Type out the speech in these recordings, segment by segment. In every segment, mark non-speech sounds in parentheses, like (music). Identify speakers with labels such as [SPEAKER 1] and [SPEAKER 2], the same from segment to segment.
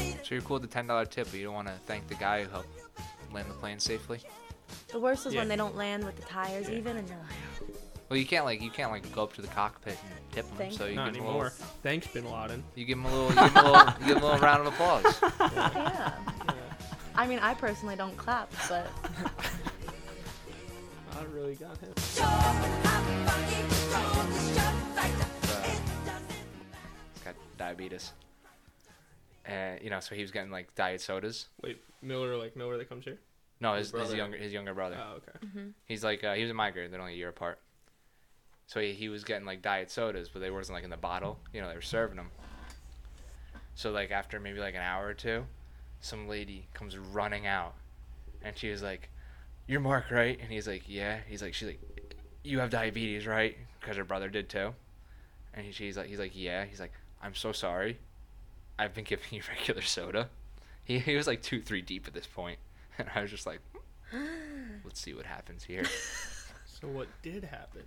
[SPEAKER 1] the ten dollar tip, but you don't want to thank the guy who helped land the plane safely.
[SPEAKER 2] The worst is when
[SPEAKER 3] Yeah.
[SPEAKER 2] they don't land with the tires
[SPEAKER 3] Yeah.
[SPEAKER 2] even,
[SPEAKER 1] (laughs)
[SPEAKER 2] and they're like,
[SPEAKER 1] Well, you can't like you can't like go up to the cockpit and tip him.
[SPEAKER 2] Thank
[SPEAKER 1] So you
[SPEAKER 3] Not
[SPEAKER 1] give him a
[SPEAKER 3] anymore.
[SPEAKER 1] little,
[SPEAKER 3] Thanks, Bin Laden.
[SPEAKER 1] you give him a little, you give him a little, you give him a little round of applause.
[SPEAKER 2] yeah. I mean, I personally don't clap,
[SPEAKER 1] (laughs)
[SPEAKER 2] but
[SPEAKER 3] I really got him.
[SPEAKER 1] He's got diabetes. And you know, so he was getting like diet sodas.
[SPEAKER 3] Wait, Miller, like Miller that comes here?
[SPEAKER 1] No,
[SPEAKER 3] His
[SPEAKER 1] his, his
[SPEAKER 3] brother.
[SPEAKER 1] younger his younger brother.
[SPEAKER 3] Oh, okay.
[SPEAKER 1] He's like uh, he was a migrant. They're only a year apart. So he, he was getting like diet sodas, but they wasn't like in the bottle. You know, they were serving them. So like after maybe like an hour or two, some lady comes running out, and she was like, "You're Mark, right?" And he's like, "Yeah." He's like, "She's like, you have diabetes, right?" Because her brother did too. And he, she's like, "He's like, yeah." He's like, "I'm so sorry. I've been giving (laughs) you regular soda." He he was like two three deep at this point, (laughs) and I was just like, "Let's see what happens here."
[SPEAKER 3] So what did happen?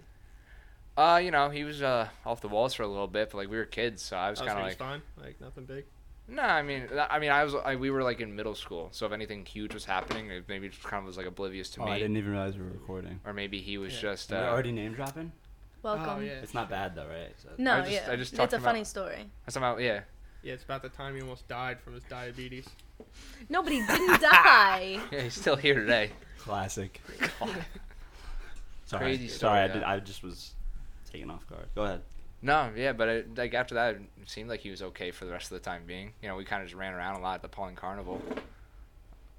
[SPEAKER 1] Uh, you know, he was uh off the walls for a little bit, but like we were kids, so I was
[SPEAKER 3] Oh, so
[SPEAKER 1] kind of
[SPEAKER 3] he was
[SPEAKER 1] like,
[SPEAKER 3] fine. Like nothing big.
[SPEAKER 1] no, I mean, th- I mean, I was, I, we were like in middle school, so if anything huge was happening, it maybe just kind of was like oblivious to
[SPEAKER 4] Oh,
[SPEAKER 1] me,
[SPEAKER 4] I didn't even realize we were recording.
[SPEAKER 1] or maybe he was
[SPEAKER 3] Yeah.
[SPEAKER 1] just,
[SPEAKER 4] We're
[SPEAKER 1] uh,
[SPEAKER 4] already name dropping.
[SPEAKER 2] welcome.
[SPEAKER 3] Oh, yeah.
[SPEAKER 4] It's not bad though, right? So-
[SPEAKER 2] No,
[SPEAKER 1] I just-
[SPEAKER 2] yeah.
[SPEAKER 1] I just talked
[SPEAKER 2] it's a
[SPEAKER 1] about-
[SPEAKER 2] funny story.
[SPEAKER 1] somehow, yeah, (laughs)
[SPEAKER 3] Yeah, it's about the time he almost died from his diabetes.
[SPEAKER 2] Nobody
[SPEAKER 1] (laughs)
[SPEAKER 2] didn't die.
[SPEAKER 1] yeah, he's still here
[SPEAKER 4] (laughs)
[SPEAKER 1] today. (laughs)
[SPEAKER 4] Classic. (laughs) Sorry,
[SPEAKER 1] Crazy story,
[SPEAKER 4] sorry. I,
[SPEAKER 1] though.
[SPEAKER 4] did, I just was taken off guard. Go ahead.
[SPEAKER 1] No, yeah, but I, like after that, it seemed like he was okay for the rest of the time being. You know, we kind of just ran around a lot at the Pauline Carnival.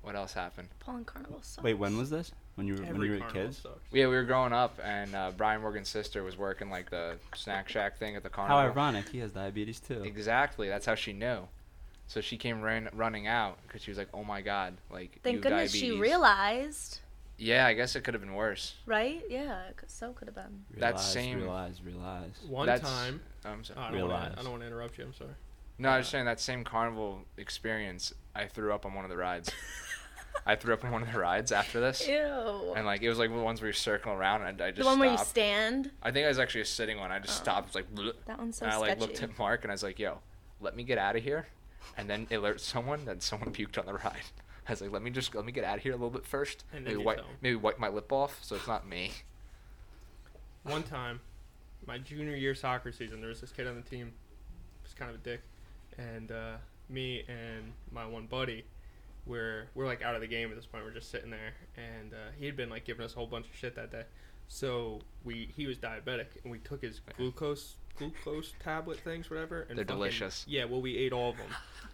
[SPEAKER 1] What else happened?
[SPEAKER 2] Paul and Carnival sucks.
[SPEAKER 4] Wait, when was this? When you were when you were
[SPEAKER 3] carnival
[SPEAKER 4] kids?
[SPEAKER 3] sucks.
[SPEAKER 1] Yeah, we were growing up, and uh, Brian Morgan's sister was working like the snack shack thing at the
[SPEAKER 4] How
[SPEAKER 1] carnival.
[SPEAKER 4] ironic. He has diabetes too.
[SPEAKER 1] Exactly. That's how she knew. So she came ran, running out because she was like, "Oh my God!" Like,
[SPEAKER 2] Thank
[SPEAKER 1] you have
[SPEAKER 2] goodness she
[SPEAKER 1] diabetes."
[SPEAKER 2] realized,
[SPEAKER 1] Yeah, I guess it could have been worse.
[SPEAKER 2] right? Yeah, it could- so could have been.
[SPEAKER 1] That
[SPEAKER 4] Realize,
[SPEAKER 1] same-
[SPEAKER 4] Realize, realize. (laughs)
[SPEAKER 3] One
[SPEAKER 1] That's-
[SPEAKER 3] time. uh,
[SPEAKER 1] I'm sorry.
[SPEAKER 3] Oh, I, don't wanna,
[SPEAKER 4] Realize.
[SPEAKER 3] I don't want to interrupt you. I'm sorry.
[SPEAKER 1] No, I was saying that same carnival experience. I threw up on one of the
[SPEAKER 2] (laughs)
[SPEAKER 1] rides. I threw up on one of the rides after this,
[SPEAKER 2] Ew.
[SPEAKER 1] and like it was like the ones where you circle around, and I, I just
[SPEAKER 2] the one where you Uh.
[SPEAKER 1] stopped.
[SPEAKER 2] stand.
[SPEAKER 1] I think I was actually a sitting one. I just stopped. It's like, "Bleh."
[SPEAKER 2] That one's so
[SPEAKER 1] and I like
[SPEAKER 2] sketchy.
[SPEAKER 1] looked at Mark, and I was like, "Yo, let me get out of here," and then alert someone that someone puked on the ride. I was like, "Let me just let me get out of here a little bit first.
[SPEAKER 3] And then
[SPEAKER 1] maybe
[SPEAKER 3] you
[SPEAKER 1] wipe
[SPEAKER 3] tell 'em.
[SPEAKER 1] maybe wipe my lip off, so it's not me."
[SPEAKER 3] One time, my junior year soccer season, there was this kid on the team. He was kind of a dick, and uh, me and my one buddy, we're we're like out of the game at this point. We're just sitting there, and uh, he had been like giving us a whole bunch of shit that day. So we he was diabetic, and we took his glucose glucose tablet things, whatever. And
[SPEAKER 1] They're
[SPEAKER 3] fucking-
[SPEAKER 1] delicious.
[SPEAKER 3] Yeah, well, we
[SPEAKER 1] (laughs)
[SPEAKER 3] ate all of them.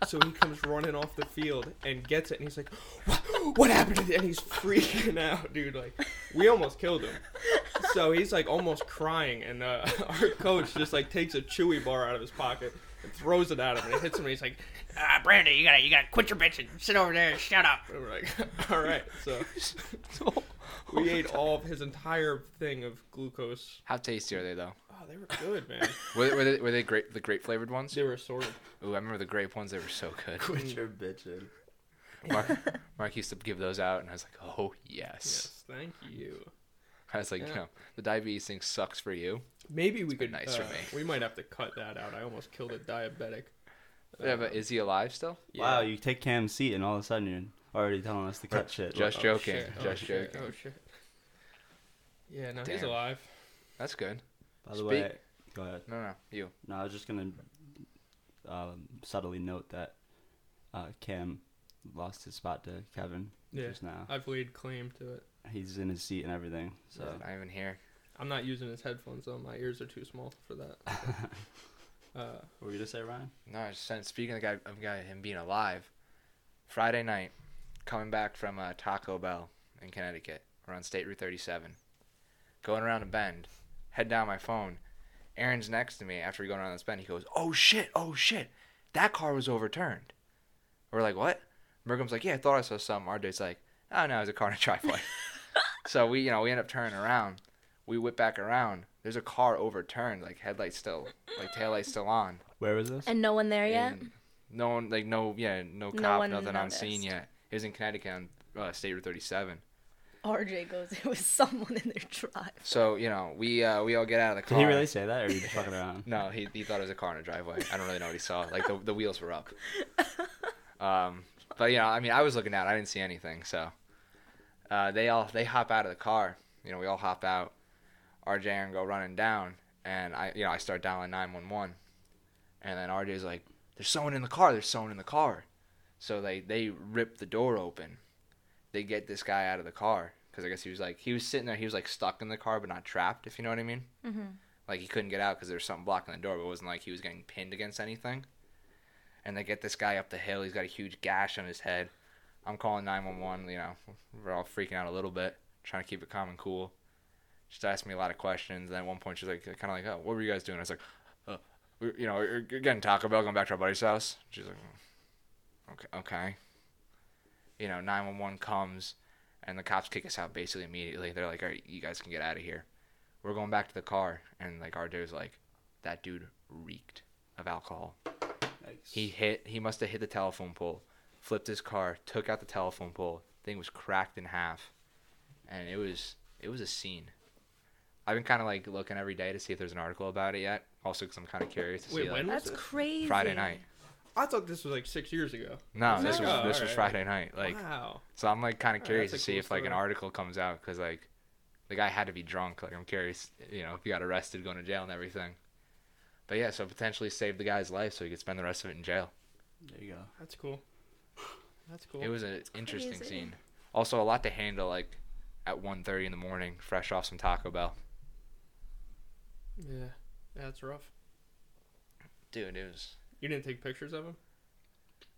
[SPEAKER 3] So he comes running off the field and gets it, and he's like, "What, what happened?" to th-" And he's freaking out, dude. Like, we almost killed him. So he's like almost crying, and uh, (laughs) our coach just like takes a chewy bar out of his pocket and throws it at him, and it hits him, and he's like,
[SPEAKER 5] Ah, Brandon, you gotta, you gotta quit your bitching. Sit over there and shut up.
[SPEAKER 3] and we're like, (laughs) "All right." So we ate all of his entire thing of glucose.
[SPEAKER 1] How tasty are they though?
[SPEAKER 3] Oh, they were good, man.
[SPEAKER 1] Were, were they were they grape the grape flavored ones?
[SPEAKER 3] (laughs) They were assorted.
[SPEAKER 1] Ooh, I remember the grape ones. They were so
[SPEAKER 3] (laughs)
[SPEAKER 1] good.
[SPEAKER 4] Quit your bitching.
[SPEAKER 1] Mark, Mark used to give those out, and I was like, "Oh yes."
[SPEAKER 3] Yes, thank you.
[SPEAKER 1] I was like,
[SPEAKER 3] Yeah.
[SPEAKER 1] "You know, the diabetes thing sucks for you."
[SPEAKER 3] Maybe we
[SPEAKER 1] been
[SPEAKER 3] could.
[SPEAKER 1] nice for
[SPEAKER 3] uh,
[SPEAKER 1] me.
[SPEAKER 3] We might have to cut that out. I almost killed a diabetic.
[SPEAKER 1] Yeah,
[SPEAKER 3] Uh,
[SPEAKER 1] but is he alive still?
[SPEAKER 4] Wow, you take Cam's seat and all of a sudden you're already telling us to cut shit.
[SPEAKER 1] Just joking.
[SPEAKER 3] shit. Oh,
[SPEAKER 1] Just
[SPEAKER 3] shit.
[SPEAKER 1] joking.
[SPEAKER 3] Oh shit. Yeah, no, he's
[SPEAKER 1] Damn.
[SPEAKER 3] alive.
[SPEAKER 1] That's good.
[SPEAKER 4] By the
[SPEAKER 1] Speak-
[SPEAKER 4] way, go ahead.
[SPEAKER 1] No, no, you.
[SPEAKER 4] No, I was just gonna um, subtly note that uh, Cam lost his spot to Kevin
[SPEAKER 3] Yeah.
[SPEAKER 4] just now.
[SPEAKER 3] (laughs) I've laid claim to it.
[SPEAKER 4] He's in his seat and everything. So
[SPEAKER 1] Not even here.
[SPEAKER 3] I'm not using his headphones though. My ears are too small for that. uh,
[SPEAKER 4] what were you gonna say, Ryan?
[SPEAKER 1] No, I was just saying, speaking of, the guy, of guy, him being alive, Friday night, coming back from uh, Taco Bell in Connecticut. We're on State Route 37. Going around a bend, head down my phone. Aaron's next to me after we go around this bend. He goes, Oh shit, oh shit, that car was overturned. We're like, What? Mergham's like, Yeah, I thought I saw something. RJ's like, Oh no, it was a car in a driveway. so we, you know, we end up turning around. We whip back around. There's a car overturned, like headlights still, like taillights still on
[SPEAKER 4] Where was this?
[SPEAKER 2] And no one there yet.
[SPEAKER 1] in- no one, like no, yeah, no
[SPEAKER 2] No
[SPEAKER 1] cop,
[SPEAKER 2] one
[SPEAKER 1] nothing on scene
[SPEAKER 2] noticed.
[SPEAKER 1] yet. It was in Connecticut on uh, State Route 37.
[SPEAKER 2] RJ goes, it was someone in their drive.
[SPEAKER 1] So you know, we uh, we all get out of the
[SPEAKER 4] Did
[SPEAKER 1] car.
[SPEAKER 4] he really say that, or are you just fucking around? (laughs)
[SPEAKER 1] No, he, he thought it was a car in a driveway. I don't really know what he saw. Like the, the wheels were up. Um, But you know, I mean, I was looking out. I didn't see anything. So uh, they all they hop out of the car. You know, we all hop out. RJ and go running down, and I you know I start dialing nine one one, and then RJ's like, "There's someone in the car. There's someone in the car." So they they rip the door open. They get this guy out of the car because I guess he was like he was sitting there. He was like stuck in the car but not trapped. If you know what I mean. Like he couldn't get out because there was something blocking the door, but it wasn't like he was getting pinned against anything and they get this guy up the hill. He's got a huge gash on his head. I'm calling 911. You know, we're all freaking out a little bit, trying to keep it calm and cool. She's asking me a lot of questions. And at one point, she's like, kind of like, "Oh, what were you guys doing?" I was like, uh, we, "You know, we're getting Taco Bell, going back to our buddy's house." She's like, "Mm, "Okay, okay." You know, 911 comes, and the cops kick us out basically immediately. They're like, "All right, you guys can get out of here." We're going back to the car, and like our dude's like, "That dude reeked of alcohol." He hit. He must have hit the telephone pole, flipped his car, took out the telephone pole. Thing was cracked in half, and it was it was a scene. I've been kind of like looking every day to see if there's an article about it yet. Also, because I'm kind of curious to
[SPEAKER 3] Wait,
[SPEAKER 1] see.
[SPEAKER 3] when
[SPEAKER 1] Like,
[SPEAKER 3] was
[SPEAKER 2] That's
[SPEAKER 3] this?
[SPEAKER 2] crazy.
[SPEAKER 1] Friday night.
[SPEAKER 3] I thought this was like six years ago.
[SPEAKER 1] No, this
[SPEAKER 3] it?
[SPEAKER 1] was
[SPEAKER 3] Oh,
[SPEAKER 1] this was
[SPEAKER 3] alright.
[SPEAKER 1] Friday night. Like,
[SPEAKER 3] wow.
[SPEAKER 1] so I'm like kind of
[SPEAKER 3] Oh,
[SPEAKER 1] curious to
[SPEAKER 3] that's a
[SPEAKER 1] see
[SPEAKER 3] cool
[SPEAKER 1] if like an
[SPEAKER 3] story.
[SPEAKER 1] article comes out because like the guy had to be drunk. Like, I'm curious, you know, if he got arrested, going to jail and everything. But yeah, so potentially saved the guy's life so he could spend the rest of it in jail.
[SPEAKER 4] There you go.
[SPEAKER 3] That's cool. That's cool.
[SPEAKER 1] It was an interesting
[SPEAKER 2] crazy.
[SPEAKER 1] scene. Also, a lot to handle like at 1.30 in the morning, fresh off some Taco Bell.
[SPEAKER 3] yeah. That's rough.
[SPEAKER 1] Dude, it was.
[SPEAKER 3] You didn't take pictures of him?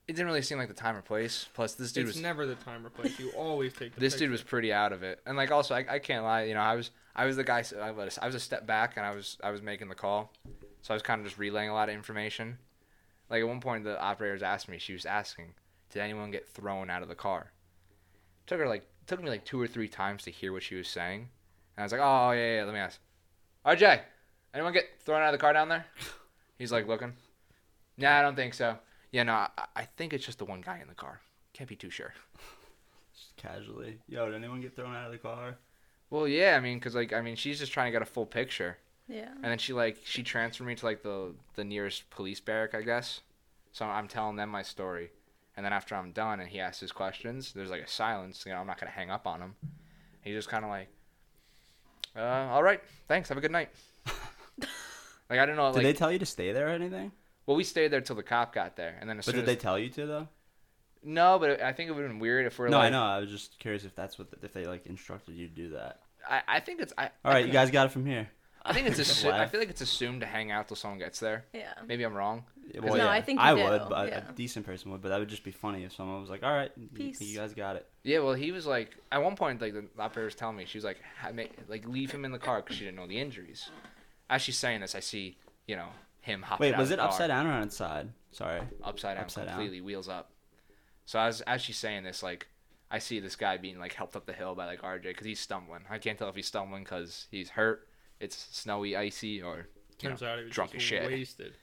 [SPEAKER 1] It didn't really seem like the time or place. Plus, this dude
[SPEAKER 3] it's
[SPEAKER 1] was
[SPEAKER 3] never the time or place. You always take
[SPEAKER 1] (laughs)
[SPEAKER 3] the
[SPEAKER 1] this dude
[SPEAKER 3] picture.
[SPEAKER 1] was pretty out of it. And like, also, I, I can't lie. You know, I was I was the guy. I was I was a step back, and I was I was making the call, so I was kind of just relaying a lot of information. Like at one point, the operators asked me. She was asking, "Did anyone get thrown out of the car?" Took her like took me like two or three times to hear what she was saying, and I was like, "Oh yeah, yeah. Let me ask. RJ, anyone get thrown out of the car
[SPEAKER 3] (laughs)
[SPEAKER 1] down there?" He's like looking. Nah, I don't think so. Yeah, no, I, I think it's just the one guy in the car. Can't be too sure.
[SPEAKER 4] Just casually. Yo, did anyone get thrown out of the car?
[SPEAKER 1] Well, yeah, I mean, because like, I mean, she's just trying to get a full picture,
[SPEAKER 2] Yeah.
[SPEAKER 1] and then she like she transferred me to like the the nearest police barrack, I guess. So I'm telling them my story, and then after I'm done, and he asks his questions, there's like a silence. You know, I'm not gonna hang up on him. He's just kind of like, uh, all right, thanks, have a good night. like I don't know,
[SPEAKER 4] Did
[SPEAKER 1] like
[SPEAKER 4] they tell you to stay there or anything?
[SPEAKER 1] well, we stayed there till the cop got there, and then as
[SPEAKER 4] But
[SPEAKER 1] soon
[SPEAKER 4] did they
[SPEAKER 1] as-
[SPEAKER 4] tell you to though?
[SPEAKER 1] no, but I think it would have been weird if we're
[SPEAKER 4] No,
[SPEAKER 1] like,
[SPEAKER 4] I know. I was just curious if that's what if they like instructed you to do that.
[SPEAKER 1] I, I think it's I.
[SPEAKER 4] All
[SPEAKER 1] I
[SPEAKER 4] right, you
[SPEAKER 1] think-
[SPEAKER 4] guys got it from here.
[SPEAKER 1] I think
[SPEAKER 4] (laughs)
[SPEAKER 1] it's assu- I
[SPEAKER 4] Laugh.
[SPEAKER 1] feel like it's assumed to hang out till someone gets there.
[SPEAKER 2] Yeah.
[SPEAKER 1] Maybe I'm wrong.
[SPEAKER 4] Yeah,
[SPEAKER 2] No, I think you
[SPEAKER 4] I
[SPEAKER 2] do,
[SPEAKER 4] would, but
[SPEAKER 2] yeah.
[SPEAKER 4] a decent person would. But that would just be funny if someone was like, "All right, you-
[SPEAKER 2] Peace.
[SPEAKER 4] you guys got it."
[SPEAKER 1] Yeah, well, he was like at one point, like the operator was telling me, she was like, ha- ma- like leave him in the car because she didn't know the injuries. As she's saying this, I see, you know, him hopping.
[SPEAKER 4] Wait,
[SPEAKER 1] out
[SPEAKER 4] was
[SPEAKER 1] of
[SPEAKER 4] it
[SPEAKER 1] the car,
[SPEAKER 4] upside down or on its side? Sorry.
[SPEAKER 1] Upside down,
[SPEAKER 4] Upside down.
[SPEAKER 1] completely wheels up. So as as she's saying this, like I see this guy being like helped up the hill by like RJ because he's stumbling. I can't tell if he's stumbling because he's hurt. It's snowy, icy, or you
[SPEAKER 3] Turns
[SPEAKER 1] know,
[SPEAKER 3] out he was
[SPEAKER 1] drunk
[SPEAKER 3] just
[SPEAKER 1] as shit.
[SPEAKER 3] wasted.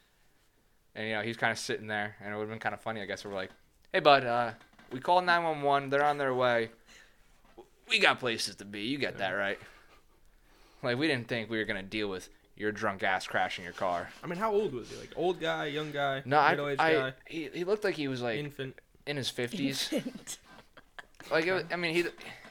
[SPEAKER 1] And you know, he's kind of sitting there, and it would have been kind of funny, I guess. If we're like, "Hey, bud, uh, we called 911. They're on their way. We got places to be. You got that right." Like, we didn't think we were gonna deal with your drunk ass crashing your car.
[SPEAKER 3] I mean, how old was he? Like old guy, young guy,
[SPEAKER 1] No, I,
[SPEAKER 3] middle-aged
[SPEAKER 1] I
[SPEAKER 3] guy,
[SPEAKER 1] he, he looked like he was like
[SPEAKER 3] infant.
[SPEAKER 1] in his
[SPEAKER 2] (laughs)
[SPEAKER 1] fifties. (laughs) Like, it was, I mean, he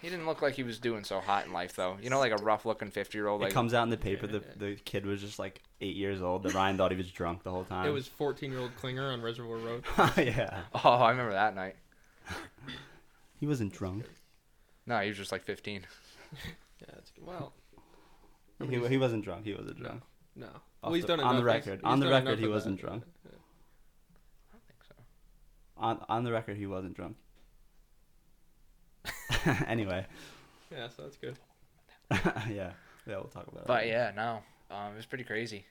[SPEAKER 1] he didn't look like he was doing so hot in life, though. You know, like a rough looking fifty year old. Like,
[SPEAKER 4] it comes out in the paper.
[SPEAKER 3] Yeah,
[SPEAKER 4] The the kid was just like eight years old. That Ryan thought he was drunk the whole time.
[SPEAKER 3] It was 14-year-old Klinger on Reservoir Road.
[SPEAKER 4] (laughs)
[SPEAKER 1] (laughs)
[SPEAKER 4] yeah.
[SPEAKER 1] (laughs) oh, I remember that night.
[SPEAKER 4] He wasn't drunk.
[SPEAKER 1] No, he was just like fifteen.
[SPEAKER 3] Yeah, that's well,
[SPEAKER 4] He, he wasn't drunk. He wasn't drunk.
[SPEAKER 3] no.
[SPEAKER 4] Off
[SPEAKER 3] Well, he's
[SPEAKER 4] the-
[SPEAKER 3] done
[SPEAKER 4] on the
[SPEAKER 3] enough- he's-
[SPEAKER 4] record.
[SPEAKER 3] he's
[SPEAKER 4] On the
[SPEAKER 3] done
[SPEAKER 4] record,
[SPEAKER 3] enough
[SPEAKER 4] he
[SPEAKER 3] of
[SPEAKER 4] wasn't
[SPEAKER 3] that.
[SPEAKER 4] drunk.
[SPEAKER 1] I don't think so.
[SPEAKER 4] On on the record, he wasn't drunk. (laughs) anyway, (laughs)
[SPEAKER 3] Yeah, so that's good.
[SPEAKER 4] yeah, yeah, we'll talk about it.
[SPEAKER 1] But
[SPEAKER 4] later.
[SPEAKER 1] yeah, no, um, it was pretty crazy.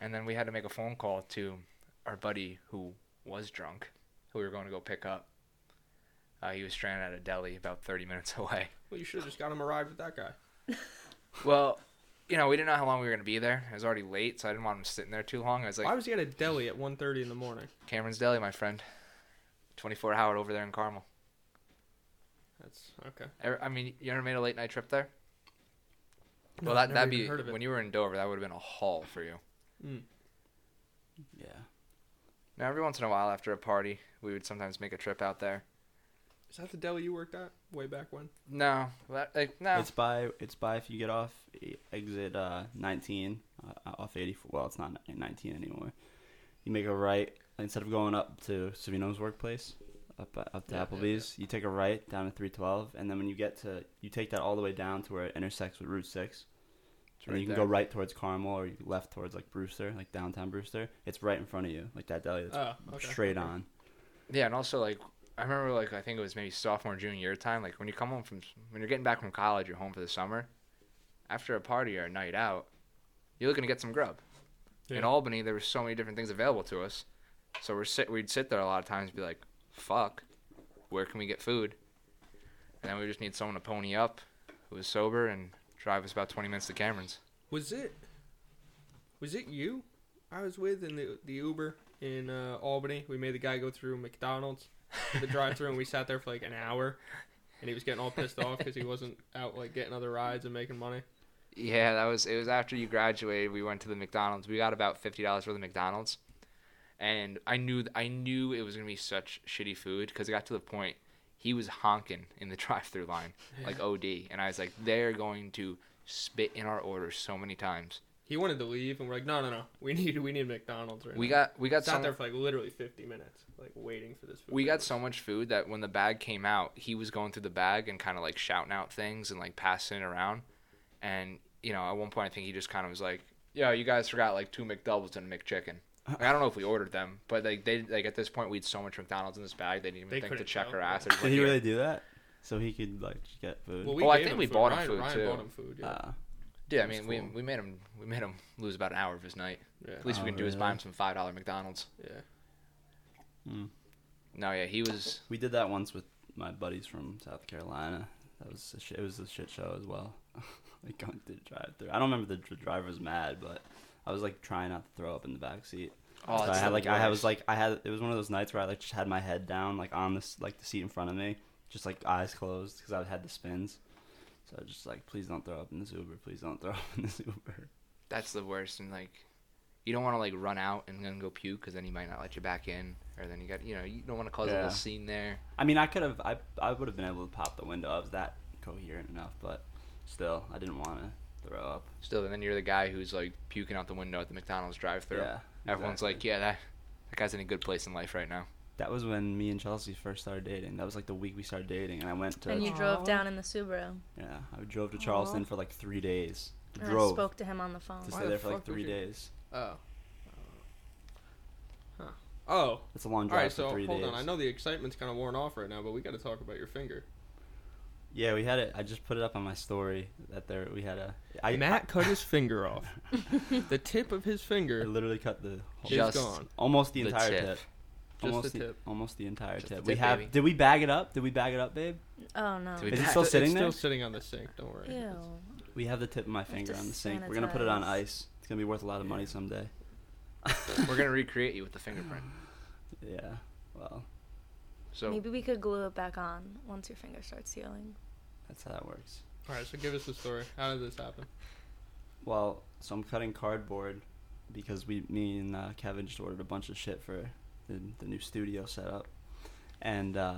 [SPEAKER 1] And then we had to make a phone call to our buddy who was drunk, who we were going to go pick up. Uh, he was stranded at a deli about 30 minutes (laughs) away.
[SPEAKER 3] Well, you should have just got him a ride with that guy.
[SPEAKER 1] Well, you know, we didn't know how long we were going to be there. It was already late, so I didn't want him sitting there too long. I was like,
[SPEAKER 3] Why was he at a deli at 1.30 in the morning?
[SPEAKER 1] Cameron's Deli, my friend. 24 hour over there in Carmel.
[SPEAKER 3] That's okay.
[SPEAKER 1] Ever- I mean, you ever made a late night trip there?
[SPEAKER 3] No,
[SPEAKER 1] well, that,
[SPEAKER 3] never
[SPEAKER 1] that'd
[SPEAKER 3] even
[SPEAKER 1] be,
[SPEAKER 3] heard of it.
[SPEAKER 1] when you were in Dover, that would have been a haul for you.
[SPEAKER 4] yeah.
[SPEAKER 1] Now, every once in a while after a party, we would sometimes make a trip out there.
[SPEAKER 3] Is that the deli you worked at way back when?
[SPEAKER 1] No, that, like
[SPEAKER 3] Oh.
[SPEAKER 1] no,
[SPEAKER 4] It's by it's by if you get off e- exit uh, 19 uh, off 84. Well, it's not 19 anymore. You make a right instead of going up to Savino's workplace, up uh, up to
[SPEAKER 3] Yeah, yeah,
[SPEAKER 4] Applebee's. You take a right down to 312, and then when you get to you take that all the way down to where it intersects with Route Six.
[SPEAKER 1] it's
[SPEAKER 4] and you can
[SPEAKER 1] there.
[SPEAKER 4] go right towards Carmel or you can left towards like Brewster, like downtown Brewster. It's right in front of you, like that deli that's
[SPEAKER 3] Oh, okay.
[SPEAKER 4] straight on.
[SPEAKER 1] Yeah, and also like I remember like I think it was maybe sophomore junior year time. Like when you come home from when you're getting back from college, you're home for the summer. After a party or a night out, you're looking to get some grub. In
[SPEAKER 3] Yeah.
[SPEAKER 1] Albany, there were so many different things available to us, so we're sit we'd sit there a lot of times and be like, "Fuck, where can we get food?" And then we just need someone to pony up, who is sober and drive us about 20 minutes to Cameron's.
[SPEAKER 3] Was it? Was it you? I was with in the the Uber in uh, Albany. We made the guy go through McDonald's, the drive-through, and we sat there for like an hour. And he was getting all pissed off because he wasn't out like getting other rides and making money.
[SPEAKER 1] Yeah, that was it was after you graduated. We went to the McDonald's. We got about fifty dollars worth of McDonald's, and I knew I knew it was gonna be such shitty food because it got to the point he was honking in the (laughs) drive-through line like OD, and I was like, they're going to spit in our order so many times.
[SPEAKER 3] He wanted to leave, and we're like, no, no, no. We need we need McDonald's right
[SPEAKER 1] We
[SPEAKER 3] now."
[SPEAKER 1] got we got
[SPEAKER 3] sat
[SPEAKER 1] some,
[SPEAKER 3] there for like literally 50 minutes, like waiting for this food.
[SPEAKER 1] we
[SPEAKER 3] to
[SPEAKER 1] got
[SPEAKER 3] come.
[SPEAKER 1] so much food that when the bag came out, he was going through the bag and kind of like shouting out things and like passing it around. And you know, at one point, I think he just kind of was like, "Yo, you guys forgot like two McDoubles and a McChicken." Like, I don't know if we ordered them, but like they like at this point, we had so much McDonald's in this bag they didn't even
[SPEAKER 3] They
[SPEAKER 1] think to
[SPEAKER 3] couldn't
[SPEAKER 1] check
[SPEAKER 3] tell,
[SPEAKER 1] our
[SPEAKER 3] yeah.
[SPEAKER 1] ass. They're just
[SPEAKER 4] Did
[SPEAKER 1] like,
[SPEAKER 4] (laughs) he
[SPEAKER 1] "Here."
[SPEAKER 4] really do that? So he could like just get food.
[SPEAKER 3] Well, we
[SPEAKER 1] Oh, I
[SPEAKER 3] gave
[SPEAKER 1] think
[SPEAKER 3] him
[SPEAKER 1] we
[SPEAKER 3] food.
[SPEAKER 1] bought him
[SPEAKER 3] Ryan,
[SPEAKER 1] food,
[SPEAKER 3] Ryan
[SPEAKER 1] too.
[SPEAKER 3] bought him food. Yeah.
[SPEAKER 4] Ah,
[SPEAKER 1] Yeah, I
[SPEAKER 4] That's
[SPEAKER 1] mean, we
[SPEAKER 4] cool.
[SPEAKER 1] we made him we made him lose about an hour of his night.
[SPEAKER 3] yeah.
[SPEAKER 1] At least
[SPEAKER 4] Oh,
[SPEAKER 1] we can do is buy
[SPEAKER 4] really?
[SPEAKER 1] him some five dollar McDonald's.
[SPEAKER 3] yeah.
[SPEAKER 1] No, yeah, he was.
[SPEAKER 4] we did that once with my buddies from South Carolina. That was a sh- it was a shit show as well. (laughs) like going through the drive through. I don't remember the dr- driver's mad, but I was like trying not to throw up in the back seat.
[SPEAKER 1] Oh,
[SPEAKER 4] so I
[SPEAKER 1] it's
[SPEAKER 4] had
[SPEAKER 1] the
[SPEAKER 4] like I had-
[SPEAKER 1] worst.
[SPEAKER 4] was like I had it was one of those nights where I like just had my head down like on this like the seat in front of me, just like eyes closed because I had the spins. So I was just like, please don't throw up in this Uber. Please don't (laughs) throw up in this Uber.
[SPEAKER 1] that's the worst and like you don't want to like run out and then go puke because then he might not let you back in or then you got you know you don't want to cause a
[SPEAKER 4] Yeah.
[SPEAKER 1] little scene there
[SPEAKER 4] I mean, I could have I I would have been able to pop the window. I was that coherent enough, but still, I didn't want to throw up.
[SPEAKER 1] still and then you're the guy who's like puking out the window at the mcdonald's drive-through
[SPEAKER 4] Yeah,
[SPEAKER 1] everyone's
[SPEAKER 4] exactly.
[SPEAKER 1] like yeah that that guy's in a good place in life right now
[SPEAKER 4] That was when me and Chelsea first started dating. That was like the week we started dating, and I went to
[SPEAKER 2] And you Aw.
[SPEAKER 5] Aw.
[SPEAKER 2] drove down in the Subaru.
[SPEAKER 4] yeah, I drove to Charleston for like three days.
[SPEAKER 2] And I
[SPEAKER 4] drove
[SPEAKER 2] spoke to him on the phone.
[SPEAKER 4] to
[SPEAKER 3] Why
[SPEAKER 4] stay
[SPEAKER 3] the
[SPEAKER 4] there for like
[SPEAKER 3] fuck would
[SPEAKER 4] three
[SPEAKER 3] you-
[SPEAKER 4] days.
[SPEAKER 3] Oh. Huh. Oh.
[SPEAKER 4] That's a long
[SPEAKER 3] All
[SPEAKER 4] drive
[SPEAKER 3] right.
[SPEAKER 4] for
[SPEAKER 3] So
[SPEAKER 4] three
[SPEAKER 3] hold
[SPEAKER 4] days.
[SPEAKER 3] on. I know the excitement's kind of worn off right now, but we got to talk about your finger.
[SPEAKER 4] Yeah, we had it. I just put it up on my story that there we had a. I,
[SPEAKER 3] Matt cut (laughs) his finger off. the tip of his
[SPEAKER 4] I
[SPEAKER 3] finger
[SPEAKER 4] literally cut the whole,
[SPEAKER 3] is
[SPEAKER 1] Just
[SPEAKER 3] gone.
[SPEAKER 4] almost the
[SPEAKER 1] the
[SPEAKER 4] entire
[SPEAKER 1] tip.
[SPEAKER 4] tip.
[SPEAKER 1] Just
[SPEAKER 4] Almost
[SPEAKER 3] the tip.
[SPEAKER 4] Almost the entire
[SPEAKER 1] Just the
[SPEAKER 4] tip.
[SPEAKER 1] tip,
[SPEAKER 4] We have.
[SPEAKER 1] baby.
[SPEAKER 4] Did we bag it up? Did we bag it up, babe?
[SPEAKER 2] (laughs) Oh no.
[SPEAKER 1] Dude,
[SPEAKER 4] Is it
[SPEAKER 1] that-
[SPEAKER 4] still
[SPEAKER 3] It's
[SPEAKER 4] sitting there?
[SPEAKER 3] Still sitting on the sink. Don't worry.
[SPEAKER 2] Ew.
[SPEAKER 4] We have the tip of my
[SPEAKER 2] have
[SPEAKER 4] finger
[SPEAKER 2] to
[SPEAKER 4] on the sink. We're gonna put it on ice. It's gonna be worth a lot of money someday.
[SPEAKER 1] we're
[SPEAKER 4] (laughs)
[SPEAKER 1] gonna recreate you with the fingerprint
[SPEAKER 4] Yeah. Well,
[SPEAKER 1] so
[SPEAKER 2] Maybe we could glue it back on once your finger starts healing.
[SPEAKER 4] that's how that works.
[SPEAKER 3] All right. So give us the story. How did this happen?
[SPEAKER 4] Well, so I'm cutting cardboard because we, me and uh, Kevin just ordered a bunch of shit for the, the new studio setup, and uh,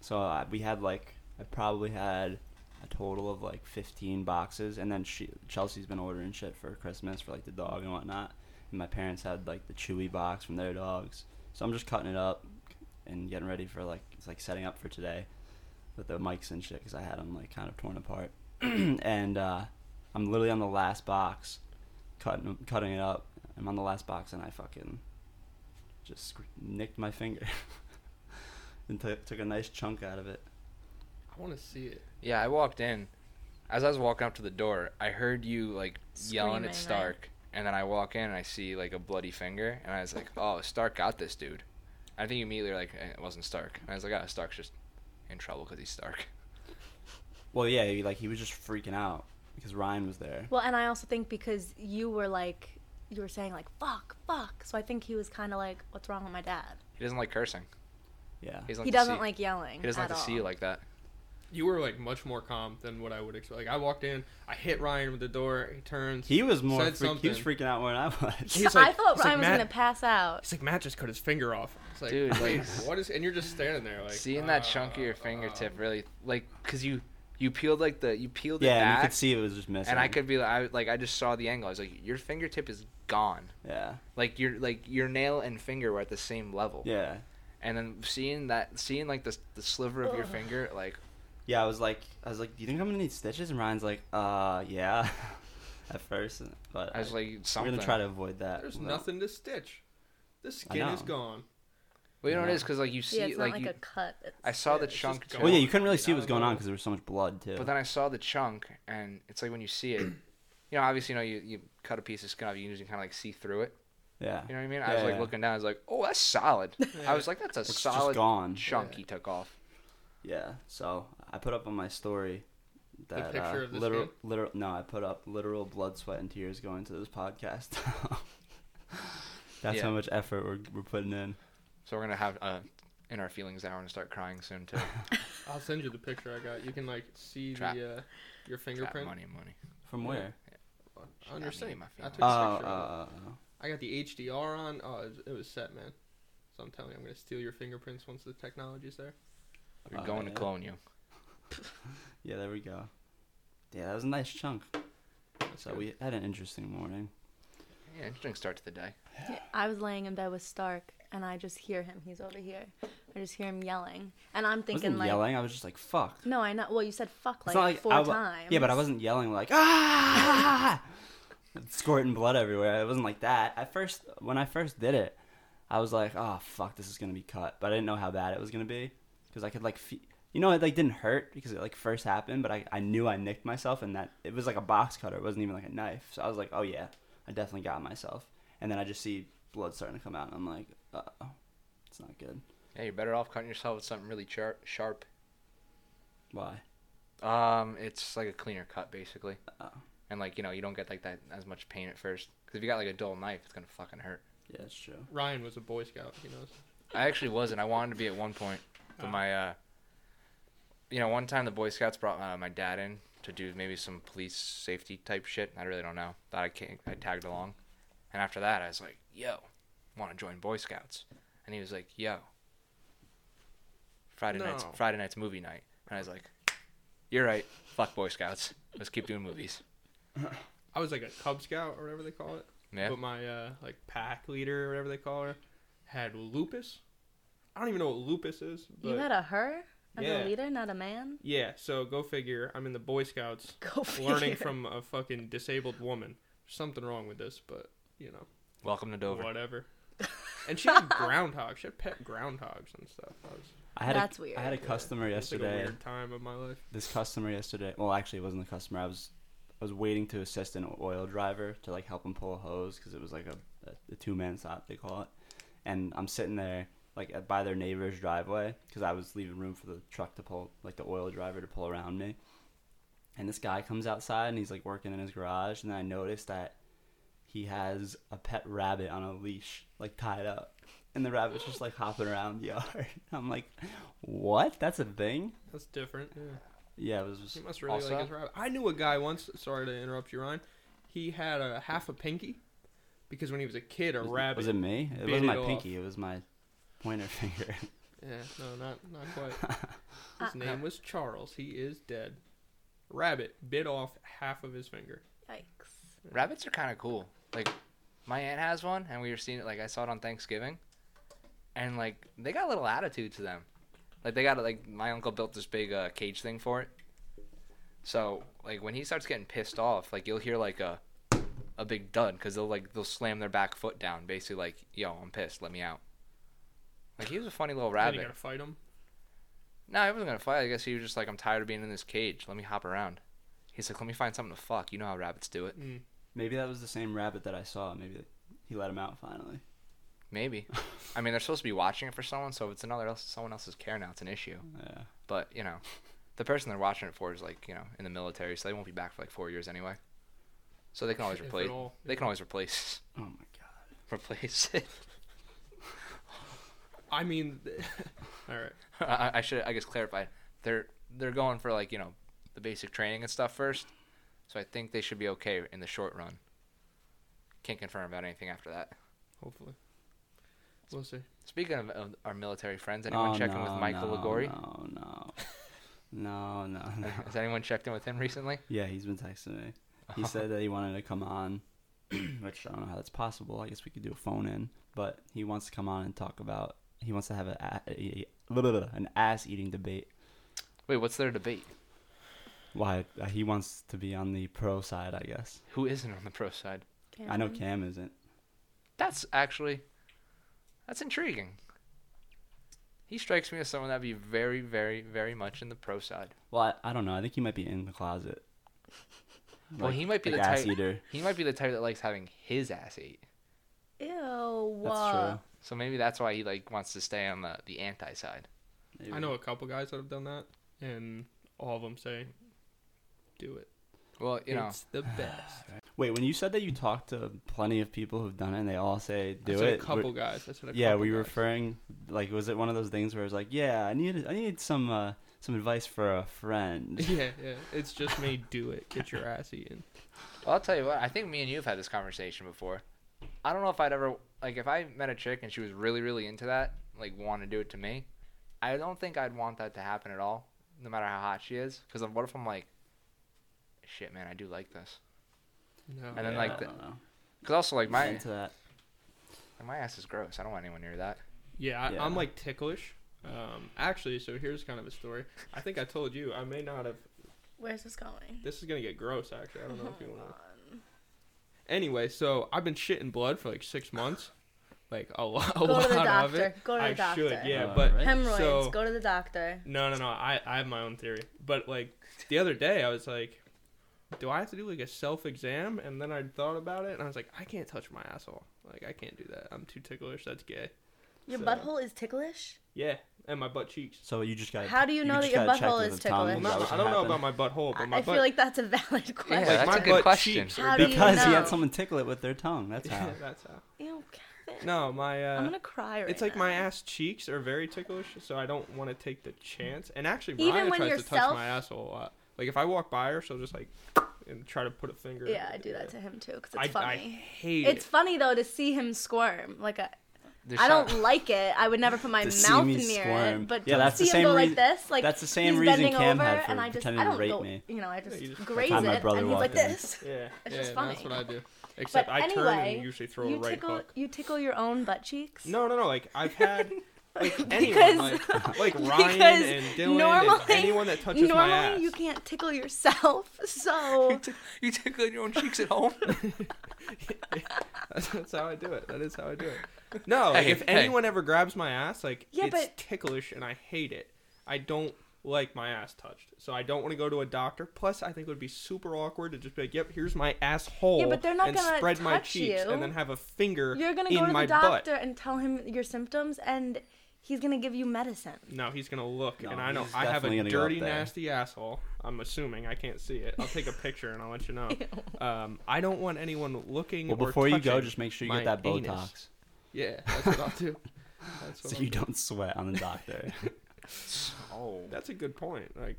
[SPEAKER 4] so I, we had like I probably had a total of like 15 boxes, and then she, Chelsea's been ordering shit for Christmas for like the dog and whatnot, and my parents had like the Chewy box from their dogs, so I'm just cutting it up and getting ready for like it's like setting up for today with the mics and shit because I had them like kind of torn apart, (clears throat) and. uh I'm literally on the last box, cutting cutting it up. I'm on the last box and I fucking just sc- nicked my finger (laughs) and took took a nice chunk out of it.
[SPEAKER 3] I want to see it.
[SPEAKER 1] yeah i walked in as i was walking up to the door i heard you like yelling
[SPEAKER 2] Screaming,
[SPEAKER 1] at
[SPEAKER 2] right?
[SPEAKER 1] stark and then i walk in and i see like a bloody finger and i was like oh stark got this dude i think you immediately were like "Eh, it wasn't stark and i was like oh stark's just in trouble because he's stark (laughs)
[SPEAKER 4] Well, yeah, he, like he was just freaking out because Ryan was there.
[SPEAKER 2] Well, and I also think because you were like, you were saying like, fuck, fuck. So I think he was kind of like, what's wrong with my dad?
[SPEAKER 1] he doesn't like cursing
[SPEAKER 4] Yeah,
[SPEAKER 1] He doesn't,
[SPEAKER 2] He
[SPEAKER 1] like to
[SPEAKER 2] doesn't
[SPEAKER 1] see-
[SPEAKER 2] like yelling.
[SPEAKER 1] He doesn't
[SPEAKER 2] at (laughs)
[SPEAKER 1] like to see you
[SPEAKER 2] all.
[SPEAKER 1] like that.
[SPEAKER 3] you were like much more calm than what I would expect. Like I walked in, I hit Ryan with the door. He (laughs) turns.
[SPEAKER 4] He was more.
[SPEAKER 3] Said
[SPEAKER 4] Freak, he was
[SPEAKER 3] something.
[SPEAKER 4] freaking out more than I (laughs) was.
[SPEAKER 3] He's
[SPEAKER 2] I
[SPEAKER 3] like-
[SPEAKER 2] thought
[SPEAKER 3] he's like,
[SPEAKER 2] Ryan was
[SPEAKER 3] "Matt-
[SPEAKER 2] gonna pass out.
[SPEAKER 3] He's like, Matt just cut his finger off. It's like,
[SPEAKER 1] Dude, like-
[SPEAKER 3] wait, what is? And you're just standing there, like
[SPEAKER 1] Seeing that
[SPEAKER 3] uh,
[SPEAKER 1] chunk of your fingertip
[SPEAKER 3] uh,
[SPEAKER 1] really like because you you peeled like the you peeled it
[SPEAKER 4] yeah, and you
[SPEAKER 1] back,
[SPEAKER 4] could see it was just missing.
[SPEAKER 1] and I could be like I, like I just saw the angle. I was like, your fingertip is gone.
[SPEAKER 4] Yeah,
[SPEAKER 1] Like your like your nail and finger were at the same level.
[SPEAKER 4] yeah,
[SPEAKER 1] And then seeing that seeing like the the sliver of your finger, like
[SPEAKER 4] yeah. I was like, I was like, do you think I'm gonna need stitches? And Ryan's like, uh, yeah. (laughs) At first, but
[SPEAKER 1] I was like
[SPEAKER 4] we're
[SPEAKER 1] something.
[SPEAKER 4] gonna try to avoid that.
[SPEAKER 3] There's
[SPEAKER 4] Well,
[SPEAKER 3] nothing to stitch. The skin
[SPEAKER 4] know.
[SPEAKER 3] is gone.
[SPEAKER 1] Well, you know what it
[SPEAKER 4] Yeah.
[SPEAKER 1] is because like you see
[SPEAKER 2] yeah, it's not
[SPEAKER 1] like,
[SPEAKER 2] like,
[SPEAKER 1] you,
[SPEAKER 2] a cut. It's,
[SPEAKER 1] I saw
[SPEAKER 3] yeah,
[SPEAKER 1] the
[SPEAKER 3] it's just
[SPEAKER 1] chunk.
[SPEAKER 3] gone.
[SPEAKER 1] too.
[SPEAKER 4] Well, Oh, yeah, you couldn't really
[SPEAKER 3] Yeah,
[SPEAKER 4] see what
[SPEAKER 3] I
[SPEAKER 4] was
[SPEAKER 3] don't
[SPEAKER 4] going on
[SPEAKER 3] know.
[SPEAKER 4] because there was so much blood too.
[SPEAKER 1] But then I saw the chunk, and it's like when you
[SPEAKER 4] (clears throat)
[SPEAKER 1] see it, you know, obviously, you know, you, you cut a piece of skin off, you usually kind of like see through it.
[SPEAKER 4] yeah,
[SPEAKER 1] You know what I mean? I was like
[SPEAKER 4] Yeah.
[SPEAKER 1] looking down, I was like, oh, that's solid. I was like, that's a
[SPEAKER 4] just
[SPEAKER 1] solid
[SPEAKER 4] gone.
[SPEAKER 1] chunk
[SPEAKER 3] Yeah.
[SPEAKER 1] he took off.
[SPEAKER 4] yeah. So I put up on my story that
[SPEAKER 3] picture
[SPEAKER 4] uh,
[SPEAKER 3] of the
[SPEAKER 4] literal,
[SPEAKER 3] skin?
[SPEAKER 4] literal. No, I put up literal blood, sweat, and tears going to this podcast. (laughs) That's
[SPEAKER 1] Yeah.
[SPEAKER 4] how much effort we're we're putting in.
[SPEAKER 1] So we're gonna have uh, in our feelings hour and start crying soon
[SPEAKER 4] (laughs)
[SPEAKER 1] too.
[SPEAKER 3] I'll send you the picture I got. You can like see
[SPEAKER 1] Trap.
[SPEAKER 3] the uh, your
[SPEAKER 1] Got
[SPEAKER 3] fingerprint
[SPEAKER 1] money, money.
[SPEAKER 4] From where?
[SPEAKER 3] on
[SPEAKER 1] got
[SPEAKER 3] your
[SPEAKER 1] me
[SPEAKER 3] sink.
[SPEAKER 1] in my
[SPEAKER 3] I
[SPEAKER 1] feelings.
[SPEAKER 3] took
[SPEAKER 4] Oh,
[SPEAKER 3] a picture. of it.
[SPEAKER 4] uh,
[SPEAKER 3] I got the HDR on. Oh, it was, it was set, man. So I'm telling you, I'm gonna steal your fingerprints once the technology's there.
[SPEAKER 1] We're
[SPEAKER 4] Oh,
[SPEAKER 1] going
[SPEAKER 4] yeah.
[SPEAKER 1] to clone you.
[SPEAKER 4] yeah, there we go. Yeah, that was a nice chunk.
[SPEAKER 3] That's
[SPEAKER 4] So
[SPEAKER 3] good.
[SPEAKER 4] we had an interesting morning.
[SPEAKER 1] Yeah, interesting start to the day.
[SPEAKER 2] Yeah, I was laying in bed with Stark, and I just hear him. He's over here. I just hear him yelling, and I'm
[SPEAKER 4] I
[SPEAKER 2] thinking
[SPEAKER 4] wasn't
[SPEAKER 2] like,
[SPEAKER 4] yelling. I was just like, "Fuck."
[SPEAKER 2] no, I know. Well, you said fuck
[SPEAKER 4] It's
[SPEAKER 2] like,
[SPEAKER 4] not
[SPEAKER 2] four
[SPEAKER 4] I wa-
[SPEAKER 2] times.
[SPEAKER 4] Yeah, but I wasn't yelling like ah, (laughs) squirting blood everywhere. It wasn't like that. At first, when I first did it, I was like, oh fuck, this is gonna be cut. But I didn't know how bad it was gonna be because I could like, fe- you know, it like didn't hurt because it like first happened, but I I knew I nicked myself and that it was like a box cutter. It wasn't even like a knife. So I was like, oh yeah, I definitely got myself. And then I just see blood starting to come out, and I'm like, uh oh, it's not good.
[SPEAKER 1] Yeah, you're better off cutting yourself with something really char- sharp.
[SPEAKER 4] Why?
[SPEAKER 1] Um, it's like a cleaner cut basically,
[SPEAKER 4] Oh.
[SPEAKER 1] and like you know, you don't get like that as much pain at first. Because if you got like a dull knife, it's gonna fucking hurt.
[SPEAKER 4] Yeah, it's true.
[SPEAKER 3] Ryan was a Boy Scout. He knows.
[SPEAKER 1] I actually wasn't. I wanted to be at one point,
[SPEAKER 3] Oh.
[SPEAKER 1] but my, uh, you know, one time the Boy Scouts brought uh, my dad in to do maybe some police safety type shit. I really don't know. Thought I can I tagged along, and after that I was like, "Yo, want to join Boy Scouts?" And he was like, "Yo, Friday night's
[SPEAKER 3] No.
[SPEAKER 1] Friday night's movie night," and I was like, "You're right. Fuck Boy Scouts. Let's keep doing movies."
[SPEAKER 3] I was like a Cub Scout or whatever they call it.
[SPEAKER 1] Yeah.
[SPEAKER 3] But my uh, like pack leader or whatever they call her had lupus. I don't even know what lupus is. But
[SPEAKER 2] You had a her as a
[SPEAKER 3] Yeah.
[SPEAKER 2] leader, not a man.
[SPEAKER 3] yeah. So go figure. I'm in the Boy Scouts,
[SPEAKER 2] (laughs) Go
[SPEAKER 3] learning
[SPEAKER 2] figure.
[SPEAKER 3] from a fucking disabled woman. Something wrong with this, but you know.
[SPEAKER 1] Welcome to Dover.
[SPEAKER 3] Whatever.
[SPEAKER 2] (laughs)
[SPEAKER 3] And she had groundhogs. She had pet groundhogs and stuff. That was,
[SPEAKER 4] I had
[SPEAKER 2] That's
[SPEAKER 4] a,
[SPEAKER 2] weird.
[SPEAKER 4] I had a customer
[SPEAKER 3] that was, like, a
[SPEAKER 4] yesterday.
[SPEAKER 3] weird time of my life.
[SPEAKER 4] this customer yesterday. Well, actually, it wasn't the customer. I was I was waiting to assist an oil driver to like help him pull a hose because it was like a, a, a two man stop they call it. And I'm sitting there like at- by their neighbor's driveway because I was leaving room for the truck to pull like the oil driver to pull around me. And this guy comes outside and he's like working in his garage. And I noticed that he has a pet rabbit on a leash, like tied up. And the rabbit's just like hopping around the (laughs) yard. I'm like, what? That's a thing?
[SPEAKER 3] That's different. Yeah.
[SPEAKER 4] Yeah, it was just
[SPEAKER 3] He must really
[SPEAKER 1] Also-
[SPEAKER 3] like his rabbit. I knew a guy once. Sorry to interrupt you, Ryan. He had a half a pinky because when he was a kid, a
[SPEAKER 4] was,
[SPEAKER 3] rabbit.
[SPEAKER 4] Was it me? It
[SPEAKER 3] bit
[SPEAKER 4] wasn't my
[SPEAKER 3] it off.
[SPEAKER 4] pinky. It was my pointer (laughs) finger.
[SPEAKER 3] Yeah, no, not not
[SPEAKER 4] (laughs)
[SPEAKER 3] quite. His
[SPEAKER 2] Uh,
[SPEAKER 3] name was Charles. He is dead. Rabbit bit off half of his finger.
[SPEAKER 2] Yikes.
[SPEAKER 1] Rabbits are kind of cool. Like, my aunt has one, and we were seeing it. Like, I saw it on Thanksgiving, and like they got a little attitude to them. Like they got like my uncle built this big uh, cage thing for it. So like when he starts getting pissed off, like you'll hear like a a big dud because they'll like they'll slam their back foot down, basically like yo I'm pissed, let me out. Like he was a funny little
[SPEAKER 3] Then
[SPEAKER 1] rabbit.
[SPEAKER 3] you gotta fight him.
[SPEAKER 1] No, I wasn't gonna fight. I guess he was just like, I'm tired of being in this cage. Let me hop around. He's like, let me find something to fuck. You know how rabbits do it.
[SPEAKER 4] Maybe that was the same rabbit that I saw. Maybe he let him out finally.
[SPEAKER 1] Maybe. I mean, they're supposed to be watching it for someone, so if it's another else, someone else's care now, it's an issue.
[SPEAKER 4] Yeah.
[SPEAKER 1] But you know, the person they're watching it for is like you know in the military, so they won't be back for like four years anyway. So they can always
[SPEAKER 3] If at
[SPEAKER 1] replace.
[SPEAKER 3] all,
[SPEAKER 1] They can always replace (laughs)
[SPEAKER 4] Oh my god.
[SPEAKER 1] replace it.
[SPEAKER 3] I mean, (laughs) all right.
[SPEAKER 1] I, I should I guess clarify. They're they're going for like you know the basic training and stuff first, so I think they should be okay in the short run. Can't confirm about anything after that.
[SPEAKER 3] Hopefully, we'll see.
[SPEAKER 1] Speaking of, of our military friends, anyone
[SPEAKER 4] Oh,
[SPEAKER 1] checking with
[SPEAKER 4] no,
[SPEAKER 1] Michael
[SPEAKER 4] no,
[SPEAKER 1] Ligori?
[SPEAKER 4] No, no, (laughs) no, no,
[SPEAKER 3] (laughs)
[SPEAKER 4] no.
[SPEAKER 1] Has anyone checked in with him recently?
[SPEAKER 4] Yeah, he's been texting me. He said that he wanted to come on, (clears throat) which I don't know how that's possible. I guess we could do a phone in, but he wants to come on and talk about. He wants to have a, a, a- an ass eating debate.
[SPEAKER 1] Wait, what's their debate?
[SPEAKER 4] Why uh, he wants to be on the pro side, I guess.
[SPEAKER 1] Who isn't on the pro side?
[SPEAKER 4] I know Cam isn't.
[SPEAKER 1] That's actually that's intriguing. He strikes me as someone that'd be very, very, very much in the pro side.
[SPEAKER 4] Well, I, I don't know. I think he might be in the closet.
[SPEAKER 1] well,
[SPEAKER 4] Like-
[SPEAKER 1] he might be
[SPEAKER 4] like
[SPEAKER 1] the
[SPEAKER 4] ass
[SPEAKER 1] type.
[SPEAKER 4] eater.
[SPEAKER 1] He might be the type that likes having his ass eat.
[SPEAKER 2] Ew.
[SPEAKER 4] That's
[SPEAKER 2] uh,
[SPEAKER 1] So maybe that's why he like wants to stay on the, the anti side.
[SPEAKER 4] true. Maybe.
[SPEAKER 3] I know a couple guys that have done that, and all of them say, "Do it.
[SPEAKER 1] Well, you know,
[SPEAKER 3] it's
[SPEAKER 1] (sighs)
[SPEAKER 3] the best."
[SPEAKER 4] Wait, when you said that you talked to plenty of people who've done it, and they all say do
[SPEAKER 3] I said
[SPEAKER 4] it.
[SPEAKER 3] A
[SPEAKER 4] we're-
[SPEAKER 3] couple guys. I said a
[SPEAKER 4] yeah,
[SPEAKER 3] couple
[SPEAKER 4] were you
[SPEAKER 3] guys.
[SPEAKER 4] referring like was it one of those things where it was like, yeah, I need I need some uh, some advice for a friend.
[SPEAKER 3] (laughs) Yeah, yeah. It's just me. Do it. Get your ass eaten.
[SPEAKER 1] well, I'll tell you what. I think me and you have had this conversation before. I don't know if I'd ever like if I met a chick and she was really, really into that, like want to do it to me. I don't think I'd want that to happen at all, no matter how hot she is. Because what if I'm like, shit, man, I do like this.
[SPEAKER 3] No.
[SPEAKER 1] And then
[SPEAKER 4] Yeah,
[SPEAKER 1] like
[SPEAKER 4] I
[SPEAKER 1] the-
[SPEAKER 4] don't know.
[SPEAKER 1] Because also like my
[SPEAKER 4] into that.
[SPEAKER 1] my ass is gross. I don't want anyone near that.
[SPEAKER 3] Yeah, I,
[SPEAKER 4] Yeah.
[SPEAKER 3] I'm like ticklish. Um, actually, so here's kind of a story. I think I told you. I may not have.
[SPEAKER 2] Where's this going?
[SPEAKER 3] This is gonna get gross. Actually, I don't know if you want to. Anyway, so I've been shitting blood for like six months, like a, lo- (laughs) a
[SPEAKER 2] Go
[SPEAKER 3] lot
[SPEAKER 2] to the
[SPEAKER 3] of
[SPEAKER 2] doctor.
[SPEAKER 3] it.
[SPEAKER 2] Go to the
[SPEAKER 3] I
[SPEAKER 2] doctor.
[SPEAKER 3] should, yeah,
[SPEAKER 4] All
[SPEAKER 3] but
[SPEAKER 4] right.
[SPEAKER 2] Hemorrhoids.
[SPEAKER 3] So-
[SPEAKER 2] go to the doctor.
[SPEAKER 3] no, no, no. I I have my own theory, but like the other day, I was like, do I have to do like a self exam? And then I thought about it, and I was like, I can't touch my asshole. Like I can't do that. I'm too ticklish. That's gay.
[SPEAKER 2] Your
[SPEAKER 3] So-
[SPEAKER 2] butthole is ticklish.
[SPEAKER 3] Yeah, and my butt cheeks.
[SPEAKER 4] So you just got.
[SPEAKER 2] How do you know that your butthole is
[SPEAKER 3] Well,
[SPEAKER 2] ticklish?
[SPEAKER 3] no,
[SPEAKER 2] Is that
[SPEAKER 3] I don't know about my butthole, but my
[SPEAKER 2] I
[SPEAKER 3] butt.
[SPEAKER 2] feel like that's a valid question.
[SPEAKER 1] Yeah,
[SPEAKER 3] like
[SPEAKER 1] that's
[SPEAKER 3] my
[SPEAKER 1] a good
[SPEAKER 3] butt
[SPEAKER 1] question.
[SPEAKER 3] cheeks.
[SPEAKER 2] How do you
[SPEAKER 4] Because he
[SPEAKER 2] know?
[SPEAKER 4] had someone tickle it with their tongue. That's
[SPEAKER 3] (laughs)
[SPEAKER 4] how.
[SPEAKER 3] Yeah, that's how.
[SPEAKER 2] Ew, Kevin.
[SPEAKER 3] No, my uh,
[SPEAKER 2] I'm gonna cry right
[SPEAKER 3] it's like
[SPEAKER 2] now.
[SPEAKER 3] my ass cheeks are very ticklish, so I don't want to take the chance. And actually,
[SPEAKER 2] Even
[SPEAKER 3] Mariah
[SPEAKER 2] when
[SPEAKER 3] tries
[SPEAKER 2] you're
[SPEAKER 3] to touch
[SPEAKER 2] self-
[SPEAKER 3] my asshole a lot. Like if I walk by her, she'll just like and try to put a finger.
[SPEAKER 2] Yeah, I do that to him too because it's
[SPEAKER 3] I, I
[SPEAKER 2] funny.
[SPEAKER 3] hate
[SPEAKER 2] it's
[SPEAKER 3] it.
[SPEAKER 2] funny though to see him squirm. Like a,
[SPEAKER 1] There's
[SPEAKER 2] I don't
[SPEAKER 1] some-
[SPEAKER 2] like it. I would never put my
[SPEAKER 4] To see
[SPEAKER 2] mouth
[SPEAKER 4] me
[SPEAKER 2] near
[SPEAKER 4] squirm.
[SPEAKER 2] it. But
[SPEAKER 4] Yeah,
[SPEAKER 2] to
[SPEAKER 4] that's the
[SPEAKER 2] see
[SPEAKER 4] same
[SPEAKER 2] him go
[SPEAKER 4] reason-
[SPEAKER 2] like this, like
[SPEAKER 4] that's the same
[SPEAKER 2] he's
[SPEAKER 4] reason
[SPEAKER 2] bending
[SPEAKER 4] Cam
[SPEAKER 2] over,
[SPEAKER 4] had for
[SPEAKER 2] and I just
[SPEAKER 4] pretending
[SPEAKER 2] I
[SPEAKER 4] to
[SPEAKER 2] don't
[SPEAKER 4] rape
[SPEAKER 2] go,
[SPEAKER 4] me.
[SPEAKER 2] you know, I just,
[SPEAKER 3] you just-
[SPEAKER 2] graze
[SPEAKER 4] Time
[SPEAKER 2] it,
[SPEAKER 4] my brother
[SPEAKER 2] and he's like
[SPEAKER 4] walked in.
[SPEAKER 2] this.
[SPEAKER 3] Yeah,
[SPEAKER 2] It's
[SPEAKER 3] yeah,
[SPEAKER 2] just
[SPEAKER 3] that's
[SPEAKER 2] funny.
[SPEAKER 3] what I do. Except
[SPEAKER 2] but
[SPEAKER 3] I
[SPEAKER 2] anyway,
[SPEAKER 3] turn and usually throw
[SPEAKER 2] you
[SPEAKER 3] a right
[SPEAKER 2] tickle,
[SPEAKER 3] hook.
[SPEAKER 2] you tickle your own butt cheeks. (laughs)
[SPEAKER 3] No, no, no. Like I've had like anyone,
[SPEAKER 2] Because- (laughs)
[SPEAKER 3] like, like Ryan
[SPEAKER 2] because
[SPEAKER 3] and Dylan
[SPEAKER 2] normally,
[SPEAKER 3] and anyone that touches
[SPEAKER 2] normally
[SPEAKER 3] my ass.
[SPEAKER 2] you can't tickle yourself. (laughs) So
[SPEAKER 1] (laughs) You tickling your own cheeks at
[SPEAKER 3] (laughs)
[SPEAKER 1] home? (laughs)
[SPEAKER 3] That's, that's how I do it. That is how I do it. No, like
[SPEAKER 1] Hey,
[SPEAKER 3] if
[SPEAKER 1] hey.
[SPEAKER 3] anyone ever grabs my ass, like
[SPEAKER 2] Yeah,
[SPEAKER 3] it's
[SPEAKER 2] but-
[SPEAKER 3] ticklish and I hate it. I don't like my ass touched, so I don't want to go to a doctor. Plus, I think it would be super awkward to just be like, "Yep, here's my asshole,"
[SPEAKER 2] Yeah, but they're not
[SPEAKER 3] and
[SPEAKER 2] gonna
[SPEAKER 3] spread my
[SPEAKER 2] touch
[SPEAKER 3] cheeks
[SPEAKER 2] you.
[SPEAKER 3] and then have a finger
[SPEAKER 2] you're gonna
[SPEAKER 3] in
[SPEAKER 2] go to
[SPEAKER 3] my
[SPEAKER 2] the doctor
[SPEAKER 3] butt.
[SPEAKER 2] and tell him your symptoms, and he's gonna give you medicine.
[SPEAKER 3] No, he's gonna look,
[SPEAKER 4] No,
[SPEAKER 3] and I know
[SPEAKER 4] he's
[SPEAKER 3] I have
[SPEAKER 4] definitely
[SPEAKER 3] a
[SPEAKER 4] gonna go up
[SPEAKER 3] dirty,
[SPEAKER 4] there.
[SPEAKER 3] nasty asshole. I'm assuming I can't see it. I'll take a picture and I'll let
[SPEAKER 2] (laughs)
[SPEAKER 3] you know. Um, I don't want anyone looking.
[SPEAKER 4] Well,
[SPEAKER 3] or
[SPEAKER 4] before you go,
[SPEAKER 3] touching
[SPEAKER 4] just make sure you
[SPEAKER 3] my
[SPEAKER 4] get that Botox,
[SPEAKER 3] anus. Yeah, that's what I'll do. That's what
[SPEAKER 4] so
[SPEAKER 3] I'll
[SPEAKER 4] you
[SPEAKER 3] do.
[SPEAKER 4] don't sweat on
[SPEAKER 3] (laughs)
[SPEAKER 4] the doctor.
[SPEAKER 1] Oh.
[SPEAKER 3] That's a good point. Like,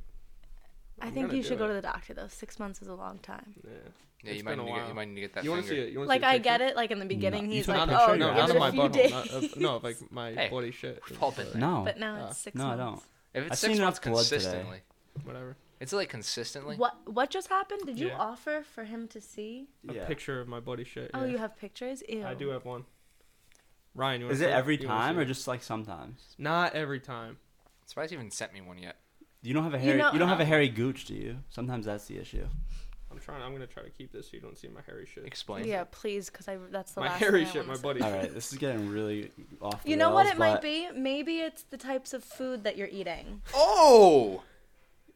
[SPEAKER 2] I
[SPEAKER 3] I'm
[SPEAKER 2] think
[SPEAKER 3] gonna
[SPEAKER 2] you
[SPEAKER 3] do
[SPEAKER 2] should go
[SPEAKER 3] it.
[SPEAKER 2] to the doctor though. Six months is a long time.
[SPEAKER 3] Yeah,
[SPEAKER 1] Yeah,
[SPEAKER 3] It's
[SPEAKER 1] you might,
[SPEAKER 3] been a
[SPEAKER 1] need to get,
[SPEAKER 3] while.
[SPEAKER 1] you might need to get that
[SPEAKER 3] you want to
[SPEAKER 1] finger.
[SPEAKER 3] see it? You want to
[SPEAKER 2] Like
[SPEAKER 3] see a
[SPEAKER 2] I
[SPEAKER 3] picture?
[SPEAKER 2] get it. Like in the beginning,
[SPEAKER 4] you
[SPEAKER 2] he's
[SPEAKER 4] took a
[SPEAKER 2] like,
[SPEAKER 4] picture
[SPEAKER 2] "Oh,
[SPEAKER 4] of
[SPEAKER 3] no,
[SPEAKER 4] your
[SPEAKER 2] give
[SPEAKER 3] not
[SPEAKER 2] it
[SPEAKER 3] of my
[SPEAKER 2] a few
[SPEAKER 3] butthole.
[SPEAKER 2] days."
[SPEAKER 3] Not of, (laughs) no, of, like my
[SPEAKER 1] Hey. (laughs)
[SPEAKER 3] bloody shit.
[SPEAKER 1] We've all been there.
[SPEAKER 4] no,
[SPEAKER 2] (laughs) But now it's six
[SPEAKER 4] no, I
[SPEAKER 2] months.
[SPEAKER 4] don't.
[SPEAKER 1] If it's
[SPEAKER 4] I've
[SPEAKER 1] six
[SPEAKER 4] seen
[SPEAKER 1] months
[SPEAKER 4] enough blood today.
[SPEAKER 1] consistently,
[SPEAKER 3] Whatever.
[SPEAKER 1] it's like consistently.
[SPEAKER 2] What What just happened? Did you
[SPEAKER 3] Yeah.
[SPEAKER 2] offer for him to see?
[SPEAKER 3] A picture of my bloody shit.
[SPEAKER 2] Oh,
[SPEAKER 3] yeah.
[SPEAKER 2] you have pictures. Ew.
[SPEAKER 3] I do have one. Ryan, you wanna
[SPEAKER 4] Is
[SPEAKER 3] see
[SPEAKER 4] it every
[SPEAKER 3] You wanna
[SPEAKER 4] time
[SPEAKER 3] see
[SPEAKER 4] or
[SPEAKER 3] it?
[SPEAKER 4] just like sometimes?
[SPEAKER 3] not every time?
[SPEAKER 1] Surprised you haven't sent me one yet.
[SPEAKER 4] You don't have a
[SPEAKER 2] You
[SPEAKER 4] hairy. You,
[SPEAKER 2] know- um,
[SPEAKER 4] don't have a hairy gooch, do you? Sometimes that's the
[SPEAKER 1] (laughs)
[SPEAKER 4] issue.
[SPEAKER 3] I'm trying. I'm gonna try to keep this so you don't see my hairy shit.
[SPEAKER 1] Explain.
[SPEAKER 2] Yeah, please, because I that's the
[SPEAKER 3] my
[SPEAKER 2] last
[SPEAKER 3] hairy
[SPEAKER 2] thing I
[SPEAKER 3] shit,
[SPEAKER 2] wanna
[SPEAKER 3] my
[SPEAKER 2] say.
[SPEAKER 3] bloody
[SPEAKER 4] All
[SPEAKER 3] shit.
[SPEAKER 4] right, this is getting really off. the
[SPEAKER 2] You know what
[SPEAKER 4] rails,
[SPEAKER 2] it might
[SPEAKER 4] but-
[SPEAKER 2] be? Maybe it's the types of food that you're
[SPEAKER 4] (laughs)
[SPEAKER 2] eating.
[SPEAKER 1] Oh,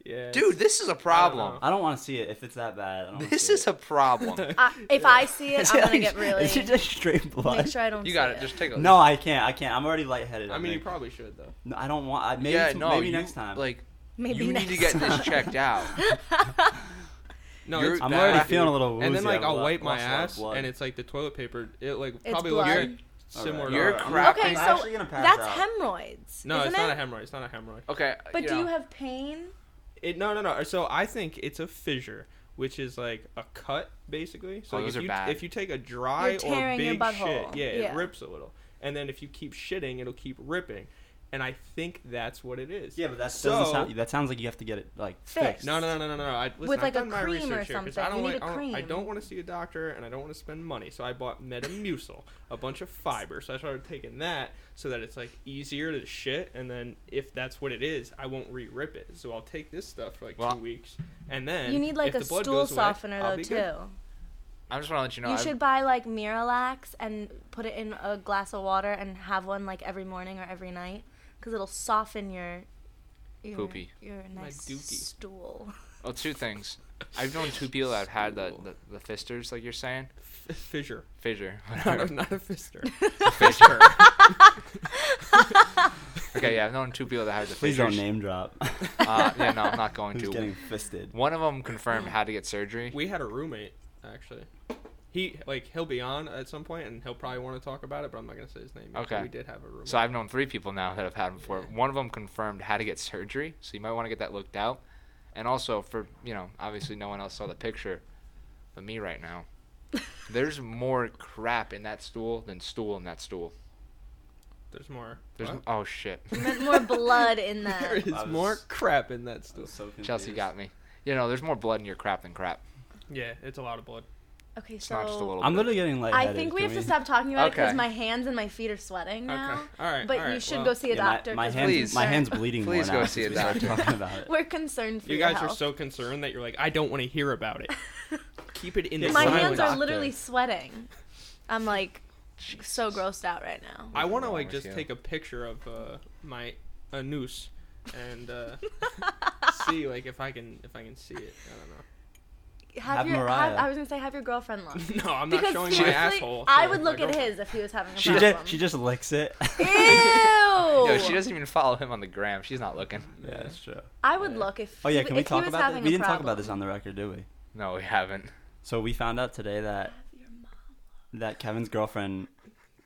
[SPEAKER 3] Yeah,
[SPEAKER 1] dude, this is a problem.
[SPEAKER 4] I don't want to see it if it's that bad. I don't wanna
[SPEAKER 1] (laughs) This
[SPEAKER 4] see
[SPEAKER 1] is a
[SPEAKER 2] (laughs)
[SPEAKER 1] problem.
[SPEAKER 2] I, if I see
[SPEAKER 4] Is
[SPEAKER 2] it, I'm
[SPEAKER 4] it
[SPEAKER 2] gonna
[SPEAKER 4] like-
[SPEAKER 2] get really
[SPEAKER 4] Is it just straight
[SPEAKER 2] (laughs) make
[SPEAKER 4] blood?
[SPEAKER 2] sure I don't.
[SPEAKER 1] you
[SPEAKER 2] see
[SPEAKER 1] got it. Just take a.
[SPEAKER 4] No, I can't. I can't. I'm already lightheaded.
[SPEAKER 3] I
[SPEAKER 1] (laughs)
[SPEAKER 3] mean, you
[SPEAKER 4] think.
[SPEAKER 3] probably should though.
[SPEAKER 4] No, I don't want. I, maybe
[SPEAKER 1] yeah,
[SPEAKER 4] to-
[SPEAKER 1] no.
[SPEAKER 4] maybe
[SPEAKER 1] you-
[SPEAKER 4] next time.
[SPEAKER 1] Like,
[SPEAKER 2] maybe
[SPEAKER 1] you
[SPEAKER 2] next.
[SPEAKER 1] need to get this checked
[SPEAKER 2] (laughs)
[SPEAKER 1] out.
[SPEAKER 3] No,
[SPEAKER 1] You're-
[SPEAKER 3] it's
[SPEAKER 4] I'm
[SPEAKER 1] that,
[SPEAKER 4] already
[SPEAKER 1] dude.
[SPEAKER 4] feeling a little woozy.
[SPEAKER 3] and then like
[SPEAKER 4] I
[SPEAKER 3] I'll
[SPEAKER 4] lo-
[SPEAKER 3] wipe my
[SPEAKER 4] lost a lot of
[SPEAKER 3] ass,
[SPEAKER 4] blood.
[SPEAKER 3] and it's like the toilet paper. It like
[SPEAKER 2] It's
[SPEAKER 3] probably
[SPEAKER 2] blood.
[SPEAKER 3] looks
[SPEAKER 2] You're-
[SPEAKER 3] like similar.
[SPEAKER 4] Alright.
[SPEAKER 3] to
[SPEAKER 1] You're
[SPEAKER 3] our-
[SPEAKER 1] crap- crap-
[SPEAKER 2] Okay,
[SPEAKER 1] I'm
[SPEAKER 2] so
[SPEAKER 4] actually gonna pass
[SPEAKER 2] that's
[SPEAKER 4] out.
[SPEAKER 2] hemorrhoids.
[SPEAKER 3] No,
[SPEAKER 2] isn't
[SPEAKER 3] it's not a
[SPEAKER 2] it?
[SPEAKER 3] hemorrhoid. It's not a hemorrhoid.
[SPEAKER 1] Okay.
[SPEAKER 2] But do
[SPEAKER 1] know,
[SPEAKER 2] you have pain?
[SPEAKER 3] It no no no. So I think it's a fissure, which is like a cut basically. So
[SPEAKER 1] Oh,
[SPEAKER 3] like,
[SPEAKER 1] those
[SPEAKER 3] if
[SPEAKER 1] are
[SPEAKER 3] you
[SPEAKER 1] bad.
[SPEAKER 3] if you take a dry
[SPEAKER 2] You're
[SPEAKER 3] or
[SPEAKER 2] tearing your
[SPEAKER 3] big shit,
[SPEAKER 2] butthole.
[SPEAKER 3] yeah, it
[SPEAKER 2] Yeah.
[SPEAKER 3] rips a little. And then if you keep shitting, it'll keep ripping. And I think that's what it is.
[SPEAKER 4] Yeah, but that
[SPEAKER 3] So-
[SPEAKER 4] doesn't sound. That sounds like you have to get it like
[SPEAKER 2] Fixed.
[SPEAKER 4] fixed.
[SPEAKER 3] No, no, no, no, no, no. I, listen,
[SPEAKER 2] With,
[SPEAKER 3] I've
[SPEAKER 2] like, a
[SPEAKER 3] done my
[SPEAKER 2] cream
[SPEAKER 3] research
[SPEAKER 2] or
[SPEAKER 3] here 'cause
[SPEAKER 2] something.
[SPEAKER 3] I don't
[SPEAKER 2] You
[SPEAKER 3] like,
[SPEAKER 2] need a
[SPEAKER 3] I don't, I
[SPEAKER 2] cream.
[SPEAKER 3] don't want to see a doctor, and I don't want to spend money. So I bought Metamucil, a bunch of fiber. So I started taking that so that it's like easier to shit, and then if that's what it is, I won't re-rip it. So I'll take this stuff for like
[SPEAKER 1] Well-
[SPEAKER 3] two weeks, and then
[SPEAKER 2] You need like
[SPEAKER 3] if
[SPEAKER 2] a
[SPEAKER 3] the blood
[SPEAKER 2] stool
[SPEAKER 3] goes away,
[SPEAKER 2] softener
[SPEAKER 3] I'll
[SPEAKER 2] though
[SPEAKER 3] be
[SPEAKER 2] too.
[SPEAKER 3] good.
[SPEAKER 1] I just want to let you know.
[SPEAKER 2] you
[SPEAKER 1] I've-
[SPEAKER 2] should buy like Miralax and put it in a glass of water and have one like every morning or every night because it'll soften your. Your,
[SPEAKER 1] Poopy.
[SPEAKER 2] Your nice
[SPEAKER 3] dookie.
[SPEAKER 2] stool. (laughs)
[SPEAKER 1] Well, oh, two things. I've known two people that have had the, the, the fisters, like you're saying. (laughs)
[SPEAKER 3] F- fissure, (laughs)
[SPEAKER 2] (laughs)
[SPEAKER 1] Fissure.
[SPEAKER 3] not
[SPEAKER 1] whatever.
[SPEAKER 3] a, not a fister.
[SPEAKER 1] Fissure. okay, yeah, I've known two people that had the
[SPEAKER 4] Please
[SPEAKER 1] fissures.
[SPEAKER 4] don't name drop. (laughs)
[SPEAKER 1] Uh, yeah, no, I'm not going
[SPEAKER 4] Who's
[SPEAKER 1] to.
[SPEAKER 4] getting fisted?
[SPEAKER 1] One of them confirmed had to get surgery.
[SPEAKER 3] we had a roommate actually. He like he'll be on at some point, and he'll probably want to talk about it, but I'm not gonna say his name. yet, but
[SPEAKER 1] Okay.
[SPEAKER 3] we did have a roommate.
[SPEAKER 1] So I've known three people now that have had them before. One of them confirmed had to get surgery, so you might want to get that looked out. And also, for you know, obviously no one else saw the picture, but me right
[SPEAKER 4] (laughs)
[SPEAKER 1] now. There's more crap in that stool than stool in that stool.
[SPEAKER 3] There's more.
[SPEAKER 1] There's
[SPEAKER 3] What?
[SPEAKER 1] oh
[SPEAKER 4] (laughs)
[SPEAKER 1] shit,
[SPEAKER 2] Meant more blood in
[SPEAKER 3] (laughs) There
[SPEAKER 2] that.
[SPEAKER 3] is
[SPEAKER 4] I was-
[SPEAKER 3] more crap in that
[SPEAKER 4] I
[SPEAKER 3] stuff.
[SPEAKER 4] was so confused.
[SPEAKER 1] Chelsea got me. You know, there's more blood in your crap than crap.
[SPEAKER 3] Yeah, it's a lot of blood.
[SPEAKER 2] Okay,
[SPEAKER 1] It's
[SPEAKER 2] so
[SPEAKER 1] not just a little.
[SPEAKER 4] I'm
[SPEAKER 1] bit.
[SPEAKER 4] literally getting lightheaded.
[SPEAKER 2] I think we
[SPEAKER 4] Can
[SPEAKER 2] have to stop talking about it 'cause it
[SPEAKER 1] Okay.
[SPEAKER 2] because my hands and my feet are sweating now.
[SPEAKER 3] Okay. All right.
[SPEAKER 2] But
[SPEAKER 3] all right,
[SPEAKER 2] you should
[SPEAKER 3] well,
[SPEAKER 2] go see a
[SPEAKER 4] Yeah, my-
[SPEAKER 2] doctor.
[SPEAKER 4] my,
[SPEAKER 2] 'cause we're
[SPEAKER 4] hands, my
[SPEAKER 2] concerned-
[SPEAKER 4] hands bleeding. more
[SPEAKER 1] Please
[SPEAKER 4] now
[SPEAKER 1] go
[SPEAKER 4] since
[SPEAKER 1] see a
[SPEAKER 4] we started
[SPEAKER 1] doctor.
[SPEAKER 4] Talking about
[SPEAKER 2] (laughs)
[SPEAKER 4] it.
[SPEAKER 2] We're concerned for
[SPEAKER 3] You
[SPEAKER 2] your
[SPEAKER 3] guys are
[SPEAKER 2] health.
[SPEAKER 3] so concerned that you're like, I don't want to hear
[SPEAKER 2] (laughs)
[SPEAKER 3] about it. Keep it in the
[SPEAKER 2] My
[SPEAKER 3] silence.
[SPEAKER 2] hands are
[SPEAKER 4] Doctor.
[SPEAKER 2] literally sweating. I'm like so grossed out right now.
[SPEAKER 3] I want to
[SPEAKER 1] Wrong
[SPEAKER 3] like
[SPEAKER 1] with
[SPEAKER 3] just
[SPEAKER 1] you.
[SPEAKER 3] take a picture of uh, my a noose
[SPEAKER 2] (laughs)
[SPEAKER 3] and uh, see like if I can if I can see it.
[SPEAKER 2] Have,
[SPEAKER 4] Have
[SPEAKER 2] your,
[SPEAKER 4] Mariah.
[SPEAKER 2] Have, I was gonna say have your girlfriend look.
[SPEAKER 3] I don't know. (laughs) No, (laughs) I'm
[SPEAKER 2] (laughs)
[SPEAKER 3] not
[SPEAKER 2] because
[SPEAKER 3] showing my
[SPEAKER 2] seriously,
[SPEAKER 3] asshole.
[SPEAKER 2] I
[SPEAKER 3] to
[SPEAKER 2] would
[SPEAKER 3] my
[SPEAKER 2] look at
[SPEAKER 3] girlfriend.
[SPEAKER 2] his if he was having a
[SPEAKER 4] She
[SPEAKER 2] problem.
[SPEAKER 4] just she just
[SPEAKER 1] (laughs)
[SPEAKER 4] licks it. (laughs)
[SPEAKER 2] Ew.
[SPEAKER 4] Oh.
[SPEAKER 1] Yo, she doesn't even follow him on the gram. She's not looking.
[SPEAKER 4] yeah, that's true.
[SPEAKER 2] I would look if.
[SPEAKER 4] Oh yeah,
[SPEAKER 2] he-
[SPEAKER 4] can we
[SPEAKER 2] if he
[SPEAKER 4] talk
[SPEAKER 2] was
[SPEAKER 4] about
[SPEAKER 2] having
[SPEAKER 4] this?
[SPEAKER 2] a
[SPEAKER 4] We didn't talk about
[SPEAKER 2] problem.
[SPEAKER 4] this on the record, did we?
[SPEAKER 1] No, we haven't.
[SPEAKER 4] (laughs) So we found out today that that Kevin's girlfriend.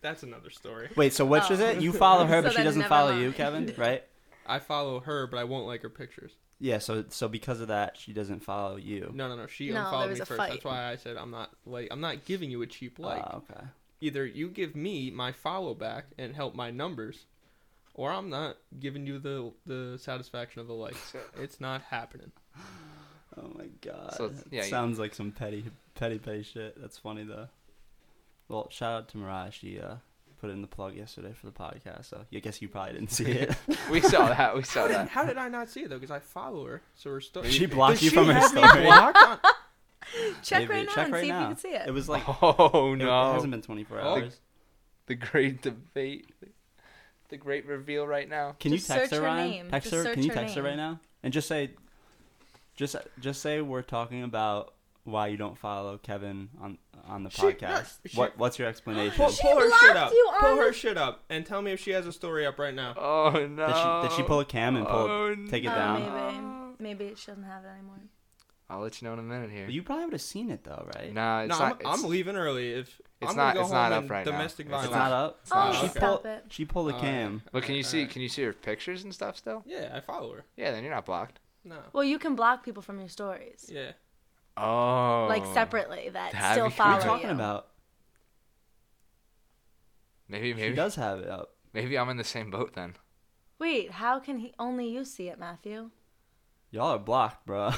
[SPEAKER 3] That's another story.
[SPEAKER 4] Wait, so which
[SPEAKER 2] Oh.
[SPEAKER 4] is it? You follow her,
[SPEAKER 2] (laughs) So
[SPEAKER 4] but she
[SPEAKER 2] then
[SPEAKER 4] doesn't
[SPEAKER 2] never
[SPEAKER 4] follow
[SPEAKER 2] mind.
[SPEAKER 4] you, Kevin,
[SPEAKER 2] (laughs)
[SPEAKER 4] right?
[SPEAKER 3] I follow her, but I won't like her pictures.
[SPEAKER 4] Yeah. So so because of that, she doesn't follow you.
[SPEAKER 3] No, no, no. She
[SPEAKER 2] No, there
[SPEAKER 3] unfollowed me
[SPEAKER 2] was a
[SPEAKER 3] first. That's
[SPEAKER 2] fight.
[SPEAKER 3] why I said I'm not like I'm not giving you a cheap like.
[SPEAKER 4] Ah, okay.
[SPEAKER 3] either you give me my follow back and help my numbers, or I'm not giving you the the satisfaction of the likes. it's not happening.
[SPEAKER 4] Oh my god.
[SPEAKER 1] So,
[SPEAKER 4] that
[SPEAKER 1] yeah, you-
[SPEAKER 4] sounds like some petty, petty, petty shit. That's funny though. Well, shout out to Mariah. She uh, put in the plug yesterday for the podcast, so I guess you probably didn't see it.
[SPEAKER 1] We saw that. We saw
[SPEAKER 3] How did,
[SPEAKER 4] (laughs)
[SPEAKER 1] that.
[SPEAKER 3] how did I not see it though? Because I follow her, so her story.
[SPEAKER 4] She blocked
[SPEAKER 3] Does (laughs)
[SPEAKER 4] you
[SPEAKER 3] she
[SPEAKER 4] from her
[SPEAKER 3] have me
[SPEAKER 4] story?
[SPEAKER 3] blocked
[SPEAKER 1] (laughs)
[SPEAKER 3] on-
[SPEAKER 2] Check
[SPEAKER 4] Maybe-
[SPEAKER 2] right now and see if you can see it.
[SPEAKER 4] It was like
[SPEAKER 1] Oh
[SPEAKER 4] it, it
[SPEAKER 1] no.
[SPEAKER 4] hasn't been 24
[SPEAKER 3] Oh.
[SPEAKER 4] hours.
[SPEAKER 1] the great debate, the great reveal right now.
[SPEAKER 4] Can
[SPEAKER 2] Just
[SPEAKER 4] you text
[SPEAKER 2] search
[SPEAKER 4] her,
[SPEAKER 2] her
[SPEAKER 4] Ryan?
[SPEAKER 2] name.
[SPEAKER 4] Text
[SPEAKER 2] Just
[SPEAKER 4] her.
[SPEAKER 2] search
[SPEAKER 4] Can you
[SPEAKER 2] her
[SPEAKER 4] text her right
[SPEAKER 2] name.
[SPEAKER 4] now and just say, just just say we're talking about why you don't follow Kevin on on the
[SPEAKER 3] She- no,
[SPEAKER 4] podcast.
[SPEAKER 3] she-
[SPEAKER 4] what what's your explanation?
[SPEAKER 3] Pull,
[SPEAKER 4] did,
[SPEAKER 3] pull her shit
[SPEAKER 2] blocked
[SPEAKER 3] up.
[SPEAKER 2] you
[SPEAKER 3] Pull
[SPEAKER 2] on-
[SPEAKER 3] her shit up and tell me if she has a story up right now.
[SPEAKER 1] Oh no.
[SPEAKER 4] she, did she pull a cam and pull
[SPEAKER 1] Oh,
[SPEAKER 4] take it
[SPEAKER 2] Oh,
[SPEAKER 4] down?
[SPEAKER 2] maybe maybe she doesn't have it anymore.
[SPEAKER 1] I'll let you know in a minute here.
[SPEAKER 4] Well, You probably would have seen it though, right?
[SPEAKER 1] Nah, it's
[SPEAKER 3] No,
[SPEAKER 1] not.
[SPEAKER 3] I'm,
[SPEAKER 1] it's-
[SPEAKER 3] I'm leaving early. If
[SPEAKER 1] It's
[SPEAKER 3] I'm gonna
[SPEAKER 1] not-
[SPEAKER 3] go
[SPEAKER 1] it's
[SPEAKER 3] home
[SPEAKER 1] not up
[SPEAKER 3] and
[SPEAKER 1] right now.
[SPEAKER 3] domestic
[SPEAKER 1] It's
[SPEAKER 4] It's
[SPEAKER 3] violence.
[SPEAKER 4] not up. Oh,
[SPEAKER 1] It's not
[SPEAKER 2] oh,
[SPEAKER 1] up.
[SPEAKER 4] she
[SPEAKER 2] stop
[SPEAKER 4] pulled.
[SPEAKER 2] it.
[SPEAKER 4] She pulled a
[SPEAKER 3] Alright.
[SPEAKER 4] cam.
[SPEAKER 1] But can you see?
[SPEAKER 3] Alright.
[SPEAKER 1] Can you see her pictures and stuff still?
[SPEAKER 3] Yeah, I follow her.
[SPEAKER 1] Yeah, then you're not blocked.
[SPEAKER 3] No.
[SPEAKER 2] Well, you can block people from your stories,
[SPEAKER 3] Yeah.
[SPEAKER 1] Oh.
[SPEAKER 2] like separately that
[SPEAKER 1] That'd
[SPEAKER 2] still
[SPEAKER 1] be cool. What
[SPEAKER 4] What
[SPEAKER 1] are
[SPEAKER 4] are
[SPEAKER 2] follow
[SPEAKER 4] you talking
[SPEAKER 2] you.
[SPEAKER 4] about?
[SPEAKER 1] Maybe
[SPEAKER 4] She
[SPEAKER 1] maybe
[SPEAKER 4] does have it up.
[SPEAKER 1] maybe I'm in the same boat then.
[SPEAKER 2] Wait, how can he? Only you see it, Matthew.
[SPEAKER 4] Y'all are blocked, (laughs) bro.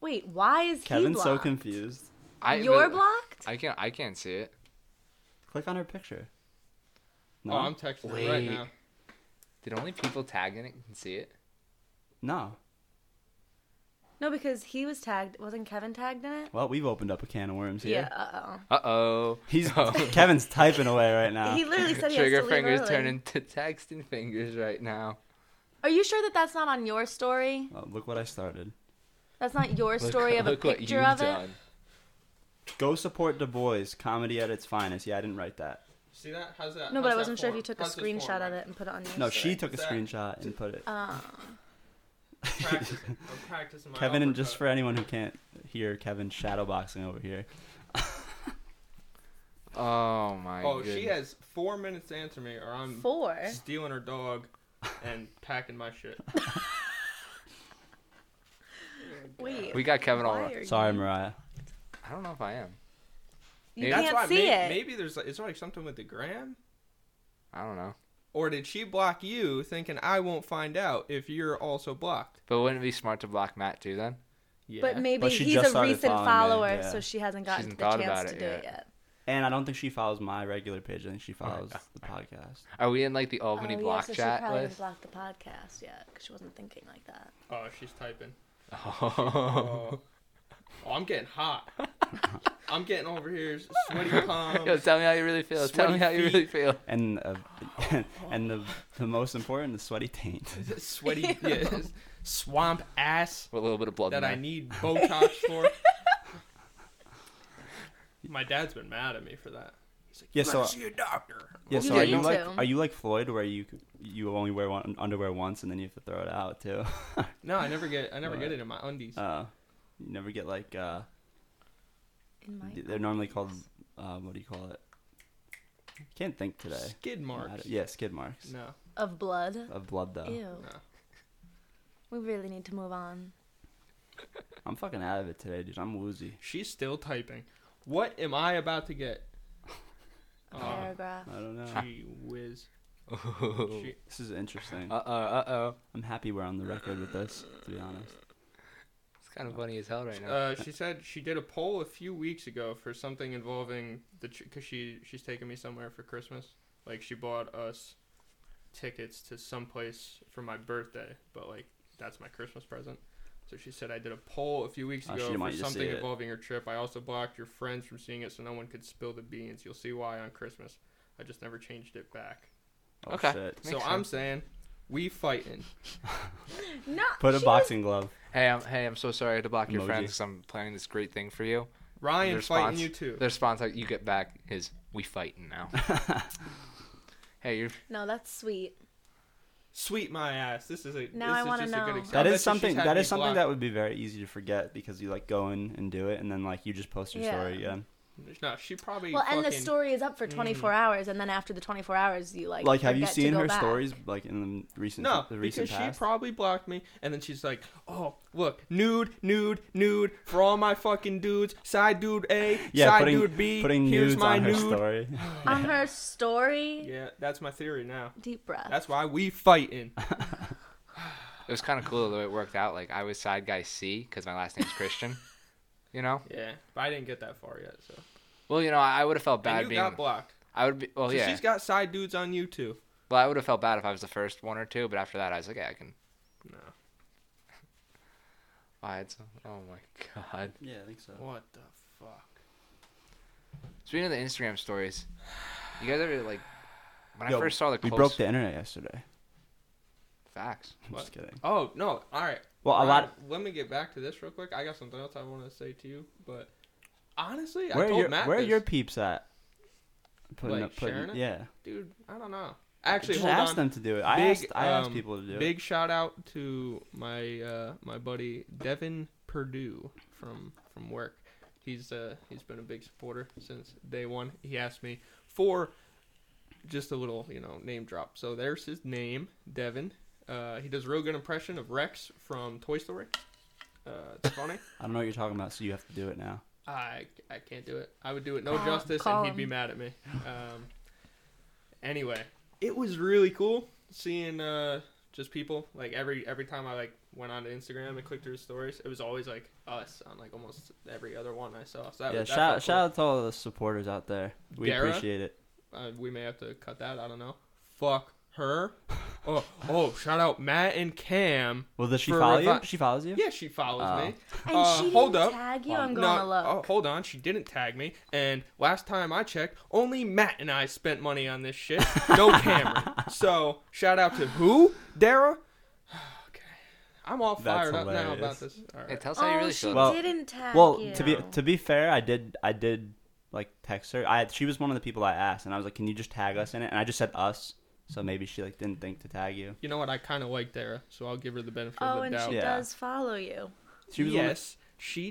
[SPEAKER 2] Wait, why is he
[SPEAKER 4] Kevin's
[SPEAKER 2] blocked?
[SPEAKER 4] so confused.
[SPEAKER 1] I
[SPEAKER 2] You're
[SPEAKER 1] but
[SPEAKER 2] blocked.
[SPEAKER 1] I can't. I can't see it.
[SPEAKER 4] Click on her picture. No,
[SPEAKER 3] Oh, I'm texting her right
[SPEAKER 1] Wait.
[SPEAKER 3] now.
[SPEAKER 1] Did only people tagging it can see it?
[SPEAKER 4] no.
[SPEAKER 2] No, because he was tagged. Wasn't Kevin tagged in it?
[SPEAKER 4] Well, we've opened up a can of worms here.
[SPEAKER 2] Yeah. Uh oh.
[SPEAKER 1] Uh (laughs) oh.
[SPEAKER 4] He's Kevin's typing away right now.
[SPEAKER 2] He literally said he
[SPEAKER 1] Trigger
[SPEAKER 2] has to leave
[SPEAKER 1] fingers
[SPEAKER 2] early.
[SPEAKER 1] turn into texting fingers right now.
[SPEAKER 2] Are you sure that that's not on your story?
[SPEAKER 4] Oh, look what I started.
[SPEAKER 2] That's not your
[SPEAKER 1] Look-
[SPEAKER 2] story of a
[SPEAKER 1] look what
[SPEAKER 2] picture
[SPEAKER 1] you've
[SPEAKER 2] of it.
[SPEAKER 1] done.
[SPEAKER 4] Go support Du Bois, comedy at its finest. Yeah, I didn't write that.
[SPEAKER 3] See that? How's that?
[SPEAKER 2] No,
[SPEAKER 3] How's
[SPEAKER 2] but I
[SPEAKER 3] that
[SPEAKER 2] wasn't sure if
[SPEAKER 3] form?
[SPEAKER 2] you took a
[SPEAKER 3] How's this form,
[SPEAKER 2] screenshot of
[SPEAKER 3] Mike?
[SPEAKER 2] it and put it on your.
[SPEAKER 4] No,
[SPEAKER 2] story.
[SPEAKER 4] she took a
[SPEAKER 3] Zach.
[SPEAKER 4] screenshot and put it.
[SPEAKER 2] Uh,
[SPEAKER 3] practicing. I'm practicing my
[SPEAKER 4] Kevin, and just
[SPEAKER 3] uppercut.
[SPEAKER 4] for anyone who can't hear Kevin shadowboxing over here.
[SPEAKER 1] Oh my.
[SPEAKER 3] Oh,
[SPEAKER 1] goodness.
[SPEAKER 3] she has four minutes to answer me, or I'm
[SPEAKER 2] four.
[SPEAKER 3] (laughs) stealing her dog and packing my shit.
[SPEAKER 2] Wait.
[SPEAKER 1] We got Kevin all
[SPEAKER 2] why
[SPEAKER 1] wrong.
[SPEAKER 2] are
[SPEAKER 4] Sorry,
[SPEAKER 2] you,
[SPEAKER 4] Mariah.
[SPEAKER 1] I don't know if I am.
[SPEAKER 2] you
[SPEAKER 1] Yeah.
[SPEAKER 2] can't
[SPEAKER 1] That's
[SPEAKER 2] see
[SPEAKER 3] may-
[SPEAKER 2] it.
[SPEAKER 3] Maybe there's like, is there like something with the gram?
[SPEAKER 1] I don't know.
[SPEAKER 3] Or did she block you thinking I won't find out if you're also blocked?
[SPEAKER 1] But wouldn't it be smart to block Matt too then?
[SPEAKER 3] Yeah.
[SPEAKER 2] But maybe
[SPEAKER 4] But she
[SPEAKER 2] he's
[SPEAKER 4] just
[SPEAKER 2] a
[SPEAKER 4] started
[SPEAKER 2] recent
[SPEAKER 4] following me,
[SPEAKER 2] follower,
[SPEAKER 4] yeah.
[SPEAKER 2] so she hasn't gotten
[SPEAKER 1] hasn't
[SPEAKER 2] the
[SPEAKER 1] thought
[SPEAKER 2] chance
[SPEAKER 1] about
[SPEAKER 2] to
[SPEAKER 1] it
[SPEAKER 2] do it
[SPEAKER 1] yet.
[SPEAKER 2] yet.
[SPEAKER 4] And I don't think she follows my regular page. I think she follows the podcast.
[SPEAKER 1] Are we in like the Albany
[SPEAKER 2] oh,
[SPEAKER 1] block
[SPEAKER 2] yeah, so She
[SPEAKER 1] chat
[SPEAKER 2] probably
[SPEAKER 1] list?
[SPEAKER 2] blocked the podcast yet because she wasn't thinking like that.
[SPEAKER 3] oh, she's typing.
[SPEAKER 1] Oh.
[SPEAKER 3] (laughs) Oh. oh, I'm getting (laughs) hot. I'm getting
[SPEAKER 2] (laughs)
[SPEAKER 3] over here sweaty palms.
[SPEAKER 1] (laughs) Yo, tell me how you really feel. tell me
[SPEAKER 3] Sweaty
[SPEAKER 1] how you really feel. (laughs)
[SPEAKER 4] And uh, (laughs) and the the most important, the sweaty taint.
[SPEAKER 3] sweaty
[SPEAKER 2] (laughs)
[SPEAKER 3] yeah, swamp ass
[SPEAKER 1] With a little bit of blood
[SPEAKER 3] that
[SPEAKER 1] in
[SPEAKER 3] I
[SPEAKER 1] there.
[SPEAKER 3] need Botox for.
[SPEAKER 4] (laughs)
[SPEAKER 3] My dad's been mad at me for that. He's like,
[SPEAKER 4] Yeah,
[SPEAKER 3] you gotta
[SPEAKER 4] so-
[SPEAKER 3] see a doctor.
[SPEAKER 4] Yeah.
[SPEAKER 2] You
[SPEAKER 4] So
[SPEAKER 2] get
[SPEAKER 4] are
[SPEAKER 2] me
[SPEAKER 4] you like
[SPEAKER 2] too.
[SPEAKER 4] are you like Floyd, where you you only wear one underwear once and then you have to throw it out too? (laughs)
[SPEAKER 3] No, I never get, I never get it in my undies.
[SPEAKER 4] uh, you never get like uh,
[SPEAKER 2] In my
[SPEAKER 4] they're normally called uh, what do you call it? Can't think today.
[SPEAKER 3] Skid marks.
[SPEAKER 4] Yeah, skid marks
[SPEAKER 3] No,
[SPEAKER 2] of blood.
[SPEAKER 4] of blood though.
[SPEAKER 2] Ew.
[SPEAKER 3] no.
[SPEAKER 2] We really need to move on.
[SPEAKER 4] I'm fucking out of it today, dude. I'm woozy.
[SPEAKER 3] She's still typing. What am I about to get? Oh,
[SPEAKER 2] Paragraph.
[SPEAKER 4] I don't know.
[SPEAKER 3] gee whiz.
[SPEAKER 4] (laughs)
[SPEAKER 3] She,
[SPEAKER 4] This is interesting.
[SPEAKER 1] Uh oh, uh oh.
[SPEAKER 4] I'm happy we're on the record with this, to be honest.
[SPEAKER 1] It's kind of funny as hell right now.
[SPEAKER 3] uh, she said she did a poll a few weeks ago for something involving the because she she's taking me somewhere for Christmas. Like she bought us tickets to someplace for my birthday, but like that's my Christmas present. So she said I did a poll a few weeks
[SPEAKER 4] Oh, she
[SPEAKER 3] ago
[SPEAKER 4] didn't
[SPEAKER 3] for
[SPEAKER 4] want you to see
[SPEAKER 3] something
[SPEAKER 4] it.
[SPEAKER 3] involving your trip. I also blocked your friends from seeing it so no one could spill the beans. You'll see why on Christmas. I just never changed it back.
[SPEAKER 4] Oh,
[SPEAKER 1] Okay.
[SPEAKER 4] shit.
[SPEAKER 1] Makes
[SPEAKER 3] so I'm
[SPEAKER 1] sense.
[SPEAKER 3] saying we fighting.
[SPEAKER 2] No.
[SPEAKER 4] Put a
[SPEAKER 2] she
[SPEAKER 4] boxing glove.
[SPEAKER 1] hey, I'm, hey, I'm so sorry I had to block your
[SPEAKER 4] Emoji.
[SPEAKER 1] friends 'cause I'm planning this great thing for you.
[SPEAKER 3] Ryan
[SPEAKER 1] Their
[SPEAKER 3] fighting
[SPEAKER 1] spons-
[SPEAKER 3] you too.
[SPEAKER 1] Their response like, you get back is we fighting
[SPEAKER 3] (laughs)
[SPEAKER 1] now. hey, you're
[SPEAKER 2] Was, no, that's sweet.
[SPEAKER 3] Sweet my ass. This is a
[SPEAKER 2] Now I
[SPEAKER 3] this is
[SPEAKER 2] wanna
[SPEAKER 3] just a
[SPEAKER 2] know.
[SPEAKER 3] good
[SPEAKER 2] That
[SPEAKER 3] example.
[SPEAKER 4] That
[SPEAKER 3] I bet
[SPEAKER 4] is
[SPEAKER 3] she's
[SPEAKER 4] something.
[SPEAKER 3] had
[SPEAKER 4] That
[SPEAKER 3] me
[SPEAKER 4] is something
[SPEAKER 3] blocked.
[SPEAKER 4] that would be very easy to forget because you like go in and do it, and then like you just post your
[SPEAKER 2] Yeah.
[SPEAKER 4] story again,
[SPEAKER 3] No, she probably.
[SPEAKER 2] Well,
[SPEAKER 3] fucking,
[SPEAKER 2] and the story is
[SPEAKER 1] Mm-hmm.
[SPEAKER 2] up for 24 hours, and then after the 24 hours, you like.
[SPEAKER 4] Like, have you
[SPEAKER 2] forget to
[SPEAKER 4] seen
[SPEAKER 2] go
[SPEAKER 4] her
[SPEAKER 2] back.
[SPEAKER 4] stories like in the recent
[SPEAKER 3] No,
[SPEAKER 4] the
[SPEAKER 3] because
[SPEAKER 4] recent
[SPEAKER 3] she
[SPEAKER 4] past?
[SPEAKER 3] probably blocked me, and then she's like, "Oh, look, nude, nude, nude for all my fucking dudes. Side dude A,
[SPEAKER 4] yeah,
[SPEAKER 3] side
[SPEAKER 4] putting
[SPEAKER 3] dude B.
[SPEAKER 4] putting
[SPEAKER 3] here's
[SPEAKER 4] nudes
[SPEAKER 3] my
[SPEAKER 4] on her
[SPEAKER 3] nude."
[SPEAKER 4] story.
[SPEAKER 3] (laughs)
[SPEAKER 2] On her story.
[SPEAKER 3] Yeah, that's my theory now.
[SPEAKER 2] Deep breath.
[SPEAKER 3] That's why we
[SPEAKER 4] (laughs)
[SPEAKER 3] fighting.
[SPEAKER 1] It was kind of cool the way it worked out. Like I was side guy C because my last name's Christian. you know.
[SPEAKER 3] yeah, but I didn't get that far yet. So
[SPEAKER 1] Well, you know, I, I would have felt
[SPEAKER 3] and
[SPEAKER 1] bad
[SPEAKER 3] you
[SPEAKER 1] being.
[SPEAKER 3] got blocked.
[SPEAKER 1] I would be. Well,
[SPEAKER 3] So
[SPEAKER 1] yeah.
[SPEAKER 3] she's got side dudes on you too.
[SPEAKER 1] Well, I would have felt bad if I was the first one or two, but after that, I was like, yeah, I can.
[SPEAKER 3] No,
[SPEAKER 1] I had some. Oh my (laughs) god.
[SPEAKER 4] yeah, I think so.
[SPEAKER 3] what the fuck?
[SPEAKER 1] Speaking of the Instagram stories, you guys ever like when
[SPEAKER 4] Yo,
[SPEAKER 1] I first saw the
[SPEAKER 4] We
[SPEAKER 1] close
[SPEAKER 4] broke the internet yesterday.
[SPEAKER 1] facts.
[SPEAKER 4] I'm
[SPEAKER 3] What?
[SPEAKER 4] just kidding.
[SPEAKER 3] Oh no! All right.
[SPEAKER 4] Well, a
[SPEAKER 3] Ryan,
[SPEAKER 4] lot.
[SPEAKER 3] Let me get back to this real quick. I got something else I want to say to you, but honestly,
[SPEAKER 4] Where
[SPEAKER 3] I
[SPEAKER 4] are
[SPEAKER 3] told
[SPEAKER 4] your
[SPEAKER 3] Matt
[SPEAKER 4] Where are
[SPEAKER 3] this.
[SPEAKER 4] your peeps at?
[SPEAKER 3] Like, sharing it?
[SPEAKER 4] yeah.
[SPEAKER 3] dude. I don't know. Actually,
[SPEAKER 4] just
[SPEAKER 3] hold
[SPEAKER 4] ask
[SPEAKER 3] on.
[SPEAKER 4] them to do it. I
[SPEAKER 3] Big,
[SPEAKER 4] asked I asked
[SPEAKER 3] um,
[SPEAKER 4] people to do it.
[SPEAKER 3] Big shout out to my uh, my buddy Devin Purdue from from work. He's uh, he's been a big supporter since day one. He asked me for just a little you know name drop. So there's his name, Devin. Uh, he does a real good impression of Rex from Toy Story. Uh, it's funny.
[SPEAKER 4] I don't know what you're talking about, so you have to do it now.
[SPEAKER 3] I, I can't do it. I would do it no
[SPEAKER 2] Call-
[SPEAKER 3] justice,
[SPEAKER 2] call
[SPEAKER 3] and he'd be
[SPEAKER 2] him.
[SPEAKER 3] mad at me. Um, anyway, it was really cool seeing uh, just people like every every time I like went on to Instagram and clicked through his stories, it was always like us on like almost every other one I saw. So that
[SPEAKER 4] yeah,
[SPEAKER 3] was, that
[SPEAKER 4] shout
[SPEAKER 3] felt cool.
[SPEAKER 4] shout out to all the supporters out there. We
[SPEAKER 3] Dara?
[SPEAKER 4] appreciate it.
[SPEAKER 3] Uh, we may have to cut that. I don't know. Fuck her. (laughs) Oh oh! Shout out Matt and Cam.
[SPEAKER 4] Well, does she
[SPEAKER 3] For
[SPEAKER 4] follow
[SPEAKER 3] revi-
[SPEAKER 4] you? She follows you?
[SPEAKER 3] Yeah, she follows
[SPEAKER 4] Oh.
[SPEAKER 3] me.
[SPEAKER 2] and
[SPEAKER 3] uh,
[SPEAKER 2] she
[SPEAKER 3] hold
[SPEAKER 2] didn't
[SPEAKER 3] up.
[SPEAKER 2] tag you.
[SPEAKER 4] Wow.
[SPEAKER 2] I'm going
[SPEAKER 3] No,
[SPEAKER 2] to look.
[SPEAKER 3] Oh, hold on. She didn't tag me. And last time I checked, only Matt and I spent money on this shit.
[SPEAKER 4] (laughs)
[SPEAKER 3] No Cameron. so shout out to who? Dara. (sighs) okay. I'm all
[SPEAKER 4] That's
[SPEAKER 3] fired up now
[SPEAKER 4] hilarious.
[SPEAKER 3] about this. All right.
[SPEAKER 1] It tells how
[SPEAKER 2] Oh,
[SPEAKER 1] you really
[SPEAKER 2] she
[SPEAKER 1] feel.
[SPEAKER 4] Well-
[SPEAKER 2] didn't tag
[SPEAKER 4] Well,
[SPEAKER 2] you.
[SPEAKER 4] to be to be fair, I did I did like text her. I she was one of the people I asked, and I was like, "Can you just tag us in it?" And I just said us, so maybe she like didn't think to tag you.
[SPEAKER 3] you know what? I kind of like Dara, so I'll give her the benefit
[SPEAKER 2] oh,
[SPEAKER 3] of the
[SPEAKER 2] and
[SPEAKER 3] doubt.
[SPEAKER 2] she
[SPEAKER 4] Yeah.
[SPEAKER 2] does follow you.
[SPEAKER 4] She was one of-
[SPEAKER 3] yes, she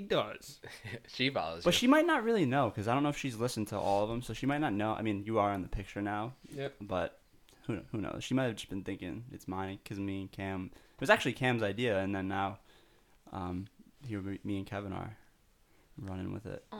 [SPEAKER 2] (laughs)
[SPEAKER 3] does.
[SPEAKER 1] (laughs) she follows.
[SPEAKER 4] but
[SPEAKER 1] you.
[SPEAKER 4] she might not really know because I don't know if she's listened to all of them, so she might not know. I mean, you are in the picture now,
[SPEAKER 3] Yep.
[SPEAKER 4] but who who knows? She might have just been thinking it's mine because me and Cam. It was actually Cam's idea, and then now, um, here we- me and Kevin are running with it.
[SPEAKER 2] Aw.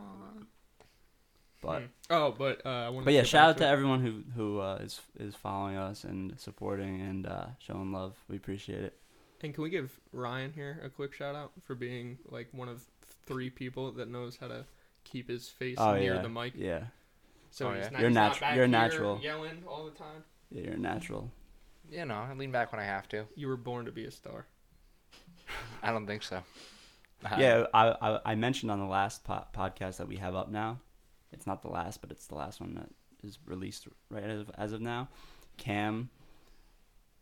[SPEAKER 4] But
[SPEAKER 3] Hmm. oh, but uh, I wanted
[SPEAKER 4] but yeah,
[SPEAKER 3] get
[SPEAKER 4] shout
[SPEAKER 3] back
[SPEAKER 4] out to everyone who who uh, is is following us and supporting and uh, showing love. We appreciate it.
[SPEAKER 3] And can we give Ryan here a quick shout out for being like one of three people that knows how to keep his face
[SPEAKER 4] Oh
[SPEAKER 3] near
[SPEAKER 4] yeah,
[SPEAKER 3] the mic?
[SPEAKER 4] yeah,
[SPEAKER 3] So
[SPEAKER 1] Oh,
[SPEAKER 3] he's
[SPEAKER 1] yeah.
[SPEAKER 3] not,
[SPEAKER 4] You're
[SPEAKER 3] he's not
[SPEAKER 4] natu-
[SPEAKER 3] back
[SPEAKER 4] you're
[SPEAKER 3] here
[SPEAKER 4] natural.
[SPEAKER 3] Yelling all the time.
[SPEAKER 4] yeah, you're a natural.
[SPEAKER 1] You know, I lean back when I have to.
[SPEAKER 3] You were born to be a star.
[SPEAKER 1] I don't think so. (laughs) Uh,
[SPEAKER 4] yeah, I, I I mentioned on the last po- podcast that we have up now. It's not the last, but it's the last one that is released right as of, as of now. Cam,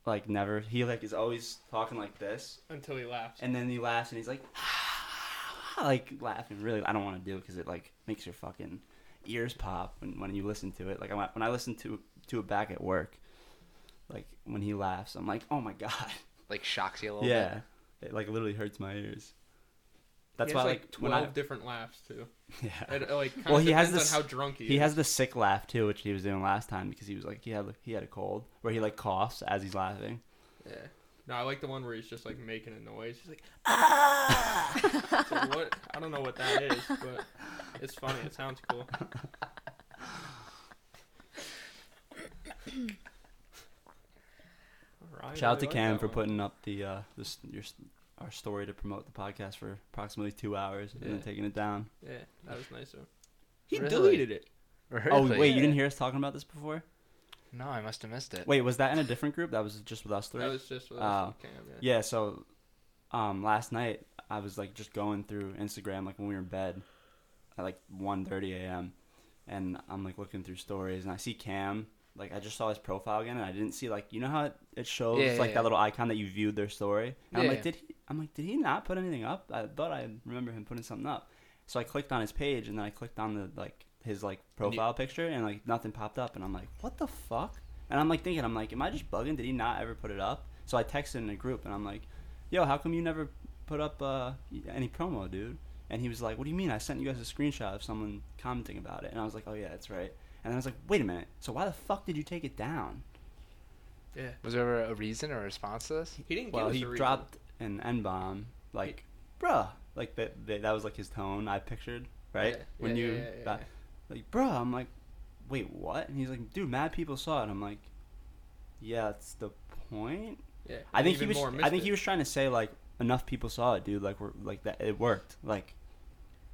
[SPEAKER 4] like never, he like is always talking like this,
[SPEAKER 3] Until he laughs.
[SPEAKER 4] and then he laughs and he's like, (sighs) like laughing. Really, I don't want to do it because it like makes your fucking ears pop when, when you listen to it. Like I, wa- when I listen to to it back at work, like when he laughs, I'm like, oh my (laughs) god,
[SPEAKER 1] Like shocks
[SPEAKER 3] Oh,
[SPEAKER 1] you a little
[SPEAKER 4] yeah,
[SPEAKER 1] bit.
[SPEAKER 4] it like literally hurts my ears. That's
[SPEAKER 3] he
[SPEAKER 4] why
[SPEAKER 3] has,
[SPEAKER 4] like,
[SPEAKER 3] like
[SPEAKER 4] when
[SPEAKER 3] twelve
[SPEAKER 4] I
[SPEAKER 3] different laughs too.
[SPEAKER 4] (laughs) yeah.
[SPEAKER 3] It, uh, like kind
[SPEAKER 4] Well,
[SPEAKER 3] of
[SPEAKER 4] he has
[SPEAKER 3] depends
[SPEAKER 4] this-
[SPEAKER 3] on how drunk he,
[SPEAKER 4] He
[SPEAKER 3] is.
[SPEAKER 4] has the sick laugh too, which he was doing last time because he was like he had he had a cold where he like coughs as he's laughing.
[SPEAKER 3] Yeah. No, I like the one where he's just like making a noise. He's like, ah. It's like, what? I don't know what that is, but it's funny. It sounds cool. Alright,
[SPEAKER 4] Shout out to
[SPEAKER 3] really like
[SPEAKER 4] Cam
[SPEAKER 3] that
[SPEAKER 4] for
[SPEAKER 3] one.
[SPEAKER 4] putting up the uh this your s- our story to promote the podcast for approximately two hours and then
[SPEAKER 3] Yeah.
[SPEAKER 4] taking it down.
[SPEAKER 3] Yeah, that was nice. of him.
[SPEAKER 1] He
[SPEAKER 3] He
[SPEAKER 1] Really? deleted
[SPEAKER 3] deleted it.
[SPEAKER 4] Oh
[SPEAKER 1] (laughs)
[SPEAKER 4] wait,
[SPEAKER 1] Really?
[SPEAKER 4] you didn't hear us talking about this before?
[SPEAKER 1] No, I must have missed it.
[SPEAKER 4] Wait, was that in a different group? That was just with us three.
[SPEAKER 3] That was just with
[SPEAKER 4] Oh.
[SPEAKER 3] Cam. Yeah.
[SPEAKER 4] yeah. So, um, last night I was like just going through Instagram like when we were in bed at like 1.30 a.m. and I'm like looking through stories and I see Cam. Like I just saw his profile again and I didn't see like you know how it, it shows
[SPEAKER 1] Yeah, yeah,
[SPEAKER 4] like
[SPEAKER 1] yeah.
[SPEAKER 4] that little icon that you viewed their story. And I'm
[SPEAKER 1] Yeah,
[SPEAKER 4] like,
[SPEAKER 1] yeah.
[SPEAKER 4] did he? I'm like, did he not put anything up? I thought I remember him putting something up. So I clicked on his page and then I clicked on the like his like profile picture and like nothing popped up and I'm like, what the fuck? And I'm like thinking, I'm like, am I just bugging? Did he not ever put it up? So I texted in a group and I'm like, yo, how come you never put up uh, any promo, dude? And he was like, what do you mean? I sent you guys a screenshot of someone commenting about it. And I was like, oh yeah, that's right. And then I was like, wait a minute. So why the fuck did you take it down?
[SPEAKER 3] yeah.
[SPEAKER 1] Was there ever a reason or a response to this?
[SPEAKER 3] He didn't
[SPEAKER 4] Well,
[SPEAKER 3] give us
[SPEAKER 4] he
[SPEAKER 3] a reason.
[SPEAKER 4] dropped an N bomb, like, bruh, like that. That that was like his tone I pictured, right?
[SPEAKER 3] Yeah,
[SPEAKER 4] when
[SPEAKER 3] yeah,
[SPEAKER 4] you,
[SPEAKER 3] yeah, yeah, yeah,
[SPEAKER 4] that- like, bruh, I'm like, wait, what? And he's like, dude, mad people saw it. I'm like, yeah, that's the point.
[SPEAKER 3] Yeah.
[SPEAKER 4] I think
[SPEAKER 3] Even
[SPEAKER 4] he
[SPEAKER 3] more
[SPEAKER 4] was. I
[SPEAKER 3] missed
[SPEAKER 4] think
[SPEAKER 3] it.
[SPEAKER 4] he was trying to say like enough people saw it, dude. Like we're like that. It worked. Like,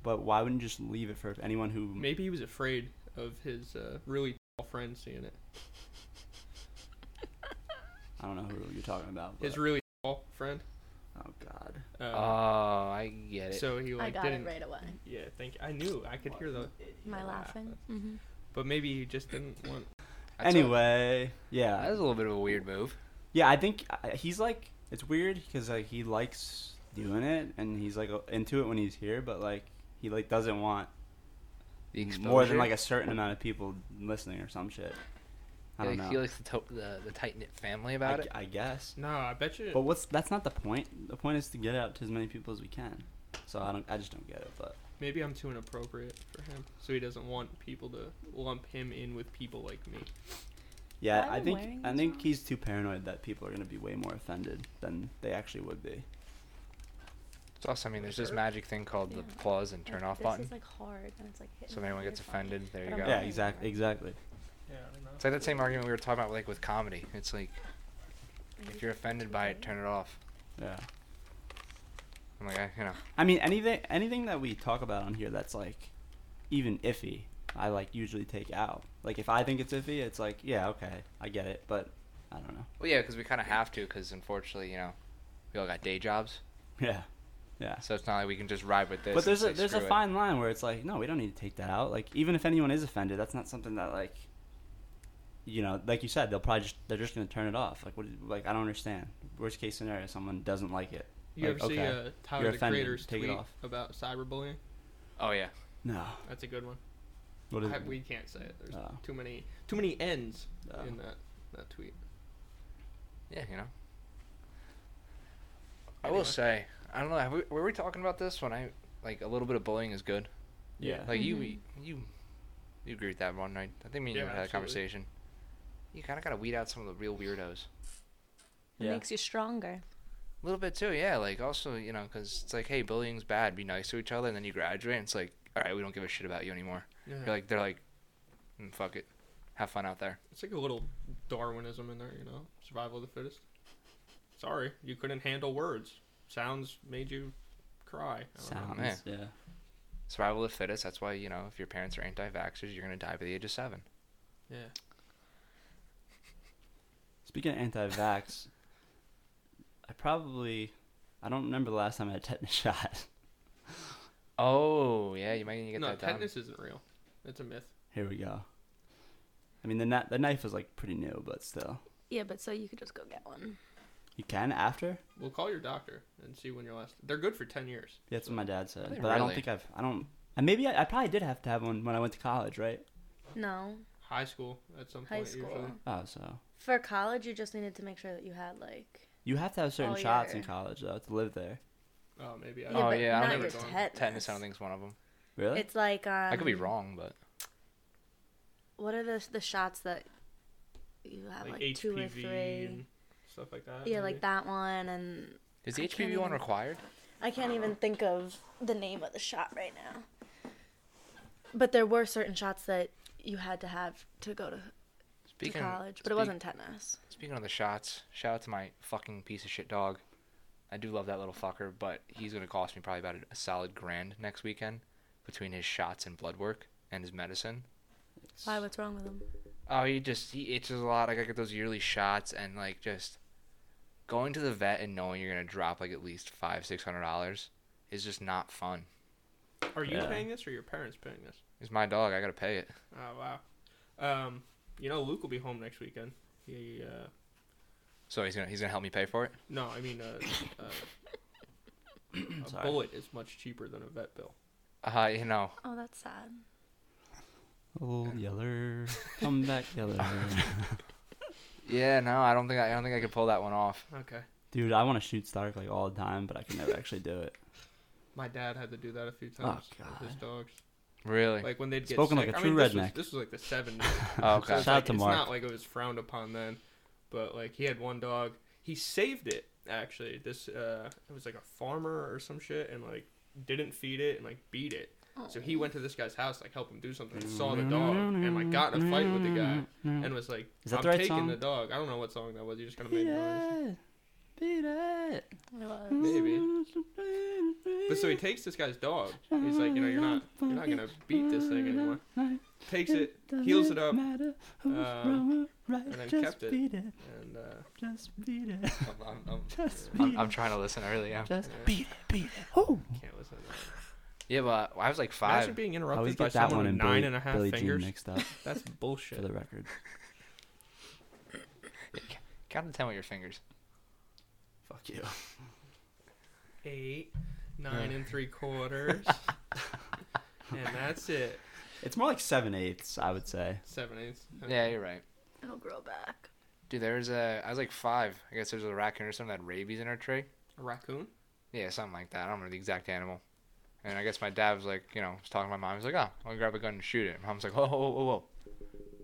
[SPEAKER 4] but why wouldn't you just leave it for anyone who?
[SPEAKER 3] Maybe he was afraid of his uh, really tall friend seeing it.
[SPEAKER 4] I don't know who you're talking about. But,
[SPEAKER 3] His really tall friend.
[SPEAKER 4] oh God.
[SPEAKER 3] Uh,
[SPEAKER 1] oh, I get it.
[SPEAKER 3] so he
[SPEAKER 2] I
[SPEAKER 3] like
[SPEAKER 2] got
[SPEAKER 3] didn't.
[SPEAKER 2] it right away.
[SPEAKER 3] Yeah, thank. I knew I could hear the.
[SPEAKER 2] Am I
[SPEAKER 3] Yeah.
[SPEAKER 2] laughing? Mm-hmm.
[SPEAKER 3] But maybe he just didn't want.
[SPEAKER 1] That's a-
[SPEAKER 4] anyway, yeah.
[SPEAKER 1] that was a little bit of a weird move.
[SPEAKER 4] Yeah, I think uh, he's like it's weird because like he likes doing it and he's like into it when he's here, but like he like doesn't want
[SPEAKER 1] The
[SPEAKER 4] more than
[SPEAKER 1] exposure.
[SPEAKER 4] like a certain amount of people listening or some shit. I
[SPEAKER 1] Yeah,
[SPEAKER 4] don't
[SPEAKER 1] like,
[SPEAKER 4] know.
[SPEAKER 1] He likes the, to- the, the tight knit family
[SPEAKER 4] I,
[SPEAKER 1] about
[SPEAKER 4] g-
[SPEAKER 1] it.
[SPEAKER 4] I guess.
[SPEAKER 3] No, I bet you.
[SPEAKER 4] But what's that's not the point. The point is to get out to as many people as we can. So I don't. I just don't get it. But
[SPEAKER 3] Maybe I'm too inappropriate for him, so he doesn't want people to lump him in with people like me.
[SPEAKER 4] yeah,
[SPEAKER 2] Why am
[SPEAKER 4] I
[SPEAKER 2] I
[SPEAKER 4] think
[SPEAKER 2] wearing
[SPEAKER 4] I
[SPEAKER 2] this
[SPEAKER 4] think
[SPEAKER 2] wrong?
[SPEAKER 4] he's too paranoid that people are gonna be way more offended than they actually would be.
[SPEAKER 1] It's also, I mean, there's this
[SPEAKER 3] Sure.
[SPEAKER 1] magic thing called the
[SPEAKER 2] Yeah.
[SPEAKER 1] pause and turn
[SPEAKER 2] Like,
[SPEAKER 1] off
[SPEAKER 2] this
[SPEAKER 1] button.
[SPEAKER 2] is like hard, and it's like. hitting
[SPEAKER 1] So if
[SPEAKER 2] my
[SPEAKER 1] anyone gets
[SPEAKER 2] ear button.
[SPEAKER 1] offended, there
[SPEAKER 2] But
[SPEAKER 1] you
[SPEAKER 2] I'm
[SPEAKER 1] go.
[SPEAKER 2] not
[SPEAKER 4] Yeah,
[SPEAKER 2] doing
[SPEAKER 4] exactly.
[SPEAKER 2] that.
[SPEAKER 4] Exactly.
[SPEAKER 3] Yeah, I don't know.
[SPEAKER 1] It's like that same argument we were talking about, like with comedy. It's like
[SPEAKER 2] I
[SPEAKER 1] if
[SPEAKER 2] just
[SPEAKER 1] you're offended by it, turn it off.
[SPEAKER 4] Yeah.
[SPEAKER 1] I'm like, I, you know,
[SPEAKER 4] I mean, anything anything that we talk about on here that's like even iffy, I like usually take out. Like if I think it's iffy, it's like yeah, okay, I get it, but I don't know. (laughs)
[SPEAKER 1] well, yeah, because we kind of have to, because unfortunately, you know, we all got day jobs,
[SPEAKER 4] Yeah, yeah.
[SPEAKER 1] so it's not like we can just ride with this.
[SPEAKER 4] But
[SPEAKER 1] and
[SPEAKER 4] there's a
[SPEAKER 1] say,
[SPEAKER 4] there's a
[SPEAKER 1] "Screw it."
[SPEAKER 4] fine line where it's like no, we don't need to take that out. Like even if anyone is offended, that's not something that like you know, like you said, they'll probably just they're just gonna turn it off. Like what? Like I don't understand. Worst case scenario, someone doesn't like it.
[SPEAKER 3] You
[SPEAKER 4] Like,
[SPEAKER 3] ever see
[SPEAKER 4] okay.
[SPEAKER 3] uh, Tyler
[SPEAKER 4] You're
[SPEAKER 3] the
[SPEAKER 4] offended.
[SPEAKER 3] Creator's
[SPEAKER 4] Take it
[SPEAKER 3] tweet
[SPEAKER 4] off.
[SPEAKER 3] about cyberbullying?
[SPEAKER 1] Oh yeah,
[SPEAKER 4] No.
[SPEAKER 3] That's a good one.
[SPEAKER 4] What is
[SPEAKER 3] I,
[SPEAKER 4] it?
[SPEAKER 3] we can't say it. There's
[SPEAKER 4] Oh.
[SPEAKER 3] too many too many ends
[SPEAKER 4] Oh.
[SPEAKER 3] in that that tweet.
[SPEAKER 1] yeah, you know. I
[SPEAKER 3] Anyway.
[SPEAKER 1] will say, I don't know. Have we, were we talking about this when I like a little bit of bullying is good?
[SPEAKER 4] yeah.
[SPEAKER 1] Like you, you, you agree with that one, right? I think me and
[SPEAKER 3] Yeah,
[SPEAKER 1] you had a
[SPEAKER 3] absolutely.
[SPEAKER 1] conversation. You kind of gotta weed out some of the real weirdos.
[SPEAKER 2] It
[SPEAKER 4] yeah.
[SPEAKER 2] makes you stronger.
[SPEAKER 1] A little bit too, yeah. Like also, you know, because it's like, hey, bullying's bad. Be nice to each other, and then you graduate, and it's like, all right, we don't give a shit about you anymore.
[SPEAKER 3] Yeah.
[SPEAKER 1] You're like, they're like, "Mm, fuck it, have fun out there.
[SPEAKER 3] It's like a little Darwinism in there, you know? Survival of the fittest. Sorry, you couldn't handle words. Sounds made you cry. I don't know.
[SPEAKER 4] Sounds,
[SPEAKER 1] man.
[SPEAKER 4] yeah.
[SPEAKER 1] Survival of the fittest. That's why you know, if your parents are anti-vaxxers, you're gonna die by the age of seven.
[SPEAKER 3] Yeah.
[SPEAKER 4] Speaking of anti-vax, I probably, I don't remember the last time I had tetanus (laughs) shot.
[SPEAKER 1] Oh yeah, you might need to get
[SPEAKER 3] no,
[SPEAKER 1] that done.
[SPEAKER 3] tetanus isn't real. It's a myth.
[SPEAKER 4] Here we go. I mean, the, na- the knife was like pretty new, but still.
[SPEAKER 2] Yeah, but so you could just go get one.
[SPEAKER 4] You can after?
[SPEAKER 3] Well, call your doctor and see when your last. They're good for 10 years.
[SPEAKER 4] Yeah, that's what my dad said.
[SPEAKER 1] Are
[SPEAKER 4] But
[SPEAKER 1] they
[SPEAKER 4] I don't
[SPEAKER 1] really?
[SPEAKER 4] think I've, I don't, and maybe I, I probably did have to have one when I went to college, right?
[SPEAKER 2] No,
[SPEAKER 3] High school at some
[SPEAKER 2] high
[SPEAKER 3] point,
[SPEAKER 2] school.
[SPEAKER 3] usually.
[SPEAKER 4] Oh, so.
[SPEAKER 2] For college, you just needed to make sure that you had like.
[SPEAKER 4] You have to have certain
[SPEAKER 2] Oh,
[SPEAKER 4] shots
[SPEAKER 2] yeah.
[SPEAKER 4] in college, though, to live there.
[SPEAKER 3] Oh, maybe.
[SPEAKER 1] Yeah, Oh,
[SPEAKER 2] but
[SPEAKER 1] yeah, I don't
[SPEAKER 2] not
[SPEAKER 1] think
[SPEAKER 2] your
[SPEAKER 1] it's
[SPEAKER 3] going-
[SPEAKER 2] tetanus.
[SPEAKER 1] Tetanus, I don't think is one of them.
[SPEAKER 4] Really?
[SPEAKER 2] It's like um,
[SPEAKER 1] I could be wrong, but
[SPEAKER 2] What are the the shots that you have like,
[SPEAKER 3] Like,
[SPEAKER 2] two or
[SPEAKER 3] HPV
[SPEAKER 2] three?
[SPEAKER 3] and stuff like that.
[SPEAKER 2] yeah,
[SPEAKER 3] maybe.
[SPEAKER 2] like that one, and
[SPEAKER 1] is the
[SPEAKER 2] I can't
[SPEAKER 1] HPV one
[SPEAKER 2] even-
[SPEAKER 1] required?
[SPEAKER 2] I can't even think of the name of the shot right now. But there were certain shots that you had to have to go to, to
[SPEAKER 1] Speaking
[SPEAKER 2] college, but
[SPEAKER 1] speak-
[SPEAKER 2] it wasn't tetanus.
[SPEAKER 1] Speaking of the shots, shout out to my fucking piece of shit dog. I do love that little fucker, but he's gonna cost me probably about a, a solid grand next weekend between his shots and blood work and his medicine.
[SPEAKER 2] Why? What's wrong with him?
[SPEAKER 1] Oh, he just he itches a lot. Like I get those yearly shots and like just going to the vet and knowing you're gonna drop like at least five six hundred dollars is just not fun.
[SPEAKER 3] Are you
[SPEAKER 4] Yeah.
[SPEAKER 3] paying this or your parents paying this?
[SPEAKER 1] It's my dog. I gotta pay it.
[SPEAKER 3] Oh, wow. Um, you know, Luke will be home next weekend. He, uh,
[SPEAKER 1] So he's gonna he's gonna help me pay for it.
[SPEAKER 3] no, I mean, uh,
[SPEAKER 4] (coughs)
[SPEAKER 3] uh, a
[SPEAKER 4] Sorry.
[SPEAKER 3] bullet is much cheaper than a vet bill.
[SPEAKER 1] Uh, you know,
[SPEAKER 2] Oh, that's sad.
[SPEAKER 4] Old Yeller, come back, Yeller.
[SPEAKER 1] yeah, no, I don't think I, I don't think I could pull that one off.
[SPEAKER 3] Okay.
[SPEAKER 4] (laughs) Dude, I want to shoot Stark like all the time, but I can never actually do it.
[SPEAKER 3] My dad had to do that a few
[SPEAKER 4] Oh,
[SPEAKER 3] times with his
[SPEAKER 4] God.
[SPEAKER 3] dogs.
[SPEAKER 1] Really?
[SPEAKER 3] Like when they'd get
[SPEAKER 4] Spoken
[SPEAKER 3] sick.
[SPEAKER 4] like a
[SPEAKER 3] I
[SPEAKER 4] true
[SPEAKER 3] mean, this
[SPEAKER 4] redneck.
[SPEAKER 3] Was, this was like the seventies.
[SPEAKER 1] Oh, okay.
[SPEAKER 3] So it's
[SPEAKER 4] (laughs) Shout out
[SPEAKER 3] like-
[SPEAKER 4] to
[SPEAKER 3] it's
[SPEAKER 4] Mark.
[SPEAKER 3] not like it was frowned upon then, but like he had one dog. He saved it actually. This uh, it was like a farmer or some shit, and like didn't feed it and like beat it. So he went to this guy's house, like help him do something. He saw the dog and like got in a fight with the guy and was like,
[SPEAKER 4] Is that
[SPEAKER 3] "I'm
[SPEAKER 4] the right
[SPEAKER 3] taking
[SPEAKER 4] song?
[SPEAKER 3] the dog." I don't know what song that was. You just kind of made
[SPEAKER 4] Beat
[SPEAKER 3] noise.
[SPEAKER 4] it. Beat it.
[SPEAKER 2] It was.
[SPEAKER 3] Maybe. But so he takes this guy's dog. He's like, you know, you're not, you're not gonna beat this thing anymore. Takes it, heals it up, um,
[SPEAKER 4] and
[SPEAKER 3] then
[SPEAKER 4] just
[SPEAKER 3] kept it.
[SPEAKER 4] Beat it.
[SPEAKER 3] and uh,
[SPEAKER 4] Just beat it. (laughs)
[SPEAKER 1] I'm, I'm- I'm-
[SPEAKER 4] Just beat
[SPEAKER 1] I'm,
[SPEAKER 4] it.
[SPEAKER 1] I'm trying to listen. I really am.
[SPEAKER 4] just
[SPEAKER 3] Yeah.
[SPEAKER 4] beat it. Beat it. Oh.
[SPEAKER 3] can't listen. To that.
[SPEAKER 1] Yeah, but I was like
[SPEAKER 3] Imagine
[SPEAKER 1] five.
[SPEAKER 3] being
[SPEAKER 4] I always
[SPEAKER 3] interrupted by
[SPEAKER 4] get that
[SPEAKER 3] someone
[SPEAKER 4] one
[SPEAKER 3] with
[SPEAKER 4] and
[SPEAKER 3] nine
[SPEAKER 4] Billy,
[SPEAKER 3] and a half
[SPEAKER 4] Billy
[SPEAKER 3] fingers.
[SPEAKER 4] Jean mixed up
[SPEAKER 3] That's
[SPEAKER 4] for
[SPEAKER 3] bullshit.
[SPEAKER 4] the record.
[SPEAKER 1] Count to ten with your fingers.
[SPEAKER 4] Fuck you.
[SPEAKER 3] Eight, nine and three
[SPEAKER 1] (laughs)
[SPEAKER 3] quarters, and that's it.
[SPEAKER 4] It's more like seven eighths, I would say.
[SPEAKER 3] Seven eighths.
[SPEAKER 1] Yeah, you're right.
[SPEAKER 2] It'll grow back.
[SPEAKER 1] Dude, there was a. I was like five. I guess there's a raccoon or something that had rabies in her tree.
[SPEAKER 3] A raccoon.
[SPEAKER 1] Yeah, something like that. I don't remember the exact animal. And I guess my dad was like, you know, was talking to my mom. He's like, oh, I'll grab a gun and shoot it. And mom's like, whoa, whoa, whoa, whoa.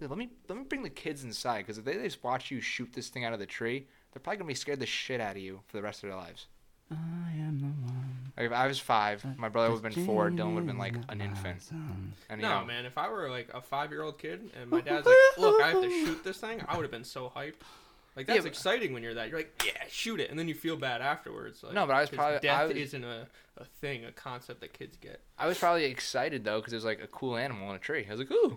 [SPEAKER 1] Dude, let me let me bring the kids inside because if they just watch you shoot this thing out of the tree, they're probably gonna be scared the shit out of you for the rest of their lives.
[SPEAKER 4] I am the one.
[SPEAKER 1] Like if I was five, my brother would have been four, Dylan would have been like an
[SPEAKER 4] My
[SPEAKER 1] infant.
[SPEAKER 4] son.
[SPEAKER 1] And, you
[SPEAKER 3] No,
[SPEAKER 1] know,
[SPEAKER 3] man. If I were like a five-year-old kid
[SPEAKER 1] (laughs)
[SPEAKER 3] and my dad's like, "Look, I have to shoot this thing," I would have been so hyped. Like
[SPEAKER 1] Yeah,
[SPEAKER 3] that's
[SPEAKER 1] but-
[SPEAKER 3] exciting when you're that. You're like, "Yeah, shoot it," and then you feel bad afterwards. Like,
[SPEAKER 1] No, but I was
[SPEAKER 3] 'cause
[SPEAKER 1] probably- I
[SPEAKER 3] death
[SPEAKER 1] was-
[SPEAKER 3] isn't a, a thing, a concept that kids get.
[SPEAKER 1] I was probably excited though because it was like a cool animal in a tree. I was like, ooh,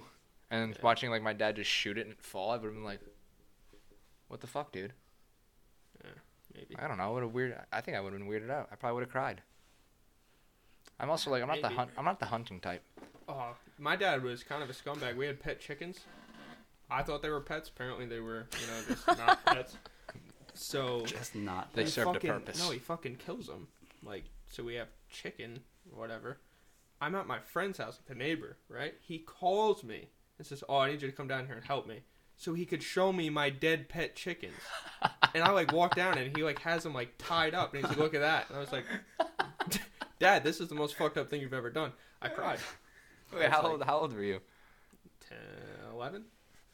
[SPEAKER 1] and watching like my dad just shoot it and it fall, I would have been like, what the fuck, dude?
[SPEAKER 3] Maybe.
[SPEAKER 1] I don't know. What a weird. I think I would have been weirded out. I probably would have cried. I'm also like I'm not the
[SPEAKER 3] Maybe.
[SPEAKER 1] hunt. I'm not the hunting type.
[SPEAKER 3] Oh, my dad was kind of a scumbag. We had pet chickens. I thought they were pets. Apparently, they were, you know, just not pets. So
[SPEAKER 4] Just not.
[SPEAKER 1] They
[SPEAKER 3] he
[SPEAKER 1] served a
[SPEAKER 3] fucking-
[SPEAKER 1] purpose.
[SPEAKER 3] No, he fucking kills them. Like, so we have chicken, whatever. I'm at my friend's house, the neighbor, right? He calls me and says, "Oh, I need you to come down here and help me," so he could show me my dead pet chickens.
[SPEAKER 1] (laughs)
[SPEAKER 3] and I like walk down and he like has them like tied up, and he's like, "Look at that," and I was like. (laughs) Dad, this is the most fucked up thing you've ever done. I cried.
[SPEAKER 1] Wait, how
[SPEAKER 3] how old- Uh,
[SPEAKER 1] old? How old were you?
[SPEAKER 3] 10, 11?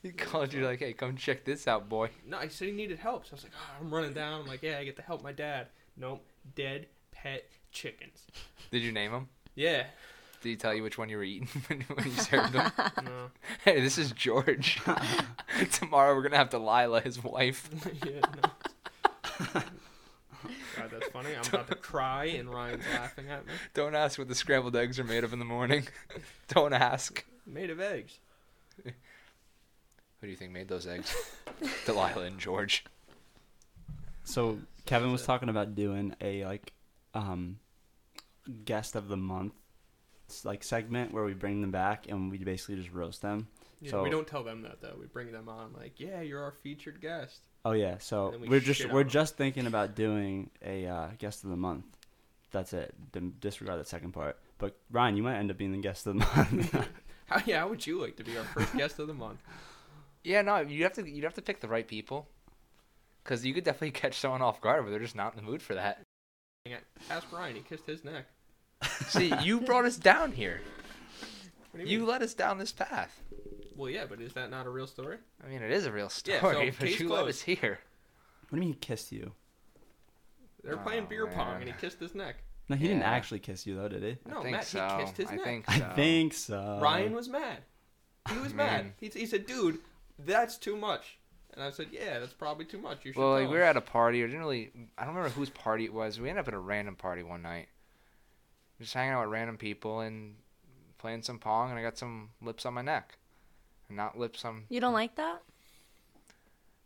[SPEAKER 1] He called you like, hey, come check this out, boy.
[SPEAKER 3] No, I said he needed help. So I was like, oh, I'm running down. I'm like, yeah, I get to help my dad. Nope. Dead pet chickens.
[SPEAKER 1] Did you name him?
[SPEAKER 3] Yeah.
[SPEAKER 1] Did he tell you which one you were eating (laughs) when, when you served (laughs) him?
[SPEAKER 3] No. (laughs)
[SPEAKER 1] hey, this is George. (laughs) Tomorrow we're gonna have to Lila, his wife.
[SPEAKER 3] yeah, no. God, that's funny. I'm about to cry, and Ryan's laughing at me.
[SPEAKER 1] Don't ask what the scrambled eggs are made of in the morning. (laughs) Don't ask.
[SPEAKER 3] Made of eggs.
[SPEAKER 1] Who do you think made those eggs? Delilah and George.
[SPEAKER 4] So Kevin was talking about doing a like um guest of the month s- like segment where we bring them back and we basically just roast them.
[SPEAKER 3] Yeah,
[SPEAKER 4] So-
[SPEAKER 3] we don't tell them that though. We bring them on like, yeah, you're our featured guest. (laughs)
[SPEAKER 4] Oh yeah, so
[SPEAKER 3] Then we
[SPEAKER 4] we are just
[SPEAKER 3] shit
[SPEAKER 4] we're
[SPEAKER 3] on 'em.
[SPEAKER 4] just thinking about doing a uh, guest of the month. That's it. Dim- disregard that second part. But Ryan, you might end up being the guest of the month.
[SPEAKER 3] How yeah, how would you like to be our first guest of the month?
[SPEAKER 1] Yeah, no, you have to you have to pick the right people. Cause you could definitely (laughs) catch someone off guard, but they're just not in the mood for that.
[SPEAKER 3] Hang on. Ask Ryan. He kissed his neck.
[SPEAKER 1] (laughs) See, you brought us down here.
[SPEAKER 3] What do you,
[SPEAKER 1] You
[SPEAKER 3] mean?
[SPEAKER 1] led us down this path.
[SPEAKER 3] Well, yeah, but is that not a real story?
[SPEAKER 1] I mean, it is a real story,
[SPEAKER 3] Yeah,
[SPEAKER 1] (laughs)
[SPEAKER 3] so
[SPEAKER 1] but
[SPEAKER 3] case
[SPEAKER 1] you led
[SPEAKER 3] closed.
[SPEAKER 1] us here.
[SPEAKER 4] (laughs) What do you mean he kissed you?
[SPEAKER 3] They're playing
[SPEAKER 1] Oh,
[SPEAKER 3] beer pong,
[SPEAKER 1] man.
[SPEAKER 3] and he kissed his neck.
[SPEAKER 4] No, he didn't
[SPEAKER 1] Yeah.
[SPEAKER 4] actually kiss you though, did he?
[SPEAKER 1] I
[SPEAKER 3] No,
[SPEAKER 1] think
[SPEAKER 3] Matt, he
[SPEAKER 1] so.
[SPEAKER 3] kissed his
[SPEAKER 1] I
[SPEAKER 3] neck.
[SPEAKER 1] think
[SPEAKER 4] I
[SPEAKER 1] so.
[SPEAKER 4] think so.
[SPEAKER 1] Um,
[SPEAKER 3] Ryan was mad. He was mad.
[SPEAKER 1] Man.
[SPEAKER 3] He, he said, dude, that's too much. And I said, yeah, that's probably too much. You should
[SPEAKER 1] Well,
[SPEAKER 3] tell
[SPEAKER 1] like we were
[SPEAKER 3] him."
[SPEAKER 1] at a party. Or didn't really. I don't remember whose party it was. We ended up at a random party one night, just hanging out with random people and playing some pong. And I got some lips on my neck, and not lips on.
[SPEAKER 2] You don't like that?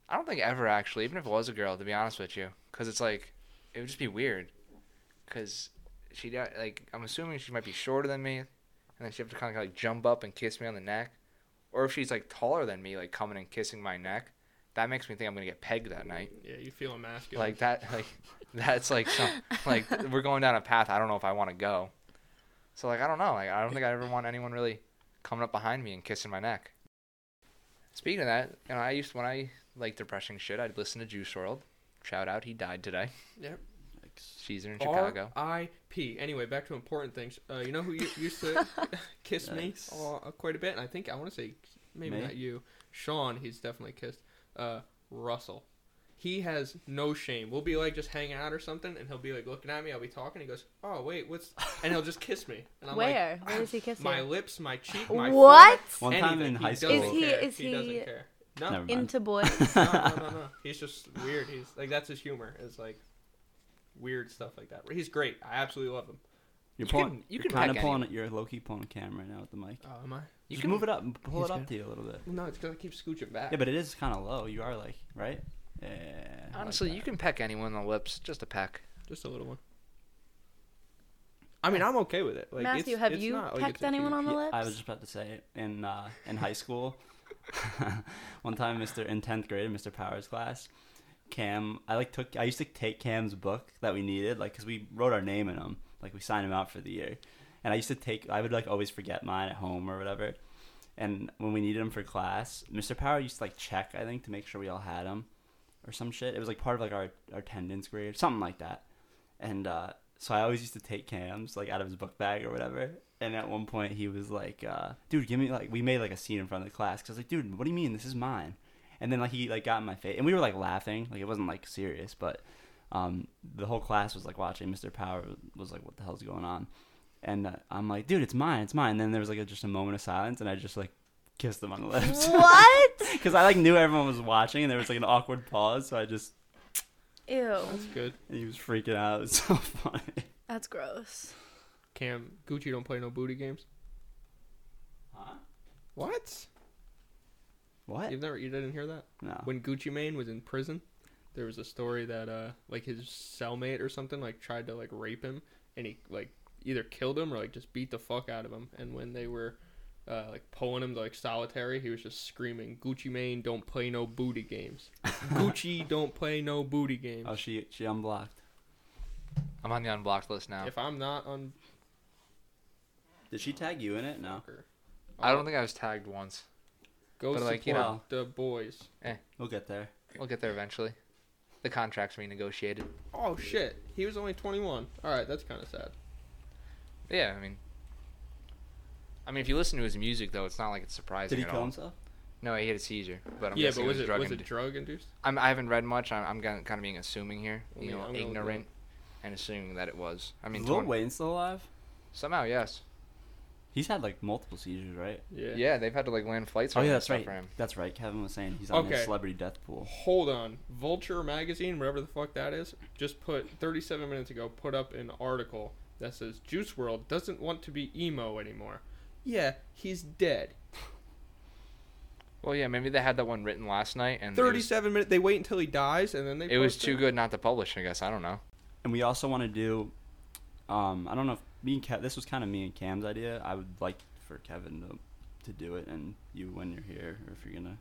[SPEAKER 1] I don't think ever actually, even if it was a girl, to be honest with you, because it's like it would just be weird, because she got like I'm assuming she might be shorter than me, and then she have to kind of like jump up and kiss me on the neck, or if she's like taller than me, like coming and kissing my neck, that makes me think I'm gonna get pegged that night.
[SPEAKER 3] Yeah, you feel masculine.
[SPEAKER 1] like that like that's like some like we're going down a path i don't know if i want to go so like i don't know like i don't think i ever want anyone really coming up behind me and kissing my neck speaking of that you know i used when i like depressing shit i'd listen to juice world shout out he died today
[SPEAKER 3] Yep.
[SPEAKER 1] she's in chicago
[SPEAKER 3] R.I.P. Anyway, back to important things. Uh, you know who u-
[SPEAKER 2] (laughs)
[SPEAKER 1] (laughs)
[SPEAKER 3] used to kiss me
[SPEAKER 4] Yikes.
[SPEAKER 3] uh, quite a bit? And I think I want to say maybe
[SPEAKER 4] Me?
[SPEAKER 3] not you, Sean. He's definitely kissed uh, Russell. He has no shame. We'll be like just hanging out or something, and he'll be like looking at me. I'll be talking. He goes, "Oh wait, what's?" (laughs) And he'll just kiss me. And I'm like,
[SPEAKER 2] Where? Where does he
[SPEAKER 3] (clears throat)
[SPEAKER 2] kiss
[SPEAKER 3] my
[SPEAKER 2] you?
[SPEAKER 3] lips, my cheek, my
[SPEAKER 2] What?
[SPEAKER 4] One time in high
[SPEAKER 3] school,
[SPEAKER 4] school- Is
[SPEAKER 2] he- is
[SPEAKER 3] he doesn't
[SPEAKER 2] he-
[SPEAKER 3] care. No,
[SPEAKER 4] Never mind.
[SPEAKER 2] Into boys.
[SPEAKER 3] no, no, no,
[SPEAKER 4] (laughs)
[SPEAKER 3] no. He's just weird. He's like that's his humor. Is like weird stuff like that. He's great. I absolutely love him.
[SPEAKER 4] You're
[SPEAKER 1] You
[SPEAKER 4] pulling.
[SPEAKER 1] can- you
[SPEAKER 4] you are
[SPEAKER 1] can
[SPEAKER 4] kind of
[SPEAKER 1] peck
[SPEAKER 4] pulling. You're low key pulling a cam right now with the mic.
[SPEAKER 3] Oh, am I?
[SPEAKER 1] you
[SPEAKER 4] Just
[SPEAKER 1] can
[SPEAKER 4] move it up. and Pull
[SPEAKER 3] he's
[SPEAKER 4] it up
[SPEAKER 3] good.
[SPEAKER 4] to you a little bit.
[SPEAKER 3] No, it's because I keep scooching back.
[SPEAKER 4] Yeah, but it is kind of low. You are like right. Yeah. I like
[SPEAKER 1] honestly
[SPEAKER 4] that.
[SPEAKER 1] you can peck anyone on the lips just a peck
[SPEAKER 3] just a little one. I mean, I'm okay with it. (laughs) Like,
[SPEAKER 2] Matthew,
[SPEAKER 3] it's,
[SPEAKER 2] have
[SPEAKER 3] it's
[SPEAKER 2] you
[SPEAKER 3] not, like,
[SPEAKER 2] pecked
[SPEAKER 3] it's a
[SPEAKER 2] anyone
[SPEAKER 3] huge-
[SPEAKER 2] on the
[SPEAKER 4] Yeah,
[SPEAKER 2] lips?
[SPEAKER 4] I was just about to say it. in uh, in high school. (laughs) one time, Mr. in tenth grade, in Mr. Powers class, Cam. I like took. I used to take Cam's book that we needed, like because we wrote our name in them, like we signed him out for the year. And I used to take. I would like always forget mine at home or whatever. And when we needed them for class, Mr. Power used to like check. I think to make sure we all had them, or some shit. It was like part of like our, our attendance grade, something like that. And uh, so I always used to take cams like out of his book bag or whatever. And at one point he was like, uh, "Dude, give me like." We made like a scene in front of the class. 'Cause I was like, "Dude, what do you mean this is mine?" And then like he like got in my face, and we were like laughing, like it wasn't like serious, but um, the whole class was like watching. Mr. Power was like, "What the hell's going on?" And uh, I'm like, "Dude, it's mine, it's mine." And then there was like a, just a moment of silence, and I just like kissed him on the
[SPEAKER 2] (laughs)
[SPEAKER 4] lips (laughs)
[SPEAKER 2] what?
[SPEAKER 4] because I like knew everyone was watching, and there was like an awkward pause. So I just
[SPEAKER 2] Ew.
[SPEAKER 3] That's good.
[SPEAKER 4] and he was freaking out. (laughs) It was so funny.
[SPEAKER 2] That's gross.
[SPEAKER 3] Cam Gucci don't play no booty games.
[SPEAKER 4] Huh?
[SPEAKER 3] What?
[SPEAKER 4] What?
[SPEAKER 3] You've never you didn't hear that?
[SPEAKER 4] No.
[SPEAKER 3] When Gucci Mane was in prison, there was a story that uh like his cellmate or something like tried to like rape him and he like either killed him or like just beat the fuck out of him and when they were uh, like pulling him to like solitary, he was just screaming, "Gucci Mane, don't play no
[SPEAKER 1] (laughs)
[SPEAKER 3] booty games. Gucci, don't play no booty games."
[SPEAKER 4] Oh, she she unblocked.
[SPEAKER 1] i'm on the unblocked list now
[SPEAKER 3] If I'm not on,
[SPEAKER 4] Did she tag you in it? No.
[SPEAKER 1] i don't think i was tagged once
[SPEAKER 3] Go
[SPEAKER 1] But,
[SPEAKER 3] support
[SPEAKER 1] like, you know-
[SPEAKER 3] the boys.
[SPEAKER 4] We'll get there.
[SPEAKER 1] we'll get there eventually the contract's renegotiated
[SPEAKER 3] Oh shit, he was only 21. All right, that's kind of sad.
[SPEAKER 1] yeah i mean i mean if you listen to his music though it's not like it's surprising
[SPEAKER 4] Did he
[SPEAKER 1] at
[SPEAKER 4] kill
[SPEAKER 1] all
[SPEAKER 4] himself?
[SPEAKER 1] No, he had a seizure, but I'm
[SPEAKER 3] yeah,
[SPEAKER 1] guessing
[SPEAKER 3] but was
[SPEAKER 1] it was
[SPEAKER 3] it
[SPEAKER 1] drug.
[SPEAKER 3] was
[SPEAKER 1] indi-
[SPEAKER 3] it drug induced?
[SPEAKER 1] I'm, I haven't read much. I'm, I'm kind of being assuming here,
[SPEAKER 3] Let
[SPEAKER 1] you
[SPEAKER 3] me-
[SPEAKER 1] know,
[SPEAKER 3] I'm gonna look it
[SPEAKER 1] ignorant, and assuming that it was. I mean,
[SPEAKER 4] Is Lil
[SPEAKER 1] twen-
[SPEAKER 4] Wayne still alive?
[SPEAKER 1] somehow yes.
[SPEAKER 4] He's had like multiple seizures, right?
[SPEAKER 1] Yeah. they've had to like land flights.
[SPEAKER 4] Oh
[SPEAKER 1] over
[SPEAKER 4] yeah,
[SPEAKER 1] and
[SPEAKER 4] that's
[SPEAKER 1] stuff
[SPEAKER 4] right.
[SPEAKER 1] For him.
[SPEAKER 4] That's right. Kevin was saying he's on his
[SPEAKER 3] Okay.
[SPEAKER 4] celebrity death pool.
[SPEAKER 3] Hold on. Vulture magazine, whatever the fuck that is, just put 37 minutes ago put up an article that says Juice World doesn't want to be emo anymore. Yeah, he's dead.
[SPEAKER 1] Well, yeah, maybe they had that one written last night, and it was,
[SPEAKER 3] 37 minutes. They wait until he dies and then they.
[SPEAKER 1] it was
[SPEAKER 3] post
[SPEAKER 1] too good not to publish. I guess I don't know.
[SPEAKER 4] And we also want to do. Um, I don't know if me and Kev, this was kind of me and Cam's idea. I would like for Kevin to, to do it, and you when you're here, or if you're gonna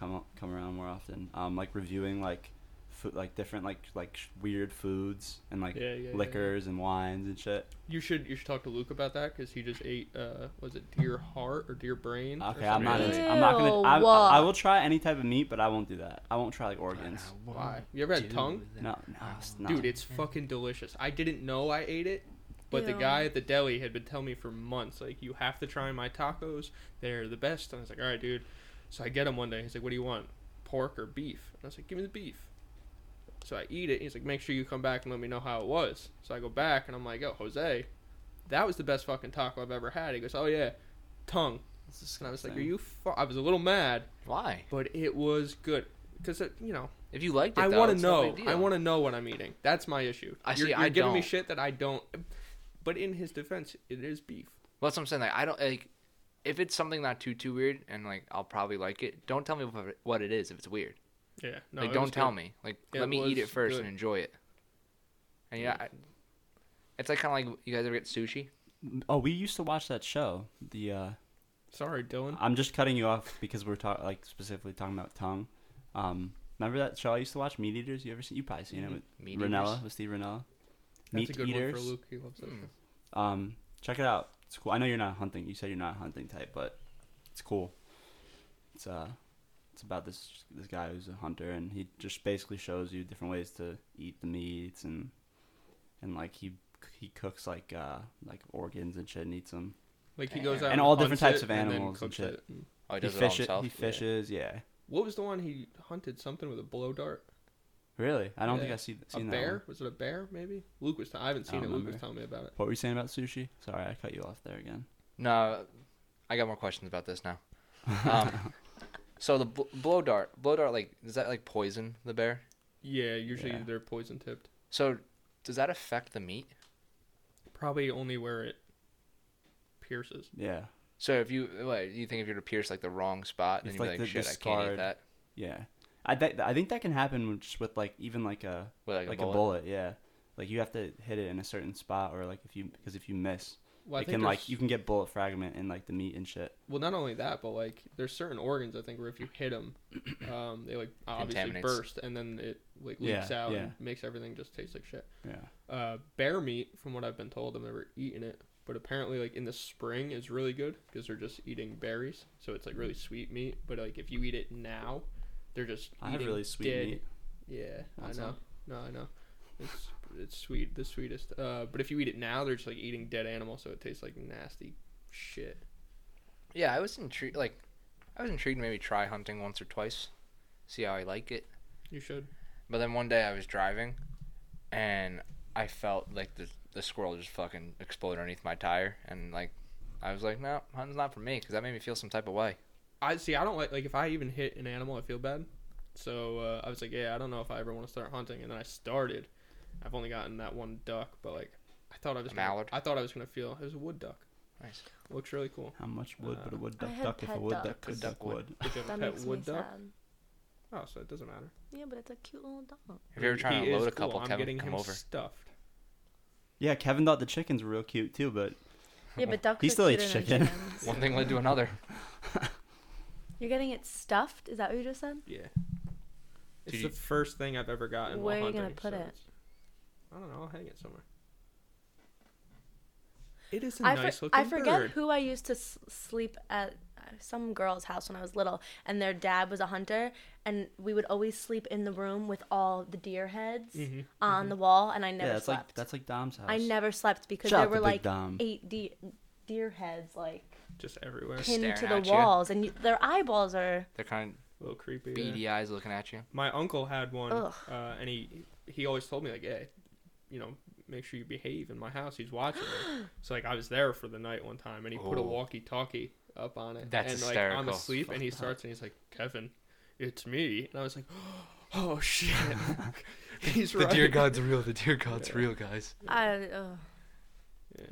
[SPEAKER 4] come o- come around more often. Um, like reviewing like food, like different like like sh- weird foods and like
[SPEAKER 3] Yeah, yeah, yeah, yeah.
[SPEAKER 4] liquors and wines and shit.
[SPEAKER 3] You should you should talk to Luke about that because he just ate. Uh, was it deer heart or deer brain? or
[SPEAKER 4] Okay, I'm not.
[SPEAKER 3] something?
[SPEAKER 4] Into, I'm not gonna. I,
[SPEAKER 2] Ew.
[SPEAKER 4] I, I will try any type of meat, but I won't do that. I won't try like organs.
[SPEAKER 3] Why? You ever had tongue?
[SPEAKER 4] No, no, it's not.
[SPEAKER 3] Dude, it's fucking delicious. I didn't know I ate it, but the
[SPEAKER 2] Ew.
[SPEAKER 3] guy at the deli had been telling me for months, like, you have to try my tacos. They're the best. And I was like, all right, dude. So I get him one day. He's like, what do you want? Pork or beef? And I was like, give me the beef. So I eat it. He's like, make sure you come back and let me know how it was. So I go back and I'm like, oh, Jose, that was the best fucking taco I've ever had. He goes, oh, yeah, tongue. And I was like, are you. Fu-? I was a little mad,
[SPEAKER 1] Why?
[SPEAKER 3] but it was good. Because, you know,
[SPEAKER 1] If you liked it,
[SPEAKER 3] I
[SPEAKER 1] though,
[SPEAKER 3] want to
[SPEAKER 1] it's no
[SPEAKER 3] know.
[SPEAKER 1] big
[SPEAKER 3] I
[SPEAKER 1] deal.
[SPEAKER 3] want to know what I'm eating. That's my issue.
[SPEAKER 1] I
[SPEAKER 3] you're,
[SPEAKER 1] see,
[SPEAKER 3] You're
[SPEAKER 1] I
[SPEAKER 3] giving me
[SPEAKER 1] don't.
[SPEAKER 3] shit that I don't. But in his defense, it is beef.
[SPEAKER 1] Well, that's what I'm saying. Like, I don't like if it's something not too too weird, and like I'll probably like it. Don't tell me what it- what it is if it's weird.
[SPEAKER 3] Yeah. No.
[SPEAKER 1] like, don't tell me. Like,
[SPEAKER 3] It
[SPEAKER 1] let me eat it
[SPEAKER 3] was
[SPEAKER 1] first
[SPEAKER 3] good.
[SPEAKER 1] and enjoy it. And yeah, I, it's like kind of like you guys ever get sushi?
[SPEAKER 4] Oh, we used to watch that show. The uh,
[SPEAKER 3] Sorry, Dylan.
[SPEAKER 4] I'm just cutting you off because we're talking like specifically talking about tongue. Um, remember that show I used to watch, Meat Eaters? You ever seen? You probably seen it with
[SPEAKER 1] Meat
[SPEAKER 4] Ranella
[SPEAKER 1] Eaters?
[SPEAKER 4] with Steve Ranella.
[SPEAKER 3] That's
[SPEAKER 4] Meat
[SPEAKER 3] a good
[SPEAKER 4] Eaters.
[SPEAKER 3] one for Luke. He loves
[SPEAKER 1] Hmm.
[SPEAKER 3] it.
[SPEAKER 4] Um, check it out. It's cool. I know you're not hunting. You said you're not a hunting type, but it's cool. It's uh, it's about this this guy who's a hunter, and he just basically shows you different ways to eat the meats, and and like he he cooks like uh like organs and shit and eats them.
[SPEAKER 3] Like he goes
[SPEAKER 1] And
[SPEAKER 3] out
[SPEAKER 4] all
[SPEAKER 3] hunts
[SPEAKER 4] different types
[SPEAKER 3] it
[SPEAKER 4] of
[SPEAKER 3] and then
[SPEAKER 4] animals and
[SPEAKER 3] cooks
[SPEAKER 4] shit.
[SPEAKER 3] it. Hmm.
[SPEAKER 1] Oh, he
[SPEAKER 4] he
[SPEAKER 1] does it all
[SPEAKER 4] fishes.
[SPEAKER 1] himself.
[SPEAKER 4] he fishes. Yeah.
[SPEAKER 3] What was the one he hunted? Something with a blow dart.
[SPEAKER 4] Really? I don't think
[SPEAKER 3] Yeah.
[SPEAKER 4] I see
[SPEAKER 3] A
[SPEAKER 4] seen that.
[SPEAKER 3] bear?
[SPEAKER 4] one.
[SPEAKER 3] Was it a bear? Maybe. Luke was. I I haven't
[SPEAKER 4] I
[SPEAKER 3] seen it.
[SPEAKER 4] don't
[SPEAKER 3] Luke was
[SPEAKER 4] remember.
[SPEAKER 3] telling me about it.
[SPEAKER 4] What were you saying about sushi? Sorry, I cut you off there again.
[SPEAKER 1] No, I got more questions about this
[SPEAKER 4] (laughs)
[SPEAKER 1] now. Um, so the bl- blow dart, blow dart, like does that like poison the bear?
[SPEAKER 3] Yeah. Usually
[SPEAKER 4] Yeah.
[SPEAKER 3] they're poison tipped.
[SPEAKER 1] So does that affect the meat?
[SPEAKER 3] Probably only where it pierces.
[SPEAKER 4] Yeah,
[SPEAKER 1] So if you what, you think if you're to pierce like the wrong spot, then
[SPEAKER 4] It's
[SPEAKER 1] you'd be
[SPEAKER 4] like
[SPEAKER 1] like,
[SPEAKER 4] the- the
[SPEAKER 1] shit, I can't eat
[SPEAKER 4] scarred-
[SPEAKER 1] that.
[SPEAKER 4] yeah. I bet I think that can happen with- just with like even like a
[SPEAKER 1] With like,
[SPEAKER 4] like,
[SPEAKER 1] a
[SPEAKER 4] a,
[SPEAKER 1] bullet.
[SPEAKER 4] bullet. Yeah, like you have to hit it in a certain spot, or like if you because if you miss,
[SPEAKER 3] Well, I
[SPEAKER 4] it
[SPEAKER 3] think
[SPEAKER 4] can
[SPEAKER 3] there's-
[SPEAKER 4] like you can get bullet fragment in like the meat and shit.
[SPEAKER 3] Well, not only that, but like there's certain organs I think where if you hit (clears throat) them, um, they like obviously
[SPEAKER 1] Contaminates.
[SPEAKER 3] burst and then it like
[SPEAKER 4] Yeah,
[SPEAKER 3] leaks out and
[SPEAKER 4] yeah.
[SPEAKER 3] makes everything just taste like shit.
[SPEAKER 4] Yeah,
[SPEAKER 3] Uh, bear meat, from what I've been told, I've never eaten it, but apparently like in the spring is really good because they're just eating berries, so it's like really sweet meat. But like if you eat it now, they're just
[SPEAKER 4] I have
[SPEAKER 3] eating
[SPEAKER 4] really sweet
[SPEAKER 3] dead-
[SPEAKER 4] meat.
[SPEAKER 3] Yeah,
[SPEAKER 4] That's
[SPEAKER 3] I know. No, I know. It's it's sweet, the sweetest. Uh, but if you eat it now, they're just like eating dead animal, so it tastes like nasty shit.
[SPEAKER 1] Yeah, I was intrigued. Like, I was intrigued. to Maybe try hunting once or twice, see how I like it.
[SPEAKER 3] You should.
[SPEAKER 1] But then one day I was driving, and I felt like the the squirrel just fucking exploded underneath my tire, and like, I was like, no, hunting's not for me because that made me feel some type of way.
[SPEAKER 3] I see. I don't like like if I even hit an animal, I feel bad. So uh, I was like, yeah, I don't know if I ever want to start hunting. And then I started. I've only gotten that one duck, but like I thought I was
[SPEAKER 1] A
[SPEAKER 3] gonna,
[SPEAKER 1] mallard?
[SPEAKER 3] I thought I was gonna feel it was a wood duck.
[SPEAKER 1] Nice.
[SPEAKER 3] Looks really
[SPEAKER 2] (laughs)
[SPEAKER 3] cool.
[SPEAKER 4] How much wood
[SPEAKER 1] Uh,
[SPEAKER 4] would a wood
[SPEAKER 2] I
[SPEAKER 4] duck
[SPEAKER 2] had
[SPEAKER 4] duck if a
[SPEAKER 2] pet
[SPEAKER 4] wood duck
[SPEAKER 2] ducks.
[SPEAKER 4] could duck wood?
[SPEAKER 3] Did you have
[SPEAKER 2] That
[SPEAKER 3] a pet
[SPEAKER 2] makes
[SPEAKER 3] wood
[SPEAKER 2] me
[SPEAKER 3] duck?
[SPEAKER 2] sad.
[SPEAKER 3] Oh, so it doesn't matter.
[SPEAKER 2] Yeah, but it's a cute little
[SPEAKER 3] (laughs)
[SPEAKER 2] dog.
[SPEAKER 1] If you're ever
[SPEAKER 3] He
[SPEAKER 1] trying to
[SPEAKER 3] is
[SPEAKER 1] load a
[SPEAKER 3] cool.
[SPEAKER 1] couple,
[SPEAKER 3] I'm
[SPEAKER 1] Kevin,
[SPEAKER 3] getting
[SPEAKER 1] come
[SPEAKER 3] him
[SPEAKER 1] over.
[SPEAKER 3] stuffed.
[SPEAKER 4] Yeah, Kevin thought the chickens were real cute too, but
[SPEAKER 2] Yeah, but ducks.
[SPEAKER 4] He
[SPEAKER 2] are
[SPEAKER 4] still eats
[SPEAKER 2] cuter than
[SPEAKER 4] chicken.
[SPEAKER 2] chickens.
[SPEAKER 1] One thing led to another.
[SPEAKER 2] You're getting it stuffed. Is that what you just said?
[SPEAKER 3] Yeah. It's
[SPEAKER 1] Did
[SPEAKER 3] the
[SPEAKER 1] you-
[SPEAKER 3] first thing I've ever gotten.
[SPEAKER 2] Where
[SPEAKER 3] while
[SPEAKER 2] are you gonna
[SPEAKER 3] hunting,
[SPEAKER 2] put
[SPEAKER 3] so
[SPEAKER 2] it?
[SPEAKER 3] it's- I don't know. I'll hang it somewhere. It is a
[SPEAKER 2] I, for-
[SPEAKER 3] nice looking
[SPEAKER 2] I forget
[SPEAKER 3] bird.
[SPEAKER 2] who I used to s- sleep at uh, some girl's house when I was little, and their dad was a hunter, and we would always sleep in the room with all the deer heads
[SPEAKER 3] Mm-hmm,
[SPEAKER 2] on the wall, and I never
[SPEAKER 4] yeah, that's
[SPEAKER 2] slept.
[SPEAKER 4] like that's like Dom's house.
[SPEAKER 2] I never slept because
[SPEAKER 4] Shout
[SPEAKER 2] there
[SPEAKER 4] out
[SPEAKER 2] were
[SPEAKER 4] to Big
[SPEAKER 2] like
[SPEAKER 4] Dom.
[SPEAKER 2] eight de- deer heads like
[SPEAKER 3] just everywhere.
[SPEAKER 1] Pin-
[SPEAKER 2] pinned to
[SPEAKER 1] staring
[SPEAKER 2] the
[SPEAKER 1] at you.
[SPEAKER 2] walls, and you, their eyeballs are.
[SPEAKER 1] They're kind
[SPEAKER 3] A little creepy.
[SPEAKER 1] of
[SPEAKER 3] yeah.
[SPEAKER 1] beady eyes looking at you.
[SPEAKER 3] My uncle had one, uh,
[SPEAKER 2] Ugh.
[SPEAKER 3] and he he always told me like, "Hey, you know, make sure you behave in my house." He's watching me. So like, I was there for the night one time, and he put a
[SPEAKER 1] Oh.
[SPEAKER 3] walkie-talkie up on it.
[SPEAKER 1] That's
[SPEAKER 3] and, Like, I'm
[SPEAKER 1] hysterical.
[SPEAKER 3] asleep, and he starts, and he's like, "Kevin, it's me," and I was like, (gasps) "Oh
[SPEAKER 1] (laughs)
[SPEAKER 3] shit." (laughs) he's right.
[SPEAKER 1] God's real. The deer God's real, guys.
[SPEAKER 2] I, ugh.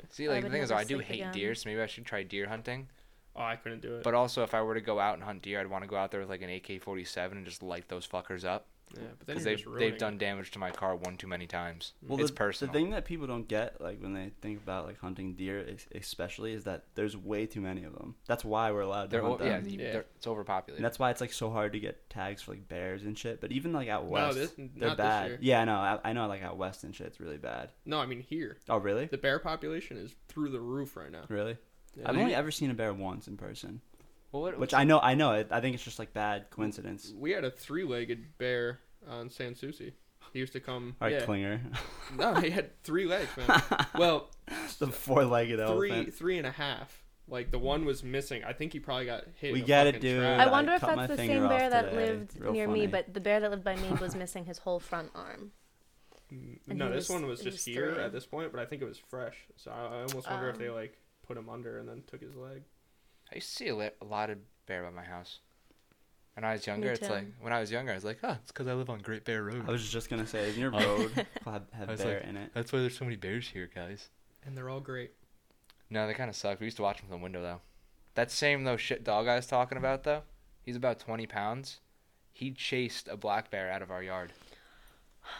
[SPEAKER 1] See,
[SPEAKER 2] I
[SPEAKER 1] like the
[SPEAKER 2] would
[SPEAKER 1] thing is,
[SPEAKER 2] never
[SPEAKER 1] I do
[SPEAKER 2] sleep
[SPEAKER 1] hate
[SPEAKER 2] again.
[SPEAKER 1] deer, so maybe I should try deer hunting.
[SPEAKER 3] Oh, I couldn't do it.
[SPEAKER 1] But also, if I were to go out and hunt deer, I'd want to go out there with like an AK-47 and just light those fuckers up
[SPEAKER 3] yeah, but then
[SPEAKER 1] because
[SPEAKER 3] you're
[SPEAKER 1] they've
[SPEAKER 3] just ruining
[SPEAKER 1] they've
[SPEAKER 3] it.
[SPEAKER 1] done damage to my car one too many times. it's
[SPEAKER 4] the,
[SPEAKER 1] personal.
[SPEAKER 4] The thing that people don't get, like when they think about like hunting deer, ex- especially, is that there's way too many of them. That's why we're allowed to
[SPEAKER 1] they're
[SPEAKER 4] hunt
[SPEAKER 1] o-
[SPEAKER 4] them.
[SPEAKER 1] yeah,
[SPEAKER 3] Yeah.
[SPEAKER 1] They're, it's overpopulated.
[SPEAKER 4] And that's why it's like so hard to get tags for like bears and shit. But even like out west,
[SPEAKER 3] this-
[SPEAKER 4] they're
[SPEAKER 3] not this
[SPEAKER 4] bad.
[SPEAKER 3] year.
[SPEAKER 4] Yeah, I know. I, I know. Like out west and shit, it's really bad.
[SPEAKER 3] No, I mean here.
[SPEAKER 4] Oh, really?
[SPEAKER 3] The bear population is through the roof right now.
[SPEAKER 4] Really?
[SPEAKER 3] Yeah.
[SPEAKER 4] I've only ever seen a bear once in person,
[SPEAKER 1] well, what,
[SPEAKER 4] which I know. I know. It, I think it's just like bad coincidence.
[SPEAKER 3] We had a three-legged bear on San Susi. He used to come.
[SPEAKER 4] All right,
[SPEAKER 3] yeah.
[SPEAKER 4] Klinger, (laughs)
[SPEAKER 3] No, he had three legs,
[SPEAKER 2] (laughs)
[SPEAKER 3] man. well,
[SPEAKER 4] the four-legged
[SPEAKER 3] three,
[SPEAKER 4] elephant.
[SPEAKER 3] three and a half. Like the one was missing. I think he probably got hit.
[SPEAKER 4] We
[SPEAKER 3] in a
[SPEAKER 4] get it,
[SPEAKER 3] fucking
[SPEAKER 4] dude.
[SPEAKER 3] trap.
[SPEAKER 2] I
[SPEAKER 4] I
[SPEAKER 2] wonder if
[SPEAKER 4] cut my
[SPEAKER 2] that's the
[SPEAKER 4] finger
[SPEAKER 2] same
[SPEAKER 4] off
[SPEAKER 2] bear that
[SPEAKER 4] today.
[SPEAKER 2] lived
[SPEAKER 4] Real
[SPEAKER 2] near me,
[SPEAKER 4] funny.
[SPEAKER 2] but the bear that lived by me
[SPEAKER 4] (laughs)
[SPEAKER 2] was missing his whole front arm. and
[SPEAKER 3] no,
[SPEAKER 2] he
[SPEAKER 3] this
[SPEAKER 2] was-
[SPEAKER 3] one was
[SPEAKER 2] he
[SPEAKER 3] just
[SPEAKER 2] was
[SPEAKER 3] here
[SPEAKER 2] three.
[SPEAKER 3] at this point, but I think it was fresh. So I, I almost wonder if
[SPEAKER 2] Um.
[SPEAKER 3] they like put him under and then took his leg.
[SPEAKER 1] I used to see a, li- a lot of bear by my house. When I was younger,
[SPEAKER 2] Me
[SPEAKER 1] it's
[SPEAKER 2] too.
[SPEAKER 1] like when I was younger, I was like, oh, it's because I live on Great Bear Road.
[SPEAKER 4] I was just gonna
[SPEAKER 3] (laughs)
[SPEAKER 4] say, isn't your road have,
[SPEAKER 1] I
[SPEAKER 4] have
[SPEAKER 1] was
[SPEAKER 4] bear
[SPEAKER 1] like-
[SPEAKER 4] in it?
[SPEAKER 1] That's why there's so many bears here, guys.
[SPEAKER 3] And they're all great.
[SPEAKER 1] No, they kind of suck. We used to watch them from the window though. That same though shit dog I was talking about though, he's about 20 pounds. He chased a black bear out of our yard.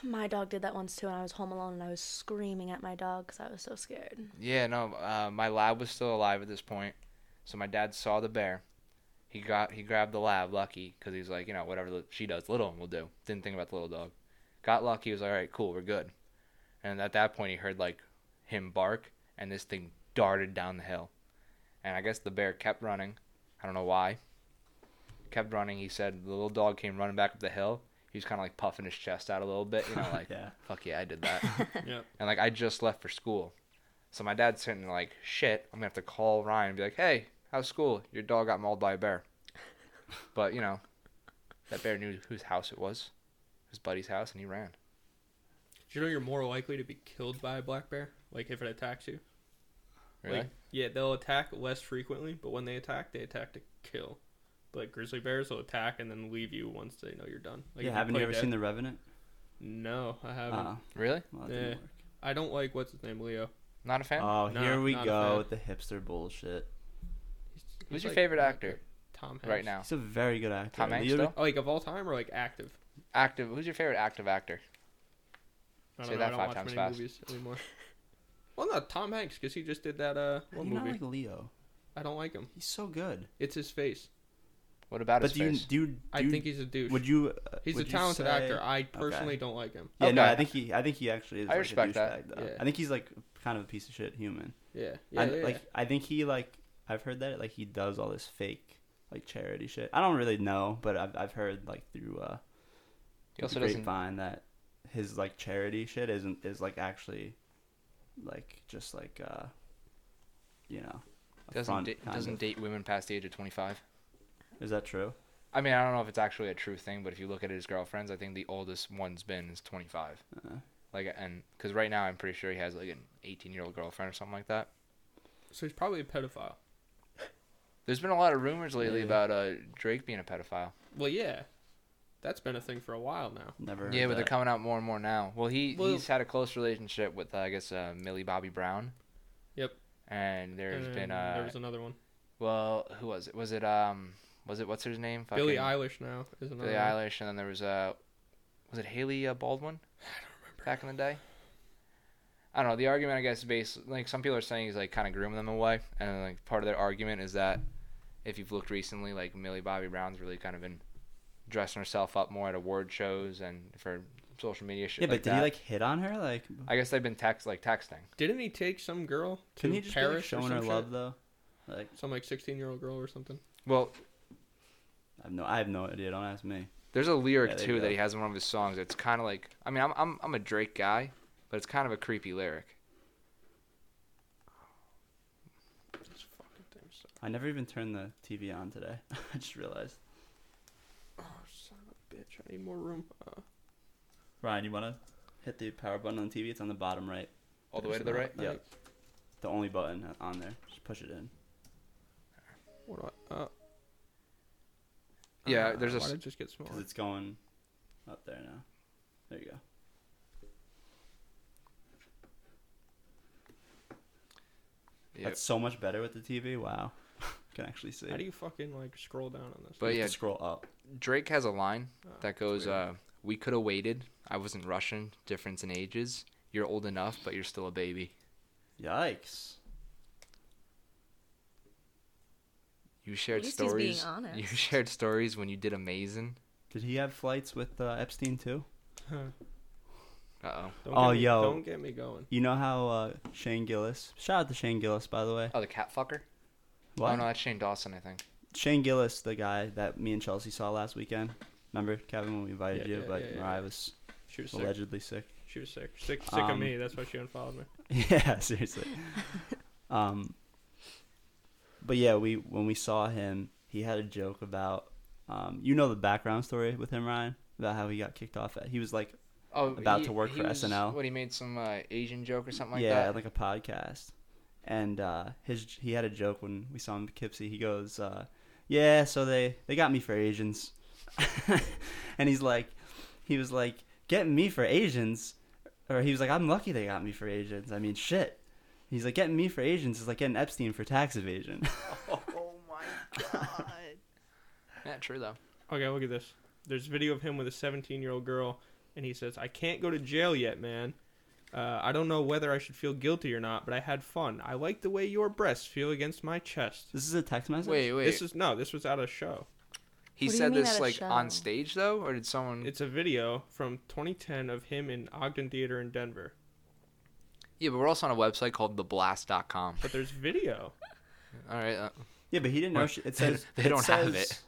[SPEAKER 2] My dog did that once too, and I was home alone and I was screaming at my dog because I was so scared.
[SPEAKER 1] Yeah, no, uh, my lab was still alive at this point, so my dad saw the bear. He got he grabbed the lab, Lucky, because he's like, you know, whatever the, she does, little one will do. Didn't think about the little dog. Got Lucky, was like, all right, cool, we're good. And at that point, he heard like him bark, and this thing darted down the hill. And I guess the bear kept running. I don't know why. Kept running. He said the little dog came running back up the hill. He was kind of like puffing his chest out a little bit, you know, like,
[SPEAKER 4] Yeah.
[SPEAKER 1] fuck yeah, I did that.
[SPEAKER 3] yeah.
[SPEAKER 1] And like I just left for school. So my dad's sitting there like, shit, I'm gonna have to call Ryan and be like, Hey, how's school? Your dog got mauled by a bear. But you know, that bear knew whose house it was. His buddy's house and he ran.
[SPEAKER 3] Do you know you're more likely to be killed by a black bear? Like if it attacks you.
[SPEAKER 1] Really?
[SPEAKER 3] Like, yeah, they'll attack less frequently, but when they attack, they attack to kill. But grizzly bears will attack and then leave you once they know you're done. Like,
[SPEAKER 4] yeah,
[SPEAKER 3] if
[SPEAKER 4] haven't you
[SPEAKER 3] play
[SPEAKER 4] ever
[SPEAKER 3] dead-
[SPEAKER 4] seen The Revenant?
[SPEAKER 3] No, I haven't.
[SPEAKER 4] Uh,
[SPEAKER 1] really?
[SPEAKER 4] well, that didn't
[SPEAKER 3] Yeah.
[SPEAKER 4] work.
[SPEAKER 3] I don't like what's his name, Leo.
[SPEAKER 1] Not a fan?
[SPEAKER 4] Oh,
[SPEAKER 3] No,
[SPEAKER 4] here we
[SPEAKER 3] not a
[SPEAKER 4] go
[SPEAKER 3] fan.
[SPEAKER 4] with the hipster bullshit.
[SPEAKER 3] He's-
[SPEAKER 1] Who's
[SPEAKER 3] he's
[SPEAKER 1] your
[SPEAKER 3] like-
[SPEAKER 1] favorite actor
[SPEAKER 3] Tom Hanks.
[SPEAKER 1] right now?
[SPEAKER 4] He's a very good actor.
[SPEAKER 1] Tom Hanks
[SPEAKER 4] Leo-
[SPEAKER 1] though?
[SPEAKER 3] Oh, like of all time or like active?
[SPEAKER 1] Active who's your favorite active actor?
[SPEAKER 3] I don't
[SPEAKER 1] Say
[SPEAKER 3] know.
[SPEAKER 1] that
[SPEAKER 3] I don't
[SPEAKER 1] five
[SPEAKER 3] watch
[SPEAKER 1] times
[SPEAKER 3] many
[SPEAKER 1] fast.
[SPEAKER 3] movies anymore. (laughs) well, no, Tom Hanks because he just did that uh
[SPEAKER 4] How
[SPEAKER 3] one
[SPEAKER 4] do you not
[SPEAKER 3] movie.
[SPEAKER 4] like Leo.
[SPEAKER 3] I don't like him.
[SPEAKER 4] He's so good.
[SPEAKER 3] It's his face.
[SPEAKER 1] What about
[SPEAKER 4] But
[SPEAKER 1] his
[SPEAKER 4] do you,
[SPEAKER 1] face?
[SPEAKER 4] do you do
[SPEAKER 3] I
[SPEAKER 4] you-
[SPEAKER 3] think he's a douche.
[SPEAKER 4] would you? uh,
[SPEAKER 3] he's a
[SPEAKER 4] would you
[SPEAKER 3] talented
[SPEAKER 4] say-
[SPEAKER 3] actor. I personally don't like him.
[SPEAKER 4] Yeah, no,
[SPEAKER 1] Okay.
[SPEAKER 4] I think he. I think he actually is.
[SPEAKER 1] I
[SPEAKER 4] like,
[SPEAKER 1] respect
[SPEAKER 4] a
[SPEAKER 1] that.
[SPEAKER 4] douchebag, Though.
[SPEAKER 3] Yeah.
[SPEAKER 4] I think he's like kind of a piece of shit human.
[SPEAKER 3] Yeah, yeah,
[SPEAKER 4] I,
[SPEAKER 3] yeah,
[SPEAKER 4] like
[SPEAKER 3] yeah.
[SPEAKER 4] I think he like I've heard that like he does all this fake like charity shit. I don't really know, but I've I've heard like through uh
[SPEAKER 1] he also
[SPEAKER 4] the
[SPEAKER 1] doesn't
[SPEAKER 4] grapevine that his like charity shit isn't is like actually like just like uh you know a
[SPEAKER 1] doesn't
[SPEAKER 4] front,
[SPEAKER 1] da-
[SPEAKER 4] kind
[SPEAKER 1] doesn't
[SPEAKER 4] of.
[SPEAKER 1] date women past the age of twenty five.
[SPEAKER 4] is that true?
[SPEAKER 1] I mean, I don't know if it's actually a true thing, but if you look at his girlfriends, I think the oldest one's been is 25.
[SPEAKER 4] Uh.
[SPEAKER 1] Like, and because right now I'm pretty sure he has like an 18 year old girlfriend or something like that.
[SPEAKER 3] So he's probably a pedophile.
[SPEAKER 1] There's been a lot of rumors lately
[SPEAKER 4] Yeah.
[SPEAKER 1] about uh, Drake being a pedophile.
[SPEAKER 3] Well, yeah, that's been a thing for a while now.
[SPEAKER 4] Never. Heard
[SPEAKER 1] yeah, but
[SPEAKER 4] that.
[SPEAKER 1] they're coming out more and more now. Well, he
[SPEAKER 3] Well-
[SPEAKER 1] he's had a close relationship with uh, I guess uh, Millie Bobby Brown.
[SPEAKER 3] Yep.
[SPEAKER 1] And there's
[SPEAKER 3] And
[SPEAKER 1] been
[SPEAKER 3] there
[SPEAKER 1] uh,
[SPEAKER 3] was another one.
[SPEAKER 1] well, who was it? Was it um, was it what's her name?
[SPEAKER 3] Billie
[SPEAKER 1] Fucking-
[SPEAKER 3] Eilish now is another.
[SPEAKER 1] Billie
[SPEAKER 3] one.
[SPEAKER 1] Eilish, and then there was uh, was it Haley uh, Baldwin? (sighs) I don't remember. Back in the day. I don't know. The argument, I guess, is based like some people are saying he's like kind of grooming them away, and like part of their argument is that if you've looked recently, like Millie Bobby Brown's really kind of been dressing herself up more at award shows and for social media shit.
[SPEAKER 4] Yeah, but
[SPEAKER 1] like
[SPEAKER 4] did
[SPEAKER 1] that.
[SPEAKER 4] he like hit on her? Like,
[SPEAKER 1] I guess they've been text like texting.
[SPEAKER 3] Didn't he take some girl to
[SPEAKER 4] couldn't he just be, like,
[SPEAKER 3] Paris or
[SPEAKER 4] showing
[SPEAKER 3] some
[SPEAKER 4] her
[SPEAKER 3] shit?
[SPEAKER 4] love though? Like,
[SPEAKER 3] Some like sixteen-year-old girl or something.
[SPEAKER 1] Well,
[SPEAKER 4] I have no, I have no idea. Don't ask me.
[SPEAKER 1] There's a lyric
[SPEAKER 4] Yeah, there you
[SPEAKER 1] too
[SPEAKER 4] go.
[SPEAKER 1] that he has in one of his songs. It's kind of like I mean I'm I'm I'm a Drake guy, but it's kind of a creepy lyric.
[SPEAKER 3] This fucking thing sucks.
[SPEAKER 4] I never even turned the TV on today. (laughs) I just realized.
[SPEAKER 3] Bitch, I need more room. Uh,
[SPEAKER 6] Ryan, you wanna?
[SPEAKER 4] Hit the power button on the TV. It's on the bottom right.
[SPEAKER 1] All the way to the right.
[SPEAKER 4] Yep. The only button on there. Just push it in.
[SPEAKER 3] what do I, uh,
[SPEAKER 2] Oh,
[SPEAKER 1] Yeah, there's a
[SPEAKER 3] why
[SPEAKER 1] s-
[SPEAKER 3] did it just get smaller.
[SPEAKER 4] Because it's going up there now. There you go.
[SPEAKER 1] Yep.
[SPEAKER 4] That's so much better with the TV. Wow. (laughs) can actually see.
[SPEAKER 3] How do you fucking like scroll down on this?
[SPEAKER 1] But
[SPEAKER 4] You
[SPEAKER 1] yeah,
[SPEAKER 4] have to scroll up.
[SPEAKER 1] Drake has a line
[SPEAKER 3] Oh,
[SPEAKER 1] that goes, uh, "We could have waited. I wasn't rushing. Difference in ages. You're old enough, but you're still a baby.
[SPEAKER 4] Yikes.
[SPEAKER 1] You shared
[SPEAKER 2] least he's being
[SPEAKER 1] stories.
[SPEAKER 2] honest.
[SPEAKER 1] You shared stories when you did amazing.
[SPEAKER 4] Did he have flights with uh, Epstein too?
[SPEAKER 1] Uh oh.
[SPEAKER 3] Don't
[SPEAKER 4] Oh,
[SPEAKER 3] get me,
[SPEAKER 4] yo.
[SPEAKER 3] Don't get me going.
[SPEAKER 4] You know how uh, Shane Gillis? Shout out to Shane Gillis, by the way.
[SPEAKER 1] Oh, the cat fucker.
[SPEAKER 4] What?
[SPEAKER 1] Oh no, that's Shane Dawson, I think.
[SPEAKER 4] Shane Gillis, the guy that me and Chelsea saw last weekend. Remember, Kevin, when we
[SPEAKER 3] Yeah,
[SPEAKER 4] invited you,
[SPEAKER 3] yeah,
[SPEAKER 4] but
[SPEAKER 3] yeah, yeah,
[SPEAKER 4] Mariah
[SPEAKER 3] yeah.
[SPEAKER 4] was
[SPEAKER 3] She was sick.
[SPEAKER 4] allegedly sick. (laughs)
[SPEAKER 3] She was sick. Sick, sick of
[SPEAKER 4] Um,
[SPEAKER 3] me. That's why she unfollowed me.
[SPEAKER 4] yeah, seriously.
[SPEAKER 3] (laughs)
[SPEAKER 4] um, but yeah, we when we saw him, he had a joke about, um, you know, the background story with him, Ryan, about how he got kicked off. At, he was like,
[SPEAKER 1] Oh,
[SPEAKER 4] About to work for
[SPEAKER 1] was-
[SPEAKER 4] SNL.
[SPEAKER 1] What he made some uh, Asian joke or something like
[SPEAKER 4] yeah,
[SPEAKER 1] that.
[SPEAKER 4] like a podcast. And uh, his he had a joke when we saw him in Poughkeepsie. He goes, uh, "Yeah, so they they got me for Asians," (laughs) and he's like, he was like, "Getting me for Asians," or he was like, "I'm lucky they got me for Asians." I mean, shit. He's like, "Getting me for Asians is like getting Epstein for tax evasion." (laughs)
[SPEAKER 6] Oh my god.
[SPEAKER 1] yeah, true though.
[SPEAKER 3] Okay, look at this. There's a video of him with a 17 year old girl, and he says, I can't go to jail yet, man. Uh, I don't know whether I should feel guilty or not, but I had fun. I like the way your breasts feel against my chest.
[SPEAKER 4] this is a text message.
[SPEAKER 1] Wait, wait.
[SPEAKER 3] This is no, this was at a show.
[SPEAKER 1] he
[SPEAKER 2] What do you
[SPEAKER 1] said
[SPEAKER 2] mean
[SPEAKER 1] this
[SPEAKER 2] at a
[SPEAKER 1] like
[SPEAKER 2] show?
[SPEAKER 1] on stage though, or did someone?
[SPEAKER 3] It's a video from 2010 of him in Ogden Theater in Denver.
[SPEAKER 1] Yeah, but we're also on a website called theblast.com.
[SPEAKER 3] But there's video.
[SPEAKER 1] All right. Uh,
[SPEAKER 4] Yeah, but he didn't know.
[SPEAKER 1] Well,
[SPEAKER 4] She, it says
[SPEAKER 1] (laughs) they
[SPEAKER 4] it
[SPEAKER 1] don't have
[SPEAKER 4] says-
[SPEAKER 1] it.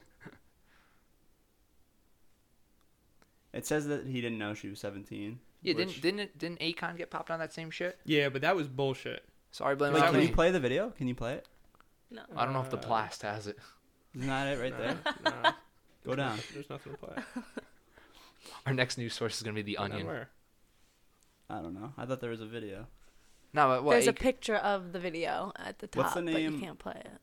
[SPEAKER 4] It says that he didn't know she was 17.
[SPEAKER 1] yeah,
[SPEAKER 4] which-
[SPEAKER 1] didn't didn't it- didn't Akon get popped on that same shit?
[SPEAKER 3] Yeah, but that was bullshit.
[SPEAKER 1] Sorry, blame
[SPEAKER 4] Wait,
[SPEAKER 1] it
[SPEAKER 3] that
[SPEAKER 1] on
[SPEAKER 4] can
[SPEAKER 3] was-
[SPEAKER 1] me.
[SPEAKER 4] you play the video? Can you play it?
[SPEAKER 2] No.
[SPEAKER 1] I don't know if the
[SPEAKER 3] Uh,
[SPEAKER 1] blast has it. (laughs)
[SPEAKER 4] Isn't that it right there?
[SPEAKER 3] Nah, nah,
[SPEAKER 4] Go down.
[SPEAKER 3] there's nothing to play.
[SPEAKER 1] Our next news source is gonna be the Onion.
[SPEAKER 3] Nowhere.
[SPEAKER 4] I don't know. I thought there was a video.
[SPEAKER 1] No, but what?
[SPEAKER 2] There's a
[SPEAKER 1] Ac-
[SPEAKER 2] picture of the video at the top,
[SPEAKER 4] What's the
[SPEAKER 2] but
[SPEAKER 4] name?
[SPEAKER 2] you can't play it.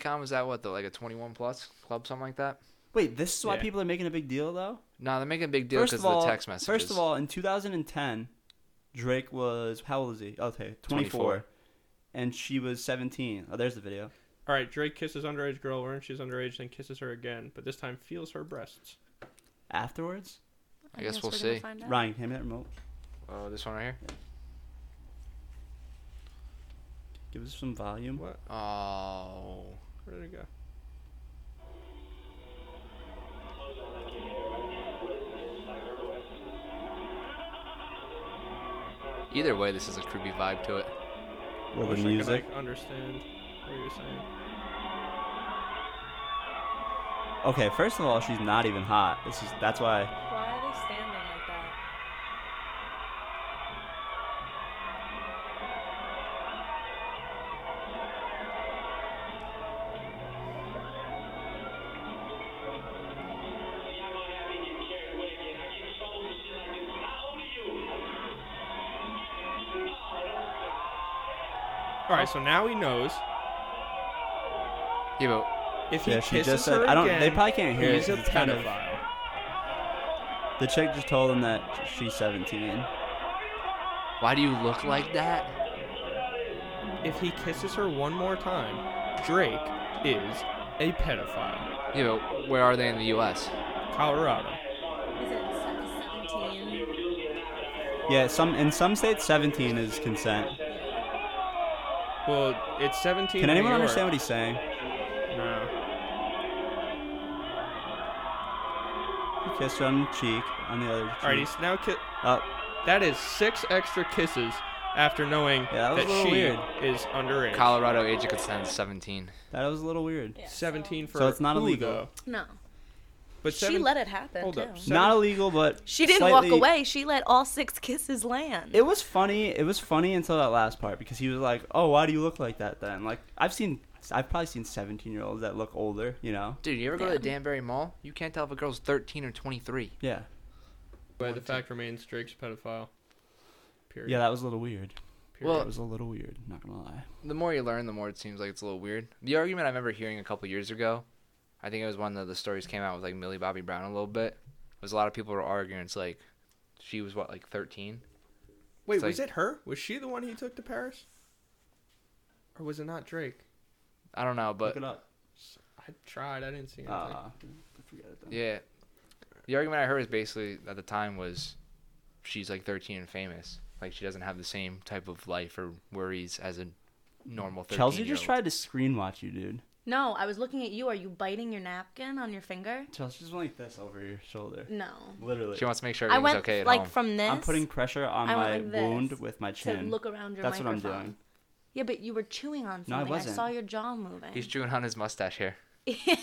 [SPEAKER 1] Akon was that what though? Like a 21 plus club, something like that.
[SPEAKER 4] Wait, this is why
[SPEAKER 3] Yeah.
[SPEAKER 4] people are making a big deal though.
[SPEAKER 1] No, they're making a big deal because of, the text messages.
[SPEAKER 4] First of all, in 2010, Drake was how old is he? Oh, Okay, 24,
[SPEAKER 1] 24.
[SPEAKER 4] and she was 17. Oh, there's the video.
[SPEAKER 3] All right, Drake kisses underage girl, learns she's underage, then kisses her again, but this time feels her breasts.
[SPEAKER 4] Afterwards,
[SPEAKER 1] I guess we'll
[SPEAKER 2] we're gonna
[SPEAKER 1] see.
[SPEAKER 2] find out.
[SPEAKER 4] Ryan, hand me that remote.
[SPEAKER 1] oh, this one right here.
[SPEAKER 4] Give us some volume.
[SPEAKER 3] What?
[SPEAKER 1] Oh,
[SPEAKER 3] Where did it go?
[SPEAKER 1] either way, this is a creepy vibe to it.
[SPEAKER 4] Well,
[SPEAKER 3] Wish I
[SPEAKER 4] the
[SPEAKER 3] could,
[SPEAKER 4] music.
[SPEAKER 3] like, understand what you're saying.
[SPEAKER 4] Okay, first of all, she's not even hot. This is that's why.
[SPEAKER 2] Why are they standing like that?
[SPEAKER 3] All right, so now he knows.
[SPEAKER 1] Yeah, but
[SPEAKER 3] If he
[SPEAKER 4] Yeah, she
[SPEAKER 3] kisses
[SPEAKER 4] just said-
[SPEAKER 3] her
[SPEAKER 4] I don't-
[SPEAKER 3] again,
[SPEAKER 4] they probably can't hear
[SPEAKER 3] he's
[SPEAKER 4] it.
[SPEAKER 3] a
[SPEAKER 4] It's kind of-
[SPEAKER 3] pedophile.
[SPEAKER 4] The chick just told him that she's 17.
[SPEAKER 1] why do you look like that?
[SPEAKER 3] If he kisses her one more time, Drake is a pedophile.
[SPEAKER 1] Yeah, but where are they in the U.S.?
[SPEAKER 3] Colorado.
[SPEAKER 2] Is it 17?
[SPEAKER 4] Yeah, some in some states 17 is consent.
[SPEAKER 3] Well, it's 17.
[SPEAKER 4] Can
[SPEAKER 3] in
[SPEAKER 4] anyone
[SPEAKER 3] New York.
[SPEAKER 4] understand what he's saying?
[SPEAKER 3] No.
[SPEAKER 4] He kissed her on the cheek, on the other cheek. Oh.
[SPEAKER 3] All right, he's now ki-
[SPEAKER 4] Up.
[SPEAKER 3] That is six extra kisses after knowing
[SPEAKER 4] Yeah, that was a little
[SPEAKER 3] she
[SPEAKER 4] weird.
[SPEAKER 3] is underage.
[SPEAKER 1] Colorado age of consent is 17.
[SPEAKER 4] That was a little weird.
[SPEAKER 2] Yeah,
[SPEAKER 3] 17 for
[SPEAKER 4] So it's not
[SPEAKER 3] who,
[SPEAKER 4] illegal.
[SPEAKER 3] though?
[SPEAKER 2] so- No.
[SPEAKER 3] But
[SPEAKER 2] She let it happen,
[SPEAKER 3] Hold
[SPEAKER 2] too.
[SPEAKER 3] up.
[SPEAKER 4] Not illegal, but
[SPEAKER 2] She didn't
[SPEAKER 4] slightly-
[SPEAKER 2] walk away. She let all six kisses land.
[SPEAKER 4] It was funny. It was funny until that last part because he was like, "Oh, why do you look like that?" Then like I've seen I've probably seen 17 year olds that look older, you know?
[SPEAKER 1] Dude, you ever go to
[SPEAKER 2] Yeah.
[SPEAKER 1] the Danbury Mall? You can't tell if a girl's 13 or 23.
[SPEAKER 4] Yeah.
[SPEAKER 3] But the fact remains, Drake's a pedophile. Period.
[SPEAKER 4] Yeah, that was a little weird.
[SPEAKER 3] Period.
[SPEAKER 1] Well-
[SPEAKER 4] that was a little weird, not gonna lie.
[SPEAKER 1] The more you learn, the more it seems like it's a little weird. The argument I remember hearing a couple years ago, I think it was one of the stories came out with like Millie Bobby Brown a little bit, was a lot of people were arguing it's like she was what, like 13?
[SPEAKER 3] Wait,
[SPEAKER 1] it's
[SPEAKER 3] was
[SPEAKER 1] like-
[SPEAKER 3] it her? Was she the one he took to Paris? Or was it not Drake?
[SPEAKER 1] I don't know, but
[SPEAKER 4] Look it up.
[SPEAKER 3] I tried. I didn't see anything.
[SPEAKER 4] Uh, forget it then.
[SPEAKER 1] Yeah. The argument I heard is basically at the time was she's like 13 and famous. Like she doesn't have the same type of life or worries as a normal 13
[SPEAKER 4] Chelsea just tried to screen watch you, dude.
[SPEAKER 2] No, I was looking at you. Are you biting your napkin on your finger?
[SPEAKER 4] Chelsea just went like this over your shoulder.
[SPEAKER 2] No.
[SPEAKER 4] Literally.
[SPEAKER 1] She wants to make sure
[SPEAKER 2] I
[SPEAKER 1] everything's
[SPEAKER 2] went
[SPEAKER 1] okay at
[SPEAKER 2] like
[SPEAKER 1] home.
[SPEAKER 2] from this
[SPEAKER 4] I'm putting pressure on
[SPEAKER 2] I
[SPEAKER 4] my
[SPEAKER 2] went like
[SPEAKER 4] wound
[SPEAKER 2] this
[SPEAKER 4] with my
[SPEAKER 2] to
[SPEAKER 4] chin.
[SPEAKER 2] look around your
[SPEAKER 4] That's what I'm
[SPEAKER 2] microphone.
[SPEAKER 4] doing.
[SPEAKER 2] Yeah, but you were chewing on something.
[SPEAKER 4] No, I wasn't.
[SPEAKER 2] saw your jaw moving.
[SPEAKER 1] He's chewing on his mustache hair.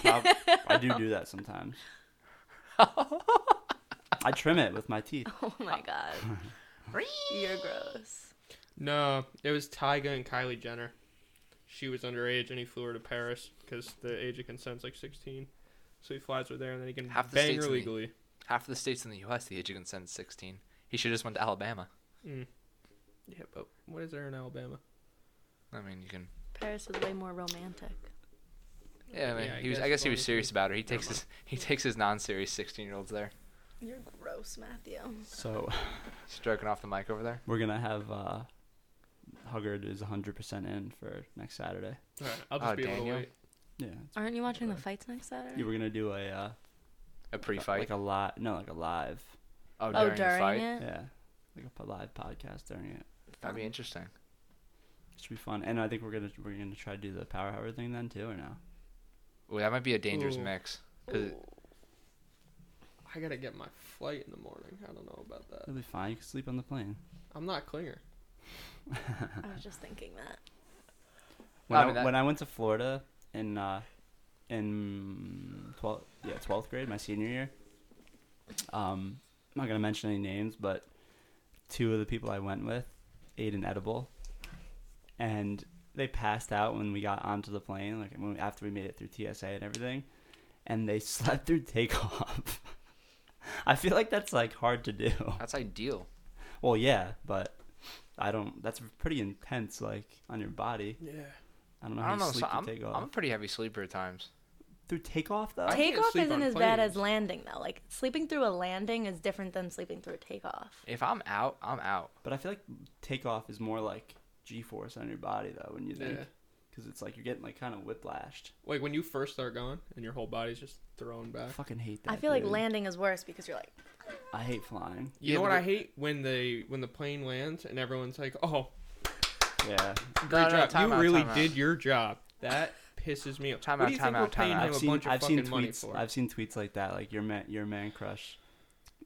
[SPEAKER 4] Prob- I do do that sometimes. I trim it with my teeth.
[SPEAKER 2] (laughs) oh
[SPEAKER 4] (laughs)
[SPEAKER 2] my god. You're gross.
[SPEAKER 3] No, it was Tyga and Kylie Jenner. She was underage, and he flew her to Paris because the age of consent's like 16. So he flies her there, and then he can
[SPEAKER 1] Half the
[SPEAKER 3] bang
[SPEAKER 1] states in
[SPEAKER 3] her
[SPEAKER 1] the-
[SPEAKER 3] legally.
[SPEAKER 1] Half of the states in the U.S. the age of consent is 16. He should just went to Alabama.
[SPEAKER 3] Yeah, but what is there in Alabama?
[SPEAKER 1] I mean, you can.
[SPEAKER 2] Paris was way more romantic.
[SPEAKER 1] Yeah, I mean,
[SPEAKER 3] Yeah, I
[SPEAKER 1] he was. I
[SPEAKER 3] guess
[SPEAKER 1] guess he
[SPEAKER 3] one
[SPEAKER 1] was
[SPEAKER 3] is
[SPEAKER 1] serious about her. He takes his. He takes his non-serious 16-year-olds there.
[SPEAKER 2] You're gross, Matthew.
[SPEAKER 4] So
[SPEAKER 1] He's jerking off the mic over there.
[SPEAKER 4] we're gonna have uh, Huggard is 100% in for next Saturday.
[SPEAKER 3] All right, I'll just
[SPEAKER 1] Oh,
[SPEAKER 3] be able to
[SPEAKER 1] Daniel.
[SPEAKER 3] wait.
[SPEAKER 4] Yeah.
[SPEAKER 2] Aren't you watching the fights next Saturday?
[SPEAKER 4] You were gonna do a uh,
[SPEAKER 1] A pre-fight.
[SPEAKER 4] like a live, no, like a live,
[SPEAKER 1] oh,
[SPEAKER 2] oh,
[SPEAKER 1] during,
[SPEAKER 2] during,
[SPEAKER 1] the fight.
[SPEAKER 2] it?
[SPEAKER 4] yeah, like a p- live podcast during it.
[SPEAKER 1] That'd be interesting.
[SPEAKER 4] Should be fun. And I think we're gonna we're gonna try to do the power hour thing then too, or no?
[SPEAKER 1] Ooh, that might be a dangerous
[SPEAKER 3] Ooh.
[SPEAKER 1] mix. 'Cause it-
[SPEAKER 3] I gotta get my flight in the morning. I don't know about that.
[SPEAKER 4] It'll be fine. You can sleep on the plane.
[SPEAKER 3] I'm not a clinger.
[SPEAKER 2] I was just thinking that.
[SPEAKER 4] When
[SPEAKER 1] I
[SPEAKER 4] I,
[SPEAKER 1] mean, that-
[SPEAKER 4] when I went to Florida in uh, in twelfth yeah twelfth grade, my senior year. Um, I'm not gonna mention any names, but two of the people I went with ate an edible, and they passed out when we got onto the plane, like when, after we made it through TSA and everything, and they (laughs) slept through takeoff. (laughs) I feel like that's like hard to do.
[SPEAKER 1] That's ideal.
[SPEAKER 4] (laughs) Well, yeah, but I don't. That's pretty intense, like on your body.
[SPEAKER 3] Yeah.
[SPEAKER 4] I don't know
[SPEAKER 1] I
[SPEAKER 4] how
[SPEAKER 1] don't
[SPEAKER 4] you
[SPEAKER 1] know.
[SPEAKER 4] sleep
[SPEAKER 1] So
[SPEAKER 4] through
[SPEAKER 1] I'm,
[SPEAKER 4] takeoff.
[SPEAKER 1] I'm a pretty heavy sleeper at times.
[SPEAKER 4] Through takeoff though.
[SPEAKER 3] I can't
[SPEAKER 2] Takeoff
[SPEAKER 3] sleep
[SPEAKER 2] isn't
[SPEAKER 3] on
[SPEAKER 2] as bad
[SPEAKER 3] planes.
[SPEAKER 2] as landing though. Like sleeping through a landing is different than sleeping through a takeoff.
[SPEAKER 1] If I'm out, I'm out.
[SPEAKER 4] But I feel like takeoff is more like G-force on your body though when you think,
[SPEAKER 3] Yeah.
[SPEAKER 4] because it's like you're getting like kind of whiplashed.
[SPEAKER 3] Like when you first start going, and your whole body's just thrown
[SPEAKER 4] I
[SPEAKER 3] back.
[SPEAKER 4] fucking hate that.
[SPEAKER 2] I feel like
[SPEAKER 4] dude.
[SPEAKER 2] landing is worse because you're like,
[SPEAKER 4] I hate flying.
[SPEAKER 3] You
[SPEAKER 1] Yeah,
[SPEAKER 3] know what
[SPEAKER 1] but-
[SPEAKER 3] I hate when they when the plane lands and everyone's like, "Oh,
[SPEAKER 4] Yeah,
[SPEAKER 3] great
[SPEAKER 1] No, no,
[SPEAKER 3] job!
[SPEAKER 1] time
[SPEAKER 3] you
[SPEAKER 1] out,
[SPEAKER 3] really
[SPEAKER 1] time out.
[SPEAKER 3] did your job." That pisses me off.
[SPEAKER 1] Time
[SPEAKER 3] what
[SPEAKER 1] out,
[SPEAKER 3] do you
[SPEAKER 1] time
[SPEAKER 3] think we're
[SPEAKER 1] out, time
[SPEAKER 3] paying
[SPEAKER 1] out.
[SPEAKER 3] him
[SPEAKER 4] I've
[SPEAKER 3] a
[SPEAKER 4] seen
[SPEAKER 3] bunch of
[SPEAKER 4] I've
[SPEAKER 3] fucking
[SPEAKER 4] seen
[SPEAKER 3] money
[SPEAKER 4] tweets
[SPEAKER 3] for?
[SPEAKER 4] I've seen tweets like that. Like your man your man crush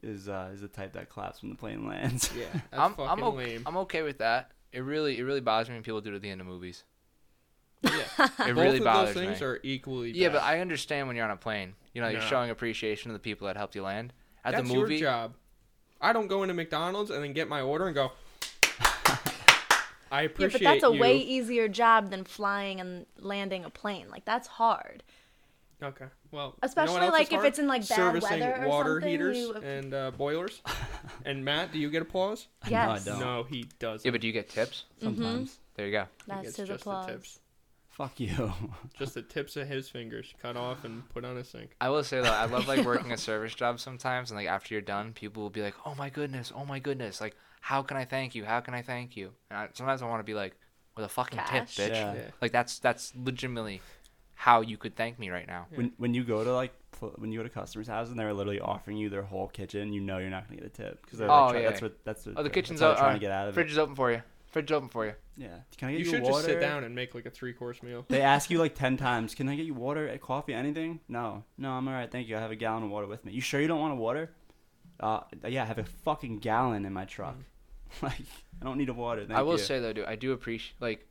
[SPEAKER 4] is uh is the type that claps when the plane lands. (laughs)
[SPEAKER 1] (laughs)
[SPEAKER 3] Yeah, that's
[SPEAKER 1] I'm
[SPEAKER 3] fucking
[SPEAKER 1] I'm okay,
[SPEAKER 3] lame.
[SPEAKER 1] I'm okay with that. It really it really bothers me when people do it at the end of movies.
[SPEAKER 3] Yeah.
[SPEAKER 1] (laughs) It
[SPEAKER 3] Both
[SPEAKER 1] really
[SPEAKER 3] of
[SPEAKER 1] bothers
[SPEAKER 3] those things
[SPEAKER 1] me.
[SPEAKER 3] are equally.
[SPEAKER 1] yeah, but
[SPEAKER 3] bad.
[SPEAKER 1] I understand when you're on a plane. You know, you're
[SPEAKER 3] No.
[SPEAKER 1] showing appreciation to the people that helped you land. At
[SPEAKER 3] that's
[SPEAKER 1] the movie,
[SPEAKER 3] your job. I don't go into McDonald's and then get my order and go.
[SPEAKER 2] (laughs)
[SPEAKER 3] I
[SPEAKER 2] yeah, but
[SPEAKER 3] appreciate
[SPEAKER 2] that's a
[SPEAKER 3] you.
[SPEAKER 2] way easier job than flying and landing a plane. Like that's hard.
[SPEAKER 3] Okay. Well, you know what
[SPEAKER 2] Especially,
[SPEAKER 3] else is
[SPEAKER 2] like, if
[SPEAKER 3] hard?
[SPEAKER 2] it's in, like, bad
[SPEAKER 3] Servicing
[SPEAKER 2] weather or
[SPEAKER 3] water
[SPEAKER 2] something,
[SPEAKER 3] heaters
[SPEAKER 2] you-
[SPEAKER 3] and uh,
[SPEAKER 2] (laughs)
[SPEAKER 3] boilers. and Matt, do you get applause?
[SPEAKER 4] No, I
[SPEAKER 2] Yes. Mm-hmm.
[SPEAKER 4] don't.
[SPEAKER 3] No, he doesn't.
[SPEAKER 1] yeah, but do you get tips?
[SPEAKER 4] Sometimes.
[SPEAKER 1] There you go.
[SPEAKER 2] That's
[SPEAKER 3] gets
[SPEAKER 2] his
[SPEAKER 3] just the
[SPEAKER 2] applause.
[SPEAKER 3] tips.
[SPEAKER 4] Fuck you. (laughs)
[SPEAKER 3] Just the tips of his fingers cut off and put on a sink.
[SPEAKER 1] I will say though, I love like working a service job sometimes, and like after you're done, people will be like, "Oh my goodness, oh my goodness!" Like, how can I thank you? How can I thank you? And I, sometimes I want to be like, "With a fucking
[SPEAKER 2] Cash.
[SPEAKER 1] tip, bitch."
[SPEAKER 4] Yeah.
[SPEAKER 3] Yeah.
[SPEAKER 1] Like that's that's legitimately how you could thank me right now.
[SPEAKER 4] When when you go to like pl- when you go to customers' houses and they're literally offering you their whole kitchen, you know you're not gonna get a tip because they're
[SPEAKER 1] Oh,
[SPEAKER 4] like, try-
[SPEAKER 1] yeah.
[SPEAKER 4] that's what that's what
[SPEAKER 1] Oh, the
[SPEAKER 4] that's
[SPEAKER 1] kitchen's o-
[SPEAKER 4] what they're trying
[SPEAKER 1] uh,
[SPEAKER 4] to get out of
[SPEAKER 1] Fridge
[SPEAKER 4] it.
[SPEAKER 1] is open for you. Fridge is open for you.
[SPEAKER 4] Yeah, can I get
[SPEAKER 3] You
[SPEAKER 4] you,
[SPEAKER 3] should
[SPEAKER 4] water?
[SPEAKER 3] just sit down and make like a three course meal.
[SPEAKER 4] They ask you like ten times, "Can I get you water, eh, coffee, anything?" No, no, I'm all right, thank you. I have a gallon of water with me. You sure you don't want a water? Uh, yeah, I have a fucking gallon in my truck.
[SPEAKER 3] Mm.
[SPEAKER 4] (laughs) like, I don't need a water. Thank
[SPEAKER 1] I will
[SPEAKER 4] you.
[SPEAKER 1] say though, dude, I do appreciate like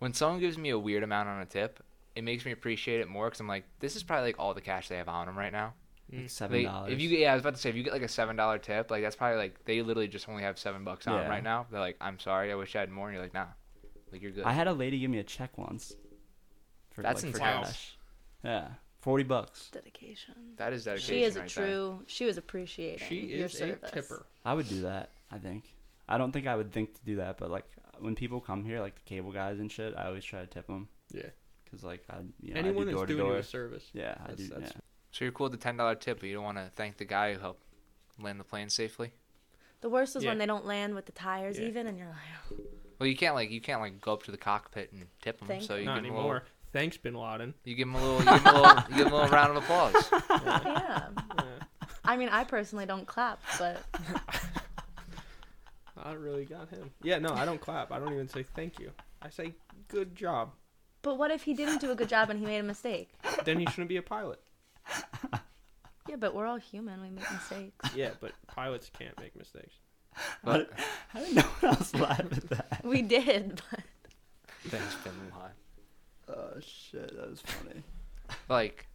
[SPEAKER 1] when someone gives me a weird amount on a tip, it makes me appreciate it more because I'm like, this is probably like all the cash they have on them right now.
[SPEAKER 4] Like
[SPEAKER 1] They,
[SPEAKER 4] seven dollars.
[SPEAKER 1] if you yeah, I was about to say if you get like a seven dollar tip, like that's probably like they literally just only have seven bucks on 'em
[SPEAKER 4] Yeah.
[SPEAKER 1] right now. They're like, I'm sorry, I wish I had more. And you're like, nah, like you're good.
[SPEAKER 4] I had a lady give me a check once. for
[SPEAKER 1] That's
[SPEAKER 4] like, for
[SPEAKER 1] insane.
[SPEAKER 4] cash. Yeah, forty bucks.
[SPEAKER 2] Dedication.
[SPEAKER 1] That is dedication.
[SPEAKER 2] She is a
[SPEAKER 1] right there.
[SPEAKER 2] true. She was appreciating
[SPEAKER 3] She
[SPEAKER 2] your
[SPEAKER 3] is a
[SPEAKER 2] service.
[SPEAKER 3] tipper.
[SPEAKER 4] I would do that. I think. I don't think I would think to do that, but like when people come here, like the cable guys and shit, I always try to tip them
[SPEAKER 3] Yeah.
[SPEAKER 4] because like I, you know,
[SPEAKER 3] Anyone
[SPEAKER 4] I
[SPEAKER 3] that's
[SPEAKER 4] do door to
[SPEAKER 3] doing you
[SPEAKER 4] door.
[SPEAKER 3] a service.
[SPEAKER 4] Yeah, I
[SPEAKER 3] That's-
[SPEAKER 4] do.
[SPEAKER 3] that's-
[SPEAKER 4] yeah.
[SPEAKER 1] So you're cool with the ten dollar tip, but you don't want to thank the guy who helped land the plane safely.
[SPEAKER 2] The worst is when
[SPEAKER 3] Yeah.
[SPEAKER 2] they don't land with the tires
[SPEAKER 3] Yeah.
[SPEAKER 2] even, and
[SPEAKER 3] (laughs)
[SPEAKER 2] you're like,
[SPEAKER 1] Well, you can't like you can't like go up to the cockpit and tip him.
[SPEAKER 2] Thank
[SPEAKER 1] so you
[SPEAKER 3] Not
[SPEAKER 1] give him a
[SPEAKER 3] anymore.
[SPEAKER 1] little,
[SPEAKER 3] Thanks, Bin Laden.
[SPEAKER 1] you give him a little, you give him a little, you give him a little round of applause.
[SPEAKER 2] oh, yeah. I mean, I personally don't clap, but
[SPEAKER 3] I really got him. Yeah, no, I don't clap. I don't even say thank you. I say good job.
[SPEAKER 2] but what if he didn't do a good job and he made a mistake?
[SPEAKER 3] Then he shouldn't be a pilot.
[SPEAKER 2] Yeah, but we're all human. We make mistakes.
[SPEAKER 3] Yeah, but pilots can't make mistakes.
[SPEAKER 1] But
[SPEAKER 4] I didn't know when I was laughing at that.
[SPEAKER 2] We did, (laughs) but
[SPEAKER 1] thanks, Bin Laden.
[SPEAKER 4] Oh shit, that was funny.
[SPEAKER 1] (laughs) Like,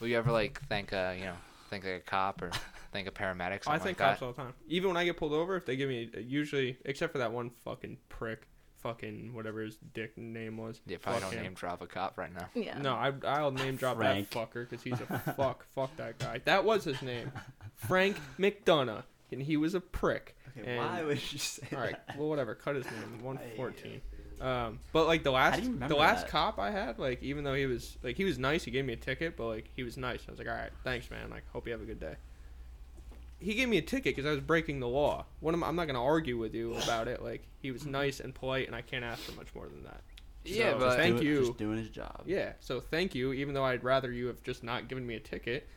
[SPEAKER 1] will you ever like thank a you know thank like a cop or thank a paramedic? Something
[SPEAKER 3] I think
[SPEAKER 1] like
[SPEAKER 3] cops
[SPEAKER 1] that.
[SPEAKER 3] all the time. Even when I get pulled over, if they give me uh, usually, except for that one fucking prick, fucking whatever his dick name was.
[SPEAKER 1] Yeah, probably
[SPEAKER 3] Fuck
[SPEAKER 1] don't
[SPEAKER 3] him.
[SPEAKER 1] name drop a cop right now.
[SPEAKER 2] yeah.
[SPEAKER 3] No, I, I'll name drop
[SPEAKER 4] Frank.
[SPEAKER 3] that fucker because he's
[SPEAKER 1] (laughs)
[SPEAKER 3] a fuck. fuck that guy. That was his name, Frank McDonough, and he was a prick.
[SPEAKER 4] Okay,
[SPEAKER 3] and,
[SPEAKER 4] why would you say
[SPEAKER 3] (laughs) All right,
[SPEAKER 4] that?
[SPEAKER 3] well, whatever. Cut his name.
[SPEAKER 4] (laughs)
[SPEAKER 3] One fourteen. Um, but like the last,
[SPEAKER 4] do you remember
[SPEAKER 3] the last
[SPEAKER 4] that?
[SPEAKER 3] cop I had, like even though he was like he was nice, he gave me a ticket, but like he was nice. I was like, all right, thanks, man. Like, hope you have a good day. He gave me a ticket because I was breaking the law. What am I'm not gonna argue with you about it. Like he
[SPEAKER 4] Mm-hmm.
[SPEAKER 3] was nice and polite, and I can't ask for much more than that.
[SPEAKER 1] Yeah,
[SPEAKER 3] So,
[SPEAKER 1] but
[SPEAKER 3] thank
[SPEAKER 4] Doing-
[SPEAKER 3] you.
[SPEAKER 4] Just doing his job.
[SPEAKER 3] Yeah, so thank you, even though I'd rather you have just not given me a ticket.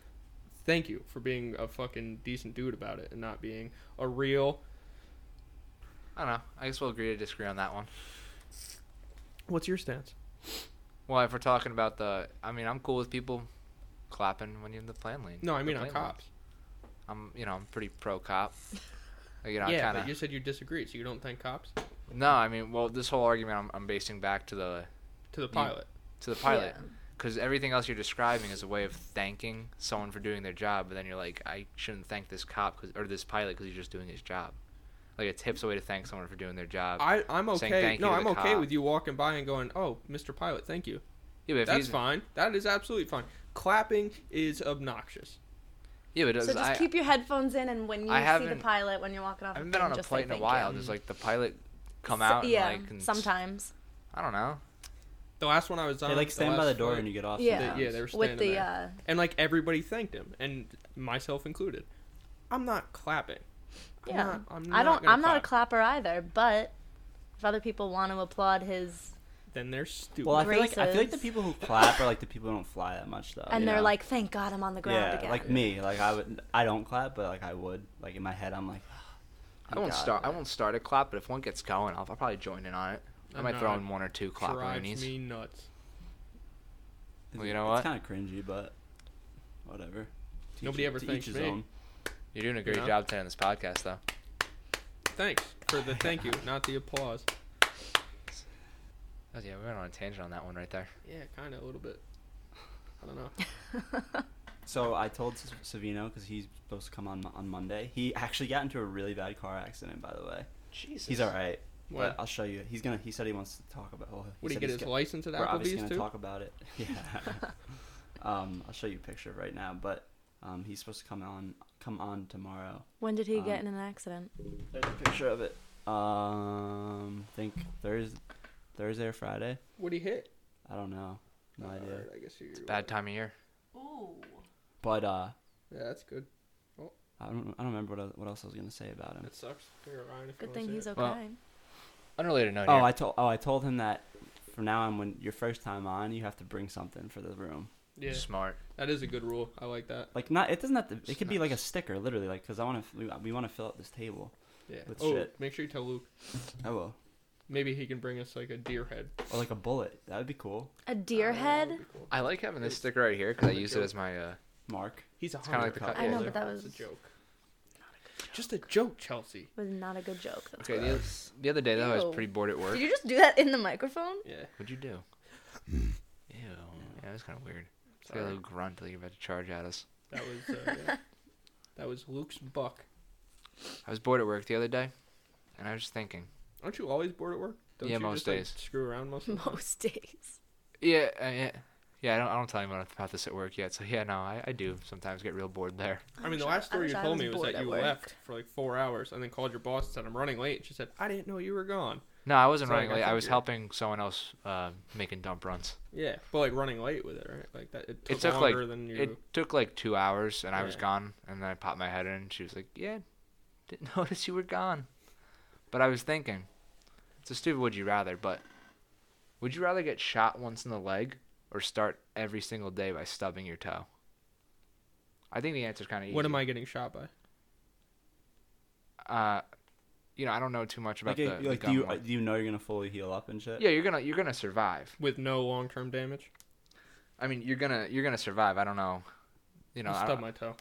[SPEAKER 3] Thank you for being a fucking decent dude about it and not being a real.
[SPEAKER 1] I don't know. I guess we'll agree to disagree on that one.
[SPEAKER 3] What's your stance?
[SPEAKER 1] Well, if we're talking about the, I mean, I'm cool with people clapping when you're in the plane lane.
[SPEAKER 3] No, I
[SPEAKER 1] the
[SPEAKER 3] mean on
[SPEAKER 1] plane lane.
[SPEAKER 3] cops.
[SPEAKER 1] I'm, you know, I'm pretty pro cop.
[SPEAKER 3] (laughs)
[SPEAKER 1] Like, you know,
[SPEAKER 3] yeah,
[SPEAKER 1] I
[SPEAKER 3] but
[SPEAKER 1] kinda,
[SPEAKER 3] you said you disagree, so you don't thank cops
[SPEAKER 1] No, I mean, well, this whole argument I'm, I'm basing back to the
[SPEAKER 3] to the pilot.
[SPEAKER 1] to the pilot because everything else you're describing is a way of thanking someone for doing their job, but then you're like, I shouldn't thank this cop 'cause- or this pilot because he's just doing his job. Like a tip's a way to thank someone for doing their job.
[SPEAKER 3] I I'm
[SPEAKER 1] Saying
[SPEAKER 3] okay.
[SPEAKER 1] thank
[SPEAKER 3] No,
[SPEAKER 1] you to
[SPEAKER 3] I'm
[SPEAKER 1] the
[SPEAKER 3] okay
[SPEAKER 1] cop.
[SPEAKER 3] with you walking by and going, "Oh, Mr. Pilot, thank you."
[SPEAKER 1] yeah, but if
[SPEAKER 3] That's
[SPEAKER 1] he's,
[SPEAKER 3] fine. That is absolutely fine. Clapping is obnoxious.
[SPEAKER 1] Yeah, but it
[SPEAKER 2] So
[SPEAKER 1] was,
[SPEAKER 2] just
[SPEAKER 1] I,
[SPEAKER 2] keep your headphones in, and when you
[SPEAKER 1] I
[SPEAKER 2] see the
[SPEAKER 1] haven't-
[SPEAKER 2] pilot, when you're walking off,
[SPEAKER 1] I haven't
[SPEAKER 2] the
[SPEAKER 1] been on
[SPEAKER 2] plane,
[SPEAKER 1] a
[SPEAKER 2] just say
[SPEAKER 1] plane in a
[SPEAKER 2] thank
[SPEAKER 1] while.
[SPEAKER 2] you.
[SPEAKER 1] Does like the pilot come
[SPEAKER 2] So-
[SPEAKER 1] out? and,
[SPEAKER 2] yeah,
[SPEAKER 1] like, and s-
[SPEAKER 2] sometimes
[SPEAKER 1] I don't know.
[SPEAKER 3] The last one I was on,
[SPEAKER 4] They like stand by
[SPEAKER 3] last
[SPEAKER 4] the door
[SPEAKER 3] flight-
[SPEAKER 4] and you get off.
[SPEAKER 2] Yeah.
[SPEAKER 3] They-
[SPEAKER 4] sometimes.
[SPEAKER 3] yeah, they were standing
[SPEAKER 2] with the
[SPEAKER 3] there.
[SPEAKER 2] uh,
[SPEAKER 3] and like everybody thanked him, and myself included. I'm not clapping.
[SPEAKER 2] yeah.
[SPEAKER 3] not- I'm
[SPEAKER 2] I
[SPEAKER 3] not
[SPEAKER 2] don't.
[SPEAKER 3] gonna
[SPEAKER 2] I'm not a
[SPEAKER 3] clap.
[SPEAKER 2] clapper either, but if other people want to applaud his
[SPEAKER 3] Then they're stupid.
[SPEAKER 4] Well, I feel like I feel like the
[SPEAKER 2] Races. people
[SPEAKER 4] people who clap are like the people who don't fly that much though.
[SPEAKER 1] Oh,
[SPEAKER 2] and they're like, "Thank God I'm on the ground
[SPEAKER 4] yeah,
[SPEAKER 2] again."
[SPEAKER 4] like me, like I would, I don't clap, but like I would, like in my head, I'm like, "Oh,
[SPEAKER 1] I won't start. I won't start a clap, but if one gets going, I'll, I'll probably join in on it. I
[SPEAKER 3] I'm
[SPEAKER 1] might throw
[SPEAKER 3] not.
[SPEAKER 1] in one or two
[SPEAKER 3] drives
[SPEAKER 1] clapperoonies.
[SPEAKER 3] me nuts.
[SPEAKER 1] Well, you know what?
[SPEAKER 4] It's kind of cringy, but whatever. To
[SPEAKER 3] Nobody
[SPEAKER 4] each-
[SPEAKER 3] ever
[SPEAKER 4] to
[SPEAKER 3] thanks
[SPEAKER 4] each his
[SPEAKER 3] me.
[SPEAKER 4] own.
[SPEAKER 1] You're doing a great
[SPEAKER 3] Yeah.
[SPEAKER 1] job today on this podcast, though.
[SPEAKER 3] Thanks for the
[SPEAKER 1] (laughs)
[SPEAKER 3] thank you, not the applause.
[SPEAKER 1] Oh, yeah, we went on a tangent on that one right there.
[SPEAKER 3] Yeah, kind of a little bit. I don't know.
[SPEAKER 4] So I told S- Savino because he's supposed to come on Mo- on Monday. He actually got into a really bad car accident, by the way.
[SPEAKER 1] Jesus.
[SPEAKER 4] He's all right,
[SPEAKER 3] What?
[SPEAKER 4] but I'll show you. He's gonna. He said he wants to talk about. Well, he
[SPEAKER 3] Would he
[SPEAKER 4] said
[SPEAKER 3] get
[SPEAKER 4] he's
[SPEAKER 3] his
[SPEAKER 4] go-
[SPEAKER 3] license at
[SPEAKER 4] We're obviously
[SPEAKER 3] Applebee's
[SPEAKER 4] gonna
[SPEAKER 3] too?
[SPEAKER 4] talk
[SPEAKER 3] (laughs)
[SPEAKER 4] about it. Yeah. um, I'll show you a picture right now, but um, he's supposed to come on come on tomorrow.
[SPEAKER 2] when did he get
[SPEAKER 4] Um,
[SPEAKER 2] in an accident?
[SPEAKER 4] There's a picture of it. Um, think Thursday, Thursday or Friday.
[SPEAKER 3] Would he hit?
[SPEAKER 4] I don't know. No idea.
[SPEAKER 3] Alright, I guess you. It's
[SPEAKER 1] Bad time of year.
[SPEAKER 4] But uh,
[SPEAKER 3] Yeah, that's good.
[SPEAKER 4] I don't. I don't remember what else, what else I was gonna say about him.
[SPEAKER 3] That sucks. Here, Ryan, if you
[SPEAKER 2] Good
[SPEAKER 3] wanna
[SPEAKER 2] thing
[SPEAKER 3] say
[SPEAKER 2] he's
[SPEAKER 3] it.
[SPEAKER 2] okay.
[SPEAKER 1] Well, Unrelated note
[SPEAKER 4] Oh,
[SPEAKER 1] here.
[SPEAKER 4] I told. Oh, I told him that from now on, when your first time on, you have to bring something for the room.
[SPEAKER 3] Yeah,
[SPEAKER 1] Smart.
[SPEAKER 3] that is a good rule. I like that.
[SPEAKER 4] Like not. It doesn't have to. It could be like a sticker, literally. Like, cause I want to. We, we want to fill out this table.
[SPEAKER 3] Yeah.
[SPEAKER 4] With
[SPEAKER 3] oh,
[SPEAKER 4] shit.
[SPEAKER 3] make sure you tell Luke.
[SPEAKER 4] I will.
[SPEAKER 3] Maybe he can bring us like a deer head.
[SPEAKER 4] Or like a bullet. That would be cool.
[SPEAKER 2] a deer
[SPEAKER 3] Oh,
[SPEAKER 2] head.
[SPEAKER 3] that'd be cool.
[SPEAKER 1] I like having this sticker right here because I
[SPEAKER 3] Kinda
[SPEAKER 1] use it
[SPEAKER 3] joke.
[SPEAKER 1] as my. Uh,
[SPEAKER 4] Mark.
[SPEAKER 3] He's a
[SPEAKER 1] kinda like the
[SPEAKER 3] hunter.
[SPEAKER 1] cut- I know,
[SPEAKER 2] yeah. but that
[SPEAKER 3] It's
[SPEAKER 2] was-
[SPEAKER 3] a joke. Just a joke, Chelsea.
[SPEAKER 2] Was not a good joke. That's
[SPEAKER 1] okay, the,
[SPEAKER 2] gross.
[SPEAKER 1] the other day though, I was
[SPEAKER 2] Ew.
[SPEAKER 1] pretty bored at work.
[SPEAKER 2] Did you just do that in the microphone? (laughs)
[SPEAKER 3] Yeah.
[SPEAKER 1] What'd you do? Ew. Hmm. Yeah, that's kind of weird. It's got a
[SPEAKER 3] Sorry.
[SPEAKER 1] little grunt like you're about to charge at us.
[SPEAKER 3] That was uh,
[SPEAKER 2] (laughs)
[SPEAKER 3] yeah. that was Luke's buck.
[SPEAKER 1] I was bored at work the other day, and I was just thinking.
[SPEAKER 3] Aren't you always bored at work? Don't
[SPEAKER 1] Yeah,
[SPEAKER 3] you
[SPEAKER 1] most
[SPEAKER 3] just, like,
[SPEAKER 1] days.
[SPEAKER 2] (laughs)
[SPEAKER 3] screw around most of the time?
[SPEAKER 2] Most days.
[SPEAKER 1] Yeah, uh, yeah, yeah. I don't, I don't tell anyone about this at work yet. So yeah, no, I, I do sometimes get real bored there.
[SPEAKER 3] I mean, the
[SPEAKER 2] wish I-
[SPEAKER 3] last
[SPEAKER 2] I
[SPEAKER 3] story
[SPEAKER 2] wish
[SPEAKER 3] you
[SPEAKER 2] I
[SPEAKER 3] told
[SPEAKER 2] was
[SPEAKER 3] me was
[SPEAKER 2] bored
[SPEAKER 3] that
[SPEAKER 2] at
[SPEAKER 3] you
[SPEAKER 2] work.
[SPEAKER 3] left for like four hours and then called your boss and said, "I'm running late." She said, "I didn't know you were gone."
[SPEAKER 1] No, I wasn't
[SPEAKER 3] Sorry,
[SPEAKER 1] running
[SPEAKER 3] I
[SPEAKER 1] late. I
[SPEAKER 3] think
[SPEAKER 1] was
[SPEAKER 3] you're-
[SPEAKER 1] helping someone else uh, making dump runs.
[SPEAKER 3] Yeah, but like running late with it, right? Like that. It took,
[SPEAKER 1] It took like
[SPEAKER 3] longer than you.
[SPEAKER 1] it took like two hours, and I was
[SPEAKER 3] Yeah.
[SPEAKER 1] gone. And then I popped my head in, and she was like, "Yeah, didn't (laughs) notice you were gone." But I was thinking, it's a stupid "Would you rather," but would you rather get shot once in the leg or start every single day by stubbing your toe? I think the answer's kind of easy.
[SPEAKER 3] What am I getting shot by?
[SPEAKER 1] Uh, you know, I don't know too much about
[SPEAKER 4] Like, uh,
[SPEAKER 1] the, the
[SPEAKER 4] like do
[SPEAKER 1] gum
[SPEAKER 4] you
[SPEAKER 1] one.
[SPEAKER 4] do you know you're gonna fully heal up and shit?
[SPEAKER 1] yeah, you're gonna you're gonna survive.
[SPEAKER 3] With no long-term damage.
[SPEAKER 1] I mean, you're gonna you're gonna survive. I don't know. You know,
[SPEAKER 3] I
[SPEAKER 1] I
[SPEAKER 3] stubbed
[SPEAKER 1] don't,
[SPEAKER 3] my toe.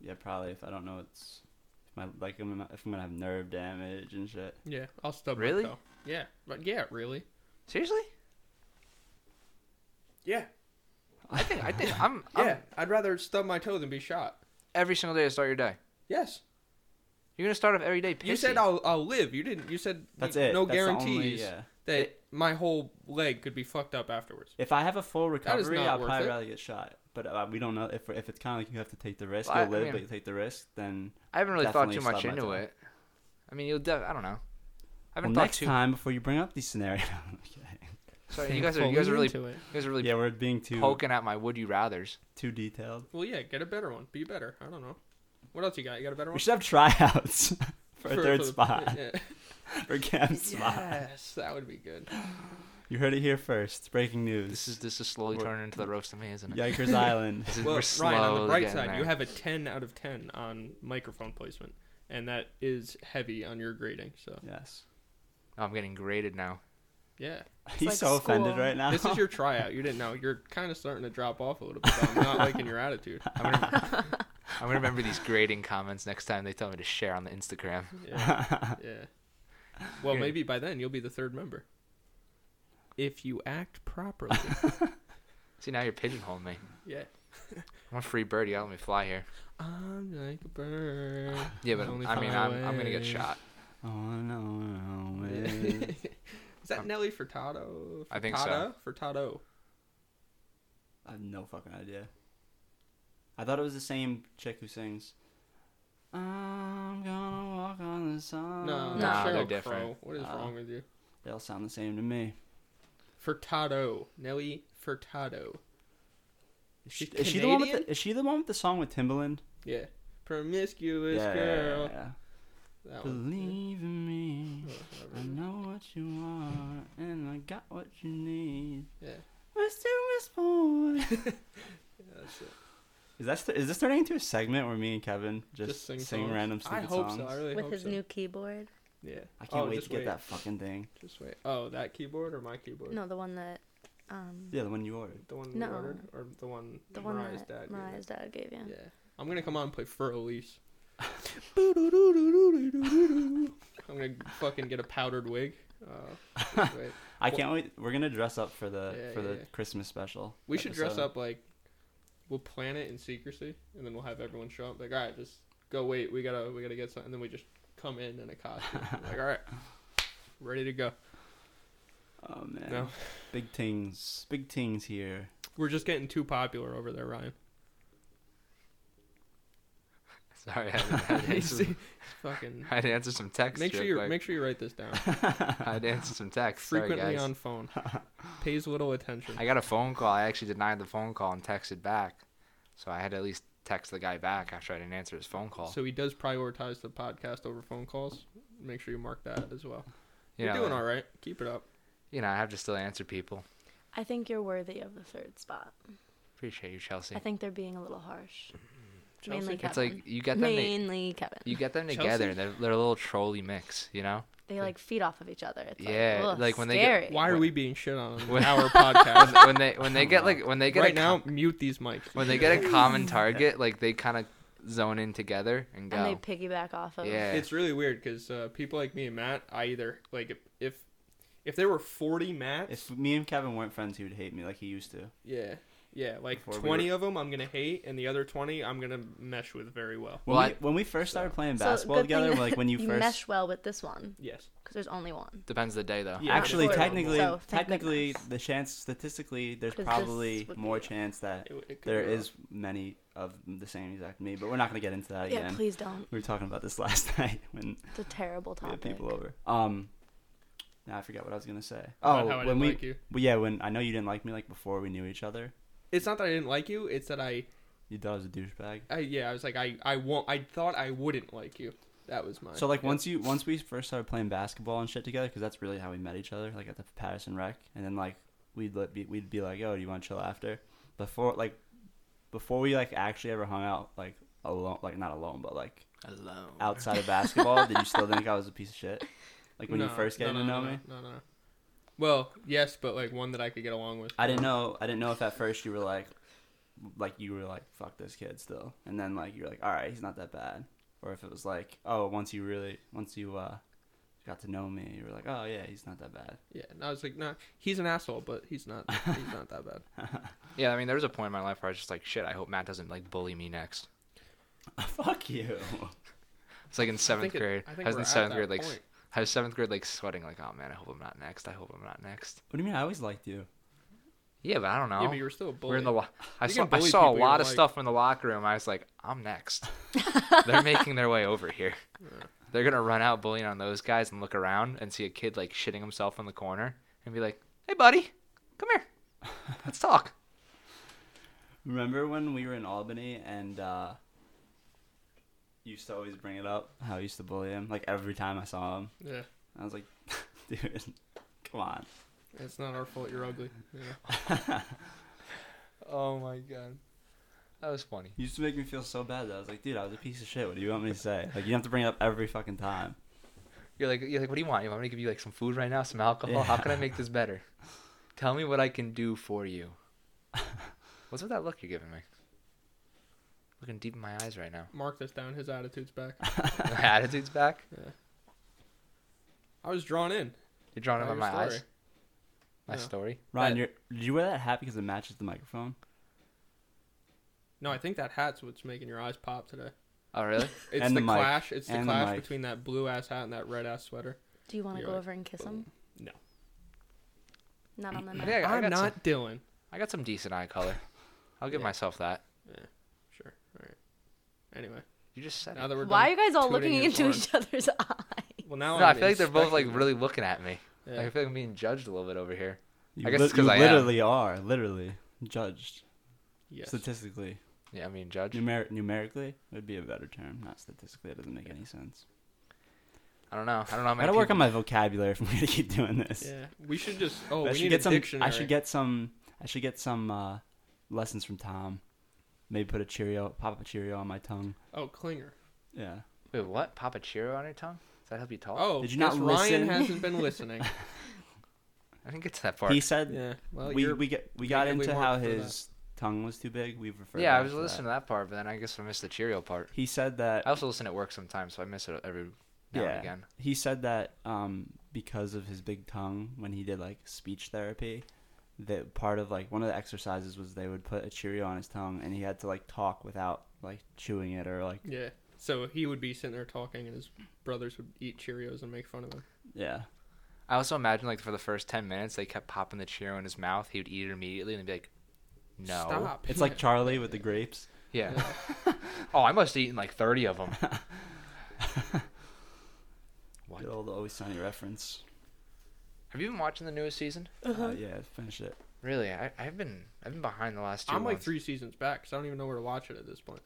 [SPEAKER 4] Yeah, probably. If I don't know, it's if my like I'm gonna- if I'm gonna have nerve damage and shit.
[SPEAKER 3] Yeah, I'll stub
[SPEAKER 1] Really?
[SPEAKER 3] my toe. Yeah, but yeah, really.
[SPEAKER 1] seriously.
[SPEAKER 3] Yeah,
[SPEAKER 1] I think I
[SPEAKER 3] (laughs)
[SPEAKER 1] think I'm, I'm
[SPEAKER 3] yeah. I'd rather stub my toe than be shot.
[SPEAKER 1] every single day to start your day.
[SPEAKER 3] Yes,
[SPEAKER 1] You're gonna start off every day pissy.
[SPEAKER 3] you said I'll I'll live. You didn't. You said
[SPEAKER 4] That's
[SPEAKER 3] n-
[SPEAKER 4] it.
[SPEAKER 3] No
[SPEAKER 4] That's the only-
[SPEAKER 3] guarantees
[SPEAKER 4] yeah.
[SPEAKER 3] that my whole leg could be fucked up afterwards.
[SPEAKER 4] If I have a full
[SPEAKER 3] is
[SPEAKER 4] recovery,
[SPEAKER 3] not
[SPEAKER 4] I'll
[SPEAKER 3] worth
[SPEAKER 4] probably
[SPEAKER 3] it.
[SPEAKER 4] rather get shot. But uh, we don't know if if it's kind of like you have to take the risk.
[SPEAKER 1] Well, I-
[SPEAKER 4] you'll live,
[SPEAKER 1] I mean-
[SPEAKER 4] but you take the risk. Then
[SPEAKER 1] I haven't really thought
[SPEAKER 4] Definitely
[SPEAKER 1] too much
[SPEAKER 4] stubbed
[SPEAKER 1] into
[SPEAKER 4] my toe.
[SPEAKER 1] it. I mean, you'll. De- I don't know. I
[SPEAKER 4] well,
[SPEAKER 1] haven't thought
[SPEAKER 4] next
[SPEAKER 1] too.
[SPEAKER 4] time before you bring up these scenarios. (laughs) okay.
[SPEAKER 1] Sorry, you guys are you guys are really you
[SPEAKER 3] it.
[SPEAKER 1] guys are really
[SPEAKER 4] Yeah, we're being too
[SPEAKER 1] poking at my would you rather's.
[SPEAKER 4] too detailed.
[SPEAKER 3] Well, yeah. Get a better one. Be better. I don't know. What else you got? You got a better
[SPEAKER 4] We
[SPEAKER 3] one?
[SPEAKER 4] should have tryouts (laughs) for a
[SPEAKER 3] For-
[SPEAKER 4] third
[SPEAKER 3] for the-
[SPEAKER 4] spot
[SPEAKER 3] yeah.
[SPEAKER 4] for Cam's spot.
[SPEAKER 3] Yes, that would be good.
[SPEAKER 4] You heard it here first. Breaking news.
[SPEAKER 1] This is this is slowly
[SPEAKER 4] We're-
[SPEAKER 1] turning into the roast of me, isn't it?
[SPEAKER 3] (laughs)
[SPEAKER 4] Yikers Island.
[SPEAKER 1] This is,
[SPEAKER 3] Well,
[SPEAKER 1] we're
[SPEAKER 3] Ryan, on the
[SPEAKER 1] slowly
[SPEAKER 3] bright
[SPEAKER 1] getting
[SPEAKER 3] side,
[SPEAKER 1] there.
[SPEAKER 3] you have a 10 out of 10 on microphone placement, and that is heavy on your grading. So
[SPEAKER 4] Yes.
[SPEAKER 1] Oh, I'm getting graded now.
[SPEAKER 3] yeah,
[SPEAKER 4] He's
[SPEAKER 2] like
[SPEAKER 4] so offended
[SPEAKER 2] school.
[SPEAKER 4] right now.
[SPEAKER 3] this is your tryout. You didn't know. You're kind of starting to drop off a little bit. I'm not liking
[SPEAKER 1] (laughs)
[SPEAKER 3] your attitude.
[SPEAKER 1] I'm gonna, I'm gonna remember these grading comments next time they tell me to share on the Instagram.
[SPEAKER 3] Yeah. yeah. Well,
[SPEAKER 1] Good.
[SPEAKER 3] maybe by then you'll be the third member. If you act properly.
[SPEAKER 1] See, now you're pigeonholing me.
[SPEAKER 3] yeah.
[SPEAKER 1] I'm a free birdie. I'll let me fly here.
[SPEAKER 3] I'm like a bird.
[SPEAKER 1] Yeah, but
[SPEAKER 3] Only
[SPEAKER 1] I mean,
[SPEAKER 3] fly
[SPEAKER 1] I'm, I'm gonna get
[SPEAKER 3] away.
[SPEAKER 1] shot.
[SPEAKER 4] (laughs) Oh no.
[SPEAKER 3] (laughs) is that Nelly Furtado?
[SPEAKER 1] I think
[SPEAKER 3] Furtada? Furtado.
[SPEAKER 4] I have no fucking idea. I thought it was the same chick who sings. I'm gonna walk on the sun.
[SPEAKER 3] No,
[SPEAKER 2] No.
[SPEAKER 3] that's
[SPEAKER 1] they're
[SPEAKER 3] Sheryl Crow.
[SPEAKER 1] different.
[SPEAKER 3] What is
[SPEAKER 4] Oh.
[SPEAKER 3] wrong with you?
[SPEAKER 4] They all sound the same to me.
[SPEAKER 3] Furtado. Nelly Furtado.
[SPEAKER 4] Is she,
[SPEAKER 3] She's
[SPEAKER 4] is she the one with
[SPEAKER 3] Canadian?
[SPEAKER 4] the, is she the one with the song with Timbaland?
[SPEAKER 3] Yeah. Promiscuous girl. Oh.
[SPEAKER 4] yeah.
[SPEAKER 3] That one.
[SPEAKER 4] Believe in me.
[SPEAKER 3] Yeah, whatever.
[SPEAKER 4] I know what you want, and I got what you need.
[SPEAKER 3] Yeah.
[SPEAKER 4] Let's do this boy.
[SPEAKER 3] Yeah, that's it.
[SPEAKER 4] (laughs) Is that st- is this turning into a segment where me and Kevin just,
[SPEAKER 3] Just sing,
[SPEAKER 4] sing,
[SPEAKER 3] songs.
[SPEAKER 4] random stupid
[SPEAKER 3] I hope
[SPEAKER 4] songs?
[SPEAKER 3] so. I really
[SPEAKER 2] with
[SPEAKER 3] hope
[SPEAKER 2] his
[SPEAKER 3] so.
[SPEAKER 2] new keyboard.
[SPEAKER 3] Yeah.
[SPEAKER 4] I can't
[SPEAKER 3] Oh,
[SPEAKER 4] wait to
[SPEAKER 3] just
[SPEAKER 4] get that fucking thing.
[SPEAKER 3] Just wait. Oh, that keyboard or my keyboard?
[SPEAKER 2] No, the one that, um,
[SPEAKER 4] Yeah, the one
[SPEAKER 3] (laughs)
[SPEAKER 4] you ordered.
[SPEAKER 3] The one
[SPEAKER 2] No.
[SPEAKER 3] you ordered, or the one
[SPEAKER 2] the one
[SPEAKER 3] Mariah's dad.
[SPEAKER 2] that
[SPEAKER 3] gave
[SPEAKER 2] Mariah's dad gave you.
[SPEAKER 3] you? Yeah. I'm gonna come on and play Fur Elise. I'm gonna fucking get a powdered wig. Uh,
[SPEAKER 4] (laughs)
[SPEAKER 3] just wait.
[SPEAKER 4] I
[SPEAKER 3] Well-
[SPEAKER 4] can't wait. We're gonna dress up for the
[SPEAKER 3] Yeah,
[SPEAKER 4] for the
[SPEAKER 3] yeah.
[SPEAKER 4] Christmas special.
[SPEAKER 3] We should dress
[SPEAKER 4] episode.
[SPEAKER 3] up like we'll plan it in secrecy, and then we'll have everyone show up. Like, all right, just go. Wait, we gotta we gotta get something. And then we just come in in a
[SPEAKER 1] (laughs)
[SPEAKER 3] costume. like, all right, ready to go.
[SPEAKER 4] Oh man,
[SPEAKER 3] No,
[SPEAKER 4] big things, big things here.
[SPEAKER 3] we're just getting too popular over
[SPEAKER 1] (laughs)
[SPEAKER 3] there, Ryan.
[SPEAKER 1] Sorry, I had, I had
[SPEAKER 3] (laughs)
[SPEAKER 1] to answer some- (laughs)
[SPEAKER 3] Fucking.
[SPEAKER 1] I had to answer some texts.
[SPEAKER 3] Make sure
[SPEAKER 1] real
[SPEAKER 3] you
[SPEAKER 1] quick.
[SPEAKER 3] make sure you write this
[SPEAKER 1] (laughs)
[SPEAKER 3] down.
[SPEAKER 1] I had to answer some texts. Sorry,
[SPEAKER 3] Frequently
[SPEAKER 1] guys.
[SPEAKER 3] on phone,
[SPEAKER 1] (laughs)
[SPEAKER 3] pays little attention.
[SPEAKER 1] I got a phone call. I actually denied the phone call and texted back. So I had to at least text the guy back after I didn't answer his phone call.
[SPEAKER 3] So he does prioritize the podcast over phone calls. Make sure you mark that as well.
[SPEAKER 1] you
[SPEAKER 3] You're
[SPEAKER 1] know,
[SPEAKER 3] doing all right. Keep it up.
[SPEAKER 1] You know, I have to still answer people.
[SPEAKER 2] I think you're worthy of the third spot.
[SPEAKER 1] Appreciate you, Chelsea.
[SPEAKER 2] I think they're being a little harsh. Mainly
[SPEAKER 3] Chelsea?
[SPEAKER 1] it's
[SPEAKER 2] Kevin.
[SPEAKER 1] like you get them. To,
[SPEAKER 2] Mainly Kevin.
[SPEAKER 1] you get them
[SPEAKER 3] Chelsea?
[SPEAKER 1] together. They're, they're a little trolley mix. You
[SPEAKER 2] (laughs)
[SPEAKER 1] know.
[SPEAKER 2] they like feed off of each other. It's
[SPEAKER 1] Yeah,
[SPEAKER 2] like, ugh,
[SPEAKER 1] like, when they get-
[SPEAKER 2] scary.
[SPEAKER 3] Why are we being
[SPEAKER 1] (laughs)
[SPEAKER 3] shit on
[SPEAKER 1] When-
[SPEAKER 3] our podcast?
[SPEAKER 1] when they when they get like when (laughs) they get
[SPEAKER 3] right
[SPEAKER 1] a
[SPEAKER 3] now,
[SPEAKER 1] com-
[SPEAKER 3] mute these mics.
[SPEAKER 1] when they get a
[SPEAKER 3] (laughs)
[SPEAKER 1] common target, like they kind of zone in together and go.
[SPEAKER 2] and they piggyback off of
[SPEAKER 1] yeah.
[SPEAKER 3] It's really weird because uh, people like me and Matt, I either like if if, if there were forty Matts,
[SPEAKER 4] If me and Kevin weren't friends, he would hate me like he used to.
[SPEAKER 3] yeah, Yeah, like
[SPEAKER 4] Before we
[SPEAKER 3] 20 of them I'm going to hate, and the other 20 I'm going to mesh with very well.
[SPEAKER 4] When,
[SPEAKER 1] Well,
[SPEAKER 4] we,
[SPEAKER 1] I-
[SPEAKER 4] when we first started playing
[SPEAKER 2] So,
[SPEAKER 4] basketball
[SPEAKER 2] good
[SPEAKER 4] together,
[SPEAKER 2] thing
[SPEAKER 4] like when (laughs) you
[SPEAKER 2] (laughs) you
[SPEAKER 4] first
[SPEAKER 2] mesh well with this one
[SPEAKER 3] Yes.
[SPEAKER 2] because there's only one.
[SPEAKER 1] Depends the day though.
[SPEAKER 3] Yeah.
[SPEAKER 4] actually
[SPEAKER 3] before-
[SPEAKER 4] technically
[SPEAKER 2] So, thank
[SPEAKER 4] technically
[SPEAKER 2] goodness.
[SPEAKER 4] the chance statistically there's
[SPEAKER 2] 'Cause this
[SPEAKER 4] probably
[SPEAKER 2] would be
[SPEAKER 4] more
[SPEAKER 2] rough.
[SPEAKER 4] chance that
[SPEAKER 3] It, it could
[SPEAKER 4] there
[SPEAKER 3] be
[SPEAKER 4] is many of the same exact me, but we're not gonna get into that
[SPEAKER 2] Yeah,
[SPEAKER 4] again.
[SPEAKER 2] please don't.
[SPEAKER 4] We were talking about this (laughs) last night when
[SPEAKER 2] It's a terrible
[SPEAKER 4] we had
[SPEAKER 2] topic.
[SPEAKER 4] people over. Um, now I forgot what I was gonna say.
[SPEAKER 3] About
[SPEAKER 4] Oh,
[SPEAKER 3] how I
[SPEAKER 4] when
[SPEAKER 3] didn't
[SPEAKER 4] we,
[SPEAKER 3] like you.
[SPEAKER 4] well, yeah, when I know you didn't like me like before we knew each other.
[SPEAKER 3] It's not that I didn't like you. It's that I,
[SPEAKER 4] You thought I was a douchebag.
[SPEAKER 3] I yeah, I was like I, I won't. I thought I wouldn't like you. That was my.
[SPEAKER 4] So like
[SPEAKER 3] yeah.
[SPEAKER 4] once you once we first started playing basketball and shit together, because that's really how we met each other, like at the Patterson Rec, and then like we'd let be, we'd be like, oh, do you want to chill after? Before like before we like actually ever hung out like alone, like not alone, but like
[SPEAKER 1] Alone.
[SPEAKER 4] outside
[SPEAKER 3] (laughs)
[SPEAKER 4] of basketball, did you still think I was a piece of shit? Like when you
[SPEAKER 3] No,
[SPEAKER 4] first
[SPEAKER 3] no,
[SPEAKER 4] getting
[SPEAKER 3] no,
[SPEAKER 4] to
[SPEAKER 3] no,
[SPEAKER 4] know
[SPEAKER 3] no,
[SPEAKER 4] me,
[SPEAKER 3] No, no, no. Well, yes, but like one that I could get along with.
[SPEAKER 4] I didn't know I didn't know if at first you were like like you were like fuck this kid still, and then like you're like all right, he's not that bad, or if it was like oh once you really once you uh got to know me, you were like oh yeah, he's not that bad. (laughs)
[SPEAKER 3] Yeah, and I was like, nah, he's an asshole, but he's not. He's not that
[SPEAKER 4] (laughs)
[SPEAKER 3] bad.
[SPEAKER 1] Yeah, I mean, there was a point in my life where I was just like, shit, I hope Matt doesn't like bully me next.
[SPEAKER 4] Fuck you.
[SPEAKER 1] It's like in seventh
[SPEAKER 3] think it-
[SPEAKER 1] grade.
[SPEAKER 3] I
[SPEAKER 1] I,
[SPEAKER 3] think
[SPEAKER 1] was
[SPEAKER 3] we're
[SPEAKER 1] in
[SPEAKER 3] at
[SPEAKER 1] seventh
[SPEAKER 3] that
[SPEAKER 1] grade, like, s-
[SPEAKER 3] point.
[SPEAKER 1] I was seventh grade, like sweating, like, oh man, I hope I'm not next. I hope I'm not next.
[SPEAKER 4] What do you mean? I always liked you.
[SPEAKER 1] Yeah, but I don't
[SPEAKER 4] Oh.
[SPEAKER 1] know.
[SPEAKER 3] Yeah, but you were still a bully.
[SPEAKER 1] We're in the. Lo- I
[SPEAKER 3] You
[SPEAKER 1] saw.
[SPEAKER 3] can
[SPEAKER 1] I
[SPEAKER 3] bully
[SPEAKER 1] saw a
[SPEAKER 3] people you
[SPEAKER 1] lot
[SPEAKER 3] don't
[SPEAKER 1] of
[SPEAKER 3] like.
[SPEAKER 1] stuff in the locker room. I was like, I'm next. They're making their way over here. They're gonna run out bullying on those guys and look around and see a kid like shitting himself in the corner and be like, "Hey, buddy, come here. Let's talk."
[SPEAKER 4] Remember when we were in Albany and uh, you used to always bring it up how I used to bully him? Like every time I saw him,
[SPEAKER 3] yeah,
[SPEAKER 4] I was like, (laughs) dude, come on.
[SPEAKER 3] it's not our fault. You're ugly. Yeah. (laughs) oh my god.
[SPEAKER 1] That was funny.
[SPEAKER 4] You used to make me feel so bad that I was like, dude, I was a piece of shit. What do you want me to say? Like, you don't have to bring it up every fucking time.
[SPEAKER 1] You're like, you're like, what do you want? You want me to give you like some food right now, some alcohol?
[SPEAKER 4] Yeah.
[SPEAKER 1] How can I make this better? Tell me what I can do for you. What's with that look you're giving me? Looking deep in my eyes right now. (laughs)
[SPEAKER 3] Mark this down. His attitude's back.
[SPEAKER 1] My attitude's back.
[SPEAKER 3] I was drawn in.
[SPEAKER 1] You're drawing
[SPEAKER 3] by
[SPEAKER 1] it by
[SPEAKER 3] your
[SPEAKER 1] my eyes.
[SPEAKER 3] story.
[SPEAKER 1] My
[SPEAKER 3] Yeah.
[SPEAKER 1] story.
[SPEAKER 4] Ryan,
[SPEAKER 3] But-
[SPEAKER 4] you're, did you wear that hat because it matches the microphone?
[SPEAKER 3] No, I think that hat's what's making your eyes pop today.
[SPEAKER 1] Oh really? (laughs)
[SPEAKER 3] It's
[SPEAKER 4] And
[SPEAKER 3] the,
[SPEAKER 4] the mic.
[SPEAKER 3] clash. It's the
[SPEAKER 4] And the
[SPEAKER 3] clash
[SPEAKER 4] mic.
[SPEAKER 3] between that blue ass hat and that red ass sweater.
[SPEAKER 2] Do you want to
[SPEAKER 3] You're
[SPEAKER 2] go
[SPEAKER 3] right.
[SPEAKER 2] over and kiss him?
[SPEAKER 3] No.
[SPEAKER 2] Not on the
[SPEAKER 1] I
[SPEAKER 2] night.
[SPEAKER 1] think I, I
[SPEAKER 3] I'm
[SPEAKER 1] got
[SPEAKER 3] not
[SPEAKER 1] Some,
[SPEAKER 3] Dylan.
[SPEAKER 1] I got some decent eye color. I'll give
[SPEAKER 3] Yeah.
[SPEAKER 1] myself that.
[SPEAKER 3] Sure. All right. Anyway,
[SPEAKER 1] You just said.
[SPEAKER 3] now
[SPEAKER 1] It.
[SPEAKER 3] that we're
[SPEAKER 2] Why are
[SPEAKER 3] done
[SPEAKER 2] you guys all
[SPEAKER 3] tooting
[SPEAKER 2] looking
[SPEAKER 3] your
[SPEAKER 2] into
[SPEAKER 3] horn-
[SPEAKER 2] each other's (laughs) eye?
[SPEAKER 3] Well, now
[SPEAKER 1] No, I
[SPEAKER 3] I'm
[SPEAKER 1] feel like they're both like
[SPEAKER 3] inspecting
[SPEAKER 1] really looking at me.
[SPEAKER 3] them.
[SPEAKER 1] Like, I
[SPEAKER 3] Yeah.
[SPEAKER 1] feel like I'm being judged a little bit over here.
[SPEAKER 4] You
[SPEAKER 1] I guess it's 'cause
[SPEAKER 4] you
[SPEAKER 1] I am.
[SPEAKER 4] literally are, literally judged
[SPEAKER 3] Yes.
[SPEAKER 4] statistically,
[SPEAKER 1] Yeah, I mean judged.
[SPEAKER 4] Numer- numerically would be a better term, not statistically. That doesn't make any sense.
[SPEAKER 1] I don't know. I don't know. How
[SPEAKER 4] I
[SPEAKER 1] many
[SPEAKER 4] gotta work
[SPEAKER 1] people-
[SPEAKER 4] on my vocabulary (laughs) if I'm gonna keep doing this.
[SPEAKER 3] Yeah. We should just. Oh,
[SPEAKER 4] I
[SPEAKER 3] we
[SPEAKER 4] should
[SPEAKER 3] need
[SPEAKER 4] get
[SPEAKER 3] a
[SPEAKER 4] some.
[SPEAKER 3] dictionary.
[SPEAKER 4] I should get some. I should get some uh, lessons from Tom. Maybe put a Cheerio, pop up a Cheerio on my tongue.
[SPEAKER 3] Oh, clinger.
[SPEAKER 4] Yeah.
[SPEAKER 1] Wait, what? Pop a Cheerio on your tongue? Does that help you talk?
[SPEAKER 3] Oh,
[SPEAKER 4] Did you
[SPEAKER 3] guess
[SPEAKER 4] not
[SPEAKER 3] Ryan
[SPEAKER 4] listen?
[SPEAKER 3] hasn't been
[SPEAKER 4] (laughs)
[SPEAKER 3] listening.
[SPEAKER 1] I didn't get to that part.
[SPEAKER 4] He said
[SPEAKER 3] yeah. Well,
[SPEAKER 4] we
[SPEAKER 3] you're,
[SPEAKER 4] we get we got
[SPEAKER 3] negatively
[SPEAKER 4] into
[SPEAKER 3] marked
[SPEAKER 4] how
[SPEAKER 3] for that.
[SPEAKER 4] his tongue was too big. We've referred.
[SPEAKER 1] yeah, I
[SPEAKER 4] back
[SPEAKER 1] was
[SPEAKER 4] to that.
[SPEAKER 1] listening to that part, but then I guess I missed the Cheerio part.
[SPEAKER 4] He said that.
[SPEAKER 1] I also listen at work sometimes, so I miss it every now
[SPEAKER 4] yeah.
[SPEAKER 1] and again.
[SPEAKER 4] He said that um, because of his big tongue, when he did like speech therapy, that part of like one of the exercises was they would put a Cheerio on his tongue, and he had to like talk without like chewing it or like
[SPEAKER 3] yeah. So he would be sitting there talking, and his brothers would eat Cheerios and make fun of him.
[SPEAKER 4] yeah.
[SPEAKER 1] I also imagine like for the first ten minutes they kept popping the Cheerio in his mouth. He would eat it immediately and be like, "No."
[SPEAKER 3] Stop.
[SPEAKER 4] It's like Charlie with the grapes.
[SPEAKER 1] Yeah. (laughs) oh, I must have eaten like thirty of them. what?
[SPEAKER 4] Good old always sunny reference.
[SPEAKER 1] Have you been watching the newest season?
[SPEAKER 4] Uh, yeah, finish it.
[SPEAKER 1] Really, I, I've been I've been behind the last 2
[SPEAKER 3] I'm like
[SPEAKER 1] ones.
[SPEAKER 3] three seasons back, so I don't even know where to watch it at this point.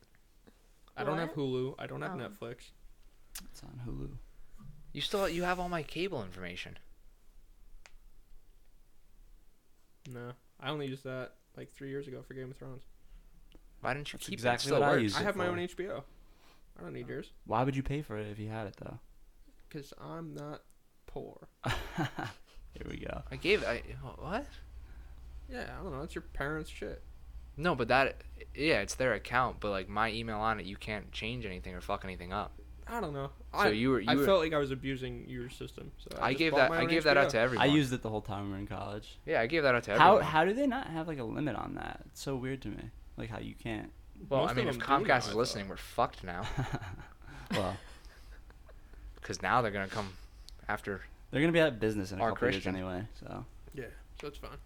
[SPEAKER 3] I don't
[SPEAKER 2] What?
[SPEAKER 3] have Hulu. I don't have
[SPEAKER 2] Oh.
[SPEAKER 3] Netflix.
[SPEAKER 4] It's on Hulu.
[SPEAKER 1] You still you have all my cable information.
[SPEAKER 3] No, I only used that like three years ago for Game of Thrones.
[SPEAKER 1] Why didn't you
[SPEAKER 4] That's
[SPEAKER 1] keep it?
[SPEAKER 4] exactly
[SPEAKER 1] it? Still
[SPEAKER 4] what I
[SPEAKER 1] works.
[SPEAKER 4] use. Is
[SPEAKER 3] I
[SPEAKER 4] it
[SPEAKER 3] have my
[SPEAKER 4] for-
[SPEAKER 3] own HBO. I don't
[SPEAKER 2] Oh.
[SPEAKER 3] need yours
[SPEAKER 4] Why would you pay for it if you had it though? (laughs)
[SPEAKER 3] because I'm not poor.
[SPEAKER 4] Here we go.
[SPEAKER 1] I gave I what?
[SPEAKER 3] Yeah, I don't know. It's your parents' shit.
[SPEAKER 1] No, but that yeah, it's their account, but like my email on it, you can't change anything or fuck anything up.
[SPEAKER 3] I don't know.
[SPEAKER 1] So
[SPEAKER 3] I,
[SPEAKER 1] you were-
[SPEAKER 3] I
[SPEAKER 1] you were-
[SPEAKER 3] felt like I was abusing your system. So I,
[SPEAKER 1] I
[SPEAKER 3] just
[SPEAKER 1] gave
[SPEAKER 3] bought
[SPEAKER 1] that
[SPEAKER 3] my
[SPEAKER 1] I
[SPEAKER 3] own
[SPEAKER 1] gave that out to
[SPEAKER 3] HBO.
[SPEAKER 1] everyone.
[SPEAKER 4] I used it the whole time we were in college.
[SPEAKER 1] yeah, I gave that out to
[SPEAKER 4] How
[SPEAKER 1] everyone.
[SPEAKER 4] how do they not have like a limit on that? It's so weird to me. Like how you can't.
[SPEAKER 1] well,
[SPEAKER 3] Most
[SPEAKER 1] I
[SPEAKER 3] of
[SPEAKER 1] mean, if
[SPEAKER 3] them do now, I
[SPEAKER 1] Comcast is
[SPEAKER 3] thought.
[SPEAKER 1] listening, we're fucked
[SPEAKER 4] (laughs)
[SPEAKER 1] now
[SPEAKER 4] Well,
[SPEAKER 1] because now they're gonna come after.
[SPEAKER 4] they're gonna be out of business in a
[SPEAKER 1] Are
[SPEAKER 4] couple years
[SPEAKER 1] Christian.
[SPEAKER 4] anyway. So
[SPEAKER 3] Yeah, so it's fine.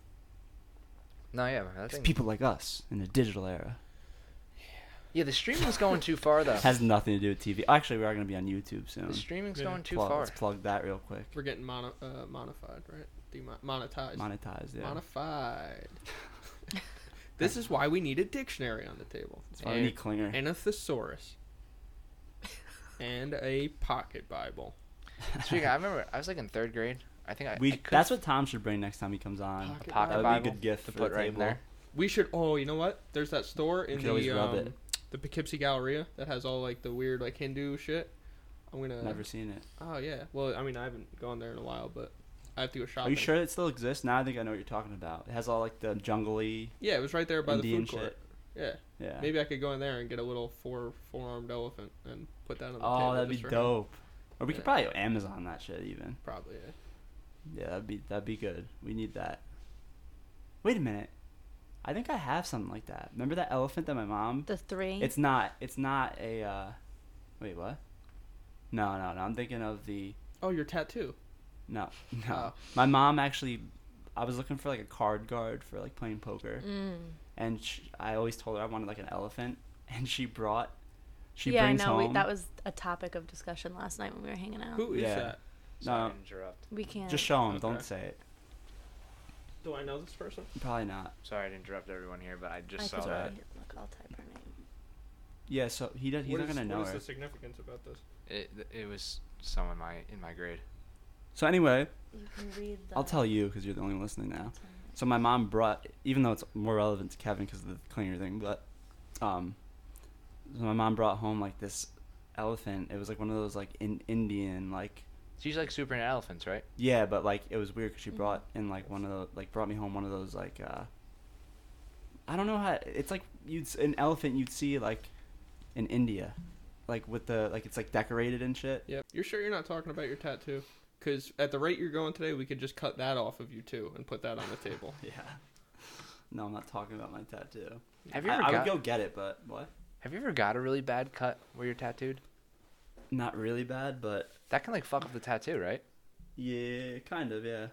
[SPEAKER 1] No, yeah, I
[SPEAKER 4] it's
[SPEAKER 1] think,
[SPEAKER 4] people like us in the digital era
[SPEAKER 1] yeah. The streaming's going too far though.
[SPEAKER 4] has nothing to do with TV. Actually, we are gonna be on YouTube soon.
[SPEAKER 1] The streaming's
[SPEAKER 3] Yeah.
[SPEAKER 1] going too
[SPEAKER 4] Plug-
[SPEAKER 1] far.
[SPEAKER 4] Let's plug that real quick.
[SPEAKER 3] We're getting mono, uh, modified, right? Demo- monetized.
[SPEAKER 4] Monetized, yeah. (laughs)
[SPEAKER 3] Modified. (laughs) this is why we need a dictionary on the table,
[SPEAKER 4] That's why we need Klinger. (laughs)
[SPEAKER 3] and a thesaurus, and a pocket Bible.
[SPEAKER 1] Speaking, of, I remember I was like in third grade. I think I. I
[SPEAKER 4] we
[SPEAKER 1] could-
[SPEAKER 4] that's what Tom should bring next time he comes on.
[SPEAKER 3] Pocket
[SPEAKER 1] a pocket
[SPEAKER 4] That'd
[SPEAKER 1] Bible
[SPEAKER 4] be a good gift
[SPEAKER 1] to
[SPEAKER 4] for
[SPEAKER 1] put
[SPEAKER 4] the
[SPEAKER 1] right in
[SPEAKER 4] table.
[SPEAKER 1] there.
[SPEAKER 3] We should. Oh, you know what? There's that store in
[SPEAKER 4] could always
[SPEAKER 3] the
[SPEAKER 4] rub
[SPEAKER 3] um,
[SPEAKER 4] it.
[SPEAKER 3] the Poughkeepsie Galleria that has all like the weird like Hindu shit. I'm gonna.
[SPEAKER 4] Never seen it.
[SPEAKER 3] Oh yeah. Well, I mean, I haven't gone there in a while, but I have to go shopping.
[SPEAKER 4] Are you sure it still exists? Now I think I know what you're talking about. It has all like the jungly
[SPEAKER 3] Yeah, it was right there by
[SPEAKER 4] Indian
[SPEAKER 3] the food court.
[SPEAKER 4] shit.
[SPEAKER 3] Yeah.
[SPEAKER 4] Yeah.
[SPEAKER 3] Maybe I could go in there and get a little four four armed elephant and put that on the table.
[SPEAKER 4] oh, that'd be
[SPEAKER 3] just for him.
[SPEAKER 4] dope. Or we could
[SPEAKER 3] Yeah.
[SPEAKER 4] probably Amazon that shit even.
[SPEAKER 3] Probably. Yeah.
[SPEAKER 4] Yeah, that'd be that'd be good. We need that. Wait a minute. I think I have something like that. Remember that elephant that my mom?
[SPEAKER 2] The three.
[SPEAKER 4] It's not. It's not a. Uh, wait, what? No, no, no. I'm thinking of the.
[SPEAKER 3] Oh, your tattoo.
[SPEAKER 4] No, (laughs) no.
[SPEAKER 3] Oh.
[SPEAKER 4] My mom actually, I was looking for like a card guard for like playing poker,
[SPEAKER 2] Mm.
[SPEAKER 4] and sh I always told her I wanted like an elephant, (laughs) and she brought. She
[SPEAKER 2] yeah, I
[SPEAKER 4] brings
[SPEAKER 2] know.
[SPEAKER 4] home.
[SPEAKER 2] We, that was a topic of discussion last night when we were hanging out.
[SPEAKER 3] Who is
[SPEAKER 4] Oh. Yeah.
[SPEAKER 3] that?
[SPEAKER 1] Sorry
[SPEAKER 4] No.
[SPEAKER 1] to interrupt.
[SPEAKER 2] We can't.
[SPEAKER 4] Just show him.
[SPEAKER 3] Okay.
[SPEAKER 4] Don't say it.
[SPEAKER 3] Do I know this person?
[SPEAKER 4] Probably not.
[SPEAKER 1] Sorry to interrupt everyone here, but I just
[SPEAKER 2] I
[SPEAKER 1] saw
[SPEAKER 2] could
[SPEAKER 1] that.
[SPEAKER 2] read it. Look, I'll type her name.
[SPEAKER 4] Yeah. So he does. He's
[SPEAKER 3] What
[SPEAKER 4] not
[SPEAKER 3] is-
[SPEAKER 4] gonna know
[SPEAKER 3] What is
[SPEAKER 4] her.
[SPEAKER 3] the significance about this?
[SPEAKER 1] It, it was someone in my in my grade.
[SPEAKER 4] So anyway,
[SPEAKER 2] You can read the.
[SPEAKER 4] I'll tell you because you're the only one listening now. So my mom brought, even though it's more relevant to Kevin because of the cleaner thing, but um, so my mom brought home like this elephant. It was like one of those like in Indian like
[SPEAKER 1] She's like super into elephants, right?
[SPEAKER 4] yeah, but like it was weird because she
[SPEAKER 2] Mhm.
[SPEAKER 4] brought
[SPEAKER 1] Mm-hmm.
[SPEAKER 4] in like one of the like brought me home one of those like uh, I don't know how it's like you'd s- an elephant you'd see like in India, like with the like it's like decorated and shit.
[SPEAKER 3] Yep. You're sure you're not talking about your tattoo? Because at the rate you're going today, we could just cut that off of you too and put that on the
[SPEAKER 4] (laughs)
[SPEAKER 3] table.
[SPEAKER 4] (laughs) Yeah. No, I'm not talking about my tattoo.
[SPEAKER 1] Have you
[SPEAKER 4] I,
[SPEAKER 1] ever
[SPEAKER 4] I
[SPEAKER 1] got
[SPEAKER 4] would go get it, but what?
[SPEAKER 1] Have you ever got a really bad cut where you're tattooed?
[SPEAKER 4] Not really bad, but
[SPEAKER 1] That can like fuck up the tattoo, right?
[SPEAKER 4] yeah, kind of, yeah.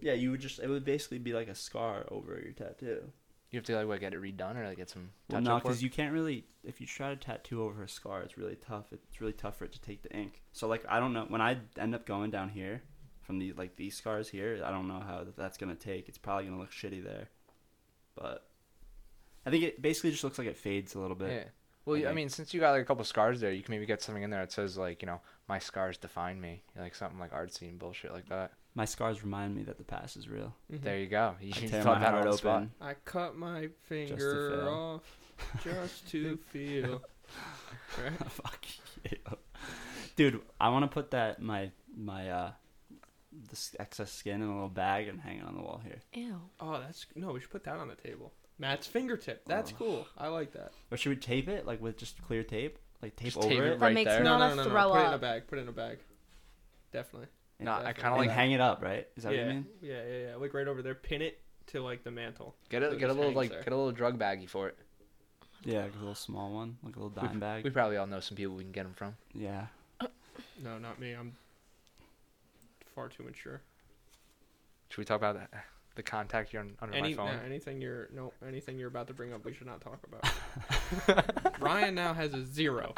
[SPEAKER 4] Yeah, you would just it would basically be like a scar over your tattoo.
[SPEAKER 1] You have to like what, get it redone or like get some
[SPEAKER 4] Well,
[SPEAKER 1] touch
[SPEAKER 4] no,
[SPEAKER 1] up work.
[SPEAKER 4] because you can't really. If you try to tattoo over a scar, it's really tough. It's really tough for it to take the ink. So like, I don't know when I end up going down here from the like these scars here. I don't know how that that's gonna take. It's probably gonna look shitty there, but I think it basically just looks like it fades a little bit.
[SPEAKER 1] yeah. Well,
[SPEAKER 4] I
[SPEAKER 1] you- I
[SPEAKER 4] think-
[SPEAKER 1] mean, since you got like a couple scars there, you can maybe get something in there that says like, you know, my scars define me, like something like artsy and bullshit like that.
[SPEAKER 3] Mm-hmm.
[SPEAKER 4] My scars remind me that the past is real.
[SPEAKER 1] There you go. You
[SPEAKER 4] I
[SPEAKER 1] should
[SPEAKER 4] tear
[SPEAKER 1] thought
[SPEAKER 4] my
[SPEAKER 1] that
[SPEAKER 4] heart
[SPEAKER 1] out on the spot.
[SPEAKER 4] open.
[SPEAKER 3] I cut my
[SPEAKER 4] to
[SPEAKER 3] finger
[SPEAKER 4] fail.
[SPEAKER 3] off
[SPEAKER 4] (laughs)
[SPEAKER 3] just to feel. Right?
[SPEAKER 4] Fuck you, dude. I want to put that my my uh this excess skin in a little bag and hang it on the wall here.
[SPEAKER 2] Ew.
[SPEAKER 3] Oh, that's no. We should put that on the table. Matt's fingertip. That's
[SPEAKER 4] Oh.
[SPEAKER 3] cool. I like that.
[SPEAKER 4] Or should we tape it like with just clear tape, like tape
[SPEAKER 1] Just
[SPEAKER 4] over
[SPEAKER 1] tape
[SPEAKER 4] it,
[SPEAKER 1] it
[SPEAKER 2] That
[SPEAKER 1] Right
[SPEAKER 2] makes
[SPEAKER 1] there.
[SPEAKER 2] me
[SPEAKER 3] No, no,
[SPEAKER 2] want
[SPEAKER 3] no,
[SPEAKER 2] to
[SPEAKER 3] no.
[SPEAKER 2] throw
[SPEAKER 3] Put it in a
[SPEAKER 2] up.
[SPEAKER 3] bag. Put it in a bag. Definitely.
[SPEAKER 1] No, I
[SPEAKER 3] Definitely.
[SPEAKER 1] kind of
[SPEAKER 4] and
[SPEAKER 1] like
[SPEAKER 4] hang it up, right? Is that
[SPEAKER 3] yeah.
[SPEAKER 4] what you mean?
[SPEAKER 3] yeah, yeah, yeah. Like right over there. Pin it to like the mantle.
[SPEAKER 1] get
[SPEAKER 3] So
[SPEAKER 1] a
[SPEAKER 3] it
[SPEAKER 1] get a
[SPEAKER 3] just
[SPEAKER 1] little
[SPEAKER 3] hangs
[SPEAKER 1] like
[SPEAKER 3] there.
[SPEAKER 1] get a little drug baggie for it.
[SPEAKER 4] Yeah, like a little small one, like a little dime
[SPEAKER 1] We
[SPEAKER 4] bag.
[SPEAKER 1] probably all know some people we can get them from.
[SPEAKER 3] (laughs)
[SPEAKER 4] Yeah.
[SPEAKER 3] No, not me. I'm far too mature.
[SPEAKER 1] Should we talk about that? (laughs) the contact you're on, under
[SPEAKER 3] Any, uh,
[SPEAKER 1] my phone?
[SPEAKER 3] no, anything you're no anything you're about to bring up, we should not talk about.
[SPEAKER 4] (laughs)
[SPEAKER 3] Ryan now has a zero.